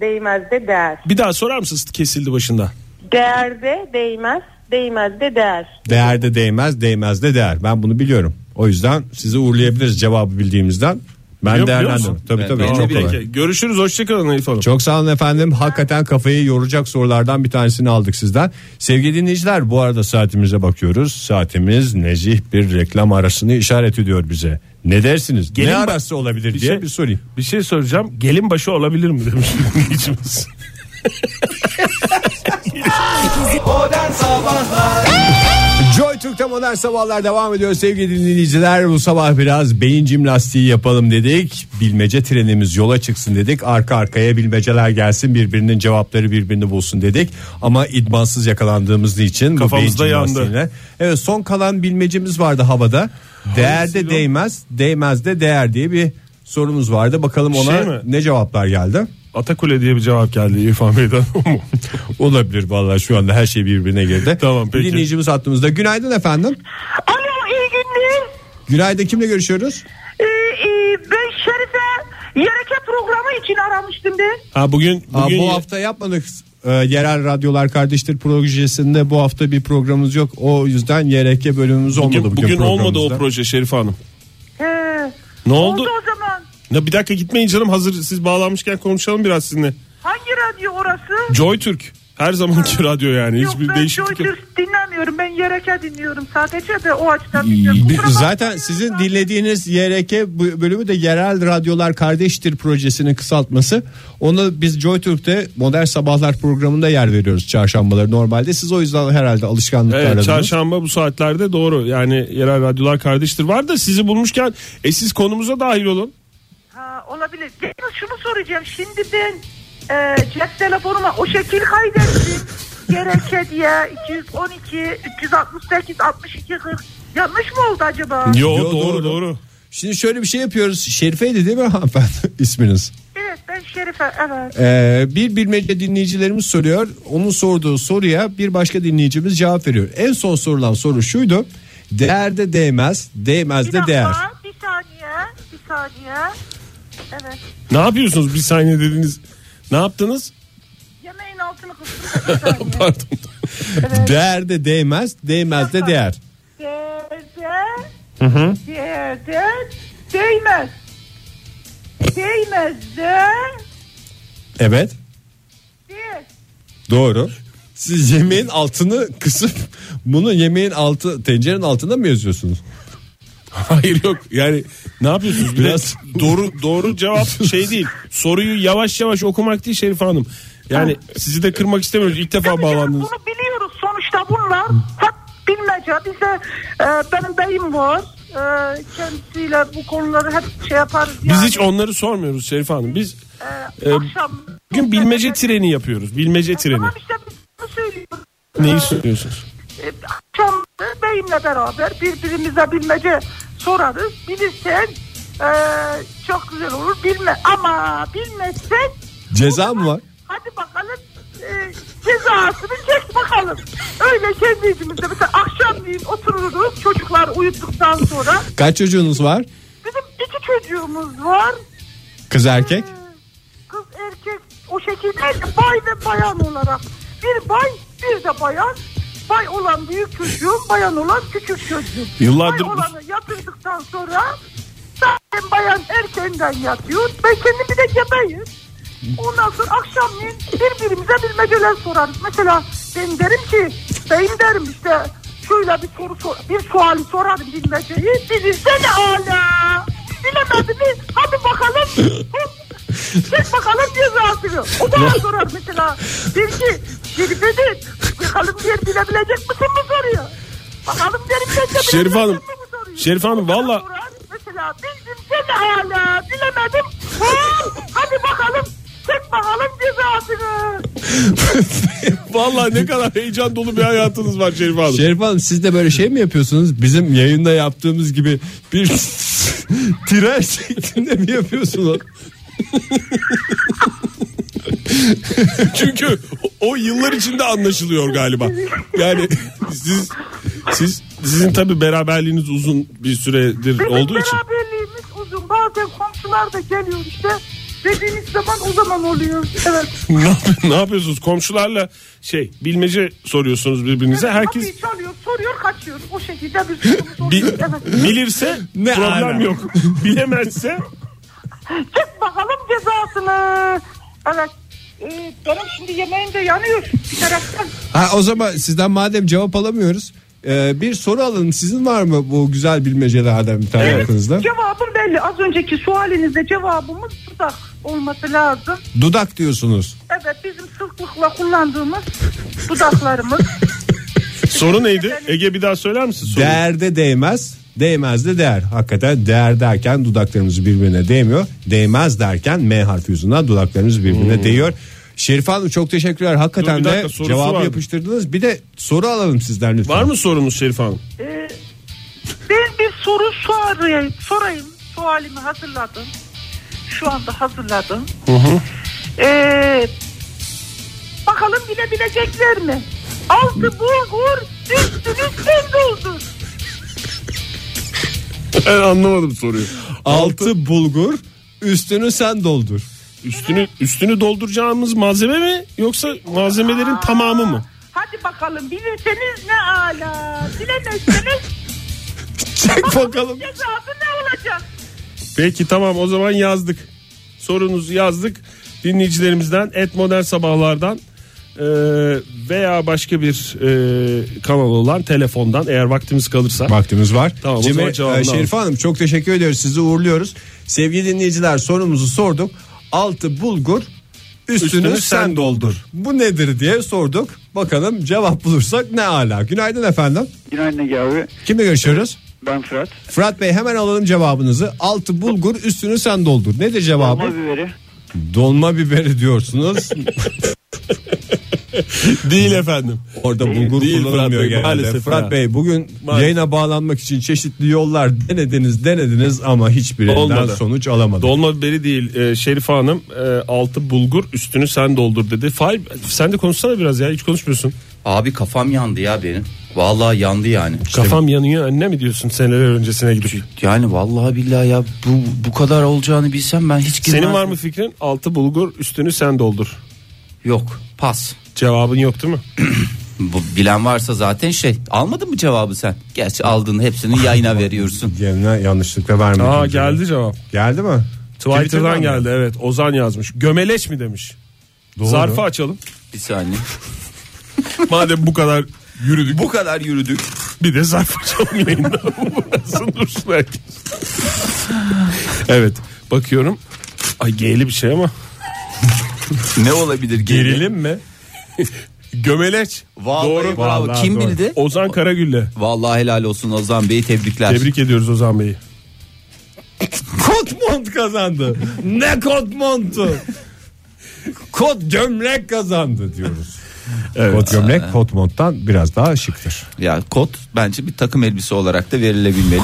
Speaker 14: değmez de değer.
Speaker 5: Bir daha sorar mısınız? Kesildi başında.
Speaker 14: Değerde değmez, değmez de değer.
Speaker 3: Değerde değmez, değmez de değer. Ben bunu biliyorum. O yüzden sizi uğurlayabiliriz cevabı bildiğimizden. Ben
Speaker 5: Biliyor- biliyor
Speaker 3: değerlendim.
Speaker 5: musun?
Speaker 3: Tabii
Speaker 5: Ben-
Speaker 3: tabii.
Speaker 5: Peki,
Speaker 3: çok
Speaker 5: peki.
Speaker 3: kolay.
Speaker 5: Görüşürüz. Hoşçakalın Elif Hanım.
Speaker 3: Çok sağ olun efendim. Hakikaten kafayı yoracak sorulardan bir tanesini aldık sizden. Sevgili dinleyiciler bu arada saatimize bakıyoruz. Saatimiz nezih bir reklam arasını işaret ediyor bize. Ne dersiniz? ne
Speaker 5: ba-
Speaker 3: arası olabilir
Speaker 5: Bir
Speaker 3: diye
Speaker 5: şey-
Speaker 3: bir sorayım.
Speaker 5: Bir şey soracağım. Gelin başı olabilir mi demiş dinleyicimiz.
Speaker 2: Modern Sabahlar
Speaker 3: Joy Türk'te modern sabahlar devam ediyor sevgili dinleyiciler. Bu sabah biraz beyin jimnastiği yapalım dedik. Bilmece trenimiz yola çıksın dedik. Arka arkaya bilmeceler gelsin birbirinin cevapları birbirini bulsun dedik. Ama idmansız yakalandığımız için
Speaker 5: Kafamız
Speaker 3: bu
Speaker 5: da
Speaker 3: beyin
Speaker 5: yandı.
Speaker 3: jimnastiğine- Evet son kalan bilmecemiz vardı havada. Değerde değmez, değmez de değer diye bir sorumuz vardı. Bakalım ona
Speaker 5: Şey mi?
Speaker 3: ne cevaplar geldi?
Speaker 5: Atakule diye bir cevap geldi İrfan Bey'den.
Speaker 3: Olabilir vallahi şu anda her şey birbirine girdi.
Speaker 5: Tamam, peki.
Speaker 3: Dinleyicimiz hattımızda. Günaydın efendim.
Speaker 12: Alo iyi günler.
Speaker 3: Günaydın kimle görüşüyoruz?
Speaker 12: Ee, e, ben Şerife Yereke programı için aramıştım ben.
Speaker 5: Ha bugün,
Speaker 3: Aa,
Speaker 5: bugün
Speaker 3: bu hafta yapmadık Ee, yerel Radyolar Kardeştir projesinde bu hafta bir programımız yok. O yüzden YRK bölümümüz olmadı bugün.
Speaker 5: Bugün, bugün olmadı o
Speaker 3: programımızda.
Speaker 5: proje Şerife Hanım.
Speaker 12: He.
Speaker 5: Ne oldu?
Speaker 12: o zaman?
Speaker 5: Ya bir dakika gitmeyin canım hazır siz bağlanmışken konuşalım biraz sizinle.
Speaker 12: Hangi radyo orası?
Speaker 5: Joy Türk. Her zamanki radyo yani.
Speaker 12: Yok
Speaker 5: Hiçbir
Speaker 12: ben
Speaker 5: değişiklik yok.
Speaker 12: Joytürk dinlemiyorum. Ben Yereke dinliyorum sadece de o açıdan dinliyorum.
Speaker 3: Bir-
Speaker 12: Kusura bakma.
Speaker 3: Zaten sizin dinlediğiniz YRK bu- bölümü de Yerel Radyolar Kardeştir projesinin kısaltması. Onu biz JoyTürk'te Modern Sabahlar programında yer veriyoruz çarşambaları normalde. Siz o yüzden herhalde alışkanlıkla
Speaker 5: Evet
Speaker 3: aradınız.
Speaker 5: çarşamba bu saatlerde doğru yani yerel radyolar kardeştir var da sizi bulmuşken e siz konumuza dahil olun.
Speaker 12: Ha, olabilir. Yalnız şunu soracağım. Şimdi ben e, cep telefonuma o şekil kaydettim. Gereke diye 212 368 62 40. Yanlış mı oldu acaba?
Speaker 3: Yo, Şimdi şöyle bir şey yapıyoruz. Şerife'ydi değil mi hanımefendi isminiz?
Speaker 12: Evet ben Şerife evet.
Speaker 3: Ee, bir bilmece dinleyicilerimiz soruyor. Onun sorduğu soruya bir başka dinleyicimiz cevap veriyor. En son sorulan soru şuydu. Değerde değmez, değmez de değer.
Speaker 12: Aa, bir saniye bir saniye. Evet.
Speaker 5: Ne yapıyorsunuz bir saniye dediniz. Ne yaptınız?
Speaker 12: Yemeğin altını kıstım. da bir saniye.
Speaker 5: Pardon.
Speaker 3: Değerde değmez, değmez de değer.
Speaker 12: Değerde
Speaker 3: Hı hı.
Speaker 12: Değerde değmez. Değmez de
Speaker 3: Evet,
Speaker 12: değil.
Speaker 3: doğru. Siz yemeğin altını kısıp bunu yemeğin altı tencerenin altında mı yazıyorsunuz?
Speaker 5: Hayır yok yani ne yapıyorsunuz? Biraz doğru doğru cevap şey değil. Soruyu yavaş yavaş okumak değil Şerife Hanım. Yani sizi de kırmak istemiyoruz. İlk defa bağlandınız.
Speaker 12: Bunu biliyoruz sonuçta bunlar. Hep bilmece. Bize e, benim beyim var. E, kendisiyle bu konuları hep şey yaparız.
Speaker 5: Biz
Speaker 12: yani.
Speaker 5: hiç onları sormuyoruz Şerife Hanım. Biz
Speaker 12: E,
Speaker 5: e,
Speaker 12: akşam
Speaker 5: bugün bilmece treni yapıyoruz. Bilmece treni.
Speaker 12: bunu söylüyoruz.
Speaker 5: Neyi söylüyorsunuz?
Speaker 12: E, akşam da beyimle beraber birbirimize bilmece sorarız. Bilirsen e, çok güzel olur. Bilme ama bilmezsen
Speaker 3: Ceza mı var?
Speaker 12: Hadi bakalım e, cezasını çek bakalım. Öyle kendi içimizde mesela akşamleyin otururuz çocuklar uyuduktan sonra.
Speaker 3: Kaç çocuğunuz var?
Speaker 12: Bizim iki çocuğumuz var.
Speaker 3: Kız erkek?
Speaker 12: Kız erkek o şekilde bay ve bayan olarak. Bir bay bir de bayan. Bay olan büyük çocuğum, bayan olan küçük çocuğum.
Speaker 5: Yıllardır
Speaker 12: Bay
Speaker 5: bu-
Speaker 12: olanı yatırdıktan sonra zaten bayan erkenden yatıyor. Ben kendim bir de gebeyim. Ondan sonra akşamleyin birbirimize bilmeceler sorarız. Mesela ben derim ki, beyim derim işte şöyle bir soru sor, bir suali sorarım bilmeceyi. Bilirsene hala. Bilemediniz. Hadi bakalım. Çek bakalım cezasını. O bana sorar mesela. Der ki geri dedi. Bakalım diye bilebilecek misin mi soruyor. Bakalım derim ben de bilebilecek
Speaker 5: Şerife Hanım.
Speaker 12: misin mi soruyor.
Speaker 5: Şerife Hanım valla
Speaker 12: Mesela bildim seni hala bilemedim. Ha, hadi bakalım çek bakalım cezasını.
Speaker 5: valla ne kadar heyecan dolu bir hayatınız var Şerife Hanım.
Speaker 3: Şerif Hanım siz de böyle şey mi yapıyorsunuz? Bizim yayında yaptığımız gibi bir tirer şeklinde mi yapıyorsunuz?
Speaker 5: Çünkü o yıllar içinde anlaşılıyor galiba. Yani siz siz sizin tabi beraberliğiniz uzun bir süredir
Speaker 12: Bizim
Speaker 5: olduğu için.
Speaker 12: beraberliğimiz uzun. Bazen komşular da geliyor işte. Dediğiniz zaman o zaman oluyor. Evet.
Speaker 5: ne, yap- ne yapıyorsunuz? Komşularla şey bilmece soruyorsunuz birbirinize. Herkes
Speaker 12: Kapıyı çalıyor, soruyor, kaçıyor. O şekilde bir sorumuz oluyor.
Speaker 5: Bi- bilirse problem
Speaker 12: ara?
Speaker 5: yok. Bilemezse
Speaker 12: Çek bakalım cezasını. Evet. Ee, benim şimdi yemeğim de yanıyor bir taraftan.
Speaker 3: Ha o zaman sizden madem cevap alamıyoruz e, bir soru alalım. Sizin var mı bu güzel bilmecelerden bir tane aklınızda?
Speaker 12: Cevabım belli. Az önceki sualinizde cevabımız dudak olması lazım.
Speaker 3: Dudak diyorsunuz.
Speaker 12: Evet bizim sıklıkla kullandığımız dudaklarımız.
Speaker 5: soru neydi? Ege bir daha söyler misin soruyu?
Speaker 3: Değerde değmez, değmez de değer. Hakikaten değer derken dudaklarımız birbirine değmiyor. Değmez derken M harfi yüzünden dudaklarımız birbirine değiyor. Şerif Hanım çok teşekkürler. Hakikaten
Speaker 5: Hmm. Dur bir dakika,
Speaker 3: de
Speaker 5: sorusu
Speaker 3: cevabı
Speaker 5: vardı.
Speaker 3: yapıştırdınız. Bir de soru alalım sizden lütfen.
Speaker 5: Var mı sorumuz Şerif Hanım?
Speaker 12: Ee, ben bir soru sorayım. sorayım. Sualimi hazırladım. Şu anda hazırladım. Ee, bakalım bilebilecekler mi? Altı bulgur, üstünü sen doldur.
Speaker 5: Ben anlamadım soruyu.
Speaker 3: Altı bulgur, üstünü sen doldur.
Speaker 5: Üstünü üstünü dolduracağımız malzeme mi yoksa malzemelerin tamamı mı?
Speaker 12: Hadi bakalım bilirseniz ne ala. Bilemezseniz
Speaker 5: Çek bakalım.
Speaker 12: cezası ne olacak?
Speaker 5: Peki tamam o zaman yazdık. Sorunuzu yazdık. Dinleyicilerimizden et modern sabahlardan e, veya başka bir e, kanal olan telefondan eğer vaktimiz kalırsa.
Speaker 3: Vaktimiz var.
Speaker 5: Tamam, o zaman
Speaker 3: Cem'e
Speaker 5: cevabını
Speaker 3: e, Şerife Hanım çok teşekkür ediyoruz. Sizi uğurluyoruz. Sevgili dinleyiciler sorumuzu sorduk. Altı bulgur üstünü,
Speaker 5: Üstünü
Speaker 3: sen,
Speaker 5: sen
Speaker 3: doldur. Bu nedir diye sorduk. Bakalım cevap bulursak ne ala. Günaydın efendim.
Speaker 15: Günaydın Ege abi.
Speaker 3: Kimle görüşüyoruz?
Speaker 15: Ben Fırat.
Speaker 3: Fırat Bey hemen alalım cevabınızı. Altı bulgur üstünü sen doldur. Nedir cevabı?
Speaker 15: Dolma biberi.
Speaker 3: Dolma biberi diyorsunuz.
Speaker 5: Değil efendim.
Speaker 3: Orada bulgur
Speaker 5: Değil Fırat
Speaker 3: kullanılmıyor
Speaker 5: Bey,
Speaker 3: genelde.
Speaker 5: maalesef
Speaker 3: Fırat
Speaker 5: ya.
Speaker 3: Bey bugün
Speaker 5: Maalesef.
Speaker 3: yayına bağlanmak için çeşitli yollar denediniz denediniz ama hiçbirinden
Speaker 5: Olmadı.
Speaker 3: sonuç alamadık.
Speaker 5: Dolma biberi değil e, Şerife Hanım e, altı bulgur üstünü sen doldur dedi. Fahir sen de konuşsana biraz ya hiç konuşmuyorsun.
Speaker 4: Abi kafam yandı ya benim. Vallahi yandı yani.
Speaker 5: Kafam yanıyor anne mi diyorsun seneler öncesine gidip.
Speaker 4: Yani vallahi billahi ya bu bu kadar olacağını bilsem ben hiç girmezdim.
Speaker 5: Senin var mı fikrin? Altı bulgur üstünü sen doldur.
Speaker 4: Yok pas.
Speaker 5: Cevabın yok değil mi?
Speaker 4: Bu bilen varsa zaten şey almadın mı cevabı sen? Gerçi aldın hepsini yayına veriyorsun.
Speaker 3: Yayına yanlışlıkla vermedim.
Speaker 5: Aa geldi cevap.
Speaker 3: Geldi mi?
Speaker 5: Twitter'dan
Speaker 4: Twitter'dan
Speaker 5: geldi evet. Ozan yazmış. Gömeleç mi demiş.
Speaker 3: Doğru.
Speaker 5: Zarfı açalım.
Speaker 4: Bir saniye.
Speaker 5: Madem bu kadar yürüdük.
Speaker 4: Bu kadar yürüdük.
Speaker 5: Bir de zarf açalım yayında. Uğraşsın, dursun herkes. evet bakıyorum. Ay geyli bir şey ama.
Speaker 4: ne olabilir geyli?
Speaker 5: Gerilim mi? Gömeleç.
Speaker 4: Vallahi
Speaker 5: doğru.
Speaker 4: bravo.
Speaker 5: Vallahi
Speaker 4: Kim
Speaker 5: doğru.
Speaker 4: bildi?
Speaker 5: Ozan Karagül'le.
Speaker 4: Vallahi helal olsun Ozan Bey tebrikler.
Speaker 5: Tebrik ediyoruz Ozan Bey'i.
Speaker 3: Kotmont kazandı. ne kotmontu? Kot gömlek kazandı diyoruz. Kot gömlek kotmonttan biraz daha şıktır.
Speaker 4: Ya kot bence bir takım elbise olarak da verilebilmeli.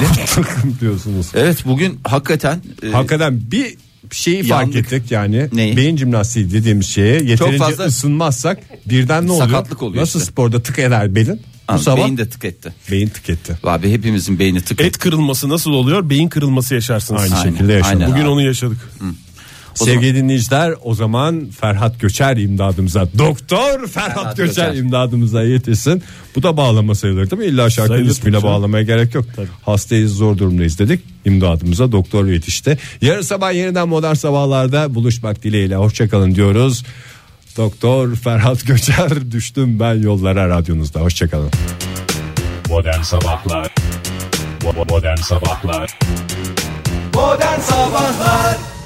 Speaker 3: diyorsunuz.
Speaker 4: evet bugün hakikaten e,
Speaker 3: Hakikaten bir şeyi fark
Speaker 4: Yandık.
Speaker 3: ettik yani
Speaker 4: Neyi?
Speaker 3: beyin jimnastiği dediğimiz şeye yeterince
Speaker 4: fazla-
Speaker 3: ısınmazsak birden ne oluyor?
Speaker 4: Sakatlık oluyor
Speaker 3: Nasıl
Speaker 4: işte.
Speaker 3: sporda tık eder belin? Bu
Speaker 4: Abi
Speaker 3: sabah
Speaker 4: beyin de tık etti.
Speaker 3: beyin tık etti.
Speaker 4: Abi hepimizin beyni tık etti.
Speaker 5: Et kırılması nasıl oluyor? Beyin kırılması yaşarsınız.
Speaker 3: Aynı
Speaker 4: Aynen,
Speaker 3: şekilde yaşadık.
Speaker 4: aynen
Speaker 5: Bugün
Speaker 4: abi.
Speaker 5: onu yaşadık.
Speaker 4: O
Speaker 3: Sevgili dinleyiciler o zaman Ferhat Göçer imdadımıza doktor Ferhat,
Speaker 4: Ferhat
Speaker 3: Göçer,
Speaker 4: Göçer.
Speaker 3: imdadımıza yetişsin. Bu da bağlama sayılır değil mi? İlla şarkının
Speaker 5: Sayılır
Speaker 3: ismiyle
Speaker 5: tabii canım.
Speaker 3: bağlamaya gerek yok. Hastayız zor durumdayız dedik. İmdadımıza doktor yetişti. Yarın sabah yeniden modern sabahlarda buluşmak dileğiyle hoşçakalın diyoruz. Doktor Ferhat Göçer düştüm ben yollara radyonuzda hoşçakalın.
Speaker 1: Modern Sabahlar Bo- bo- Modern Sabahlar
Speaker 2: Modern Sabahlar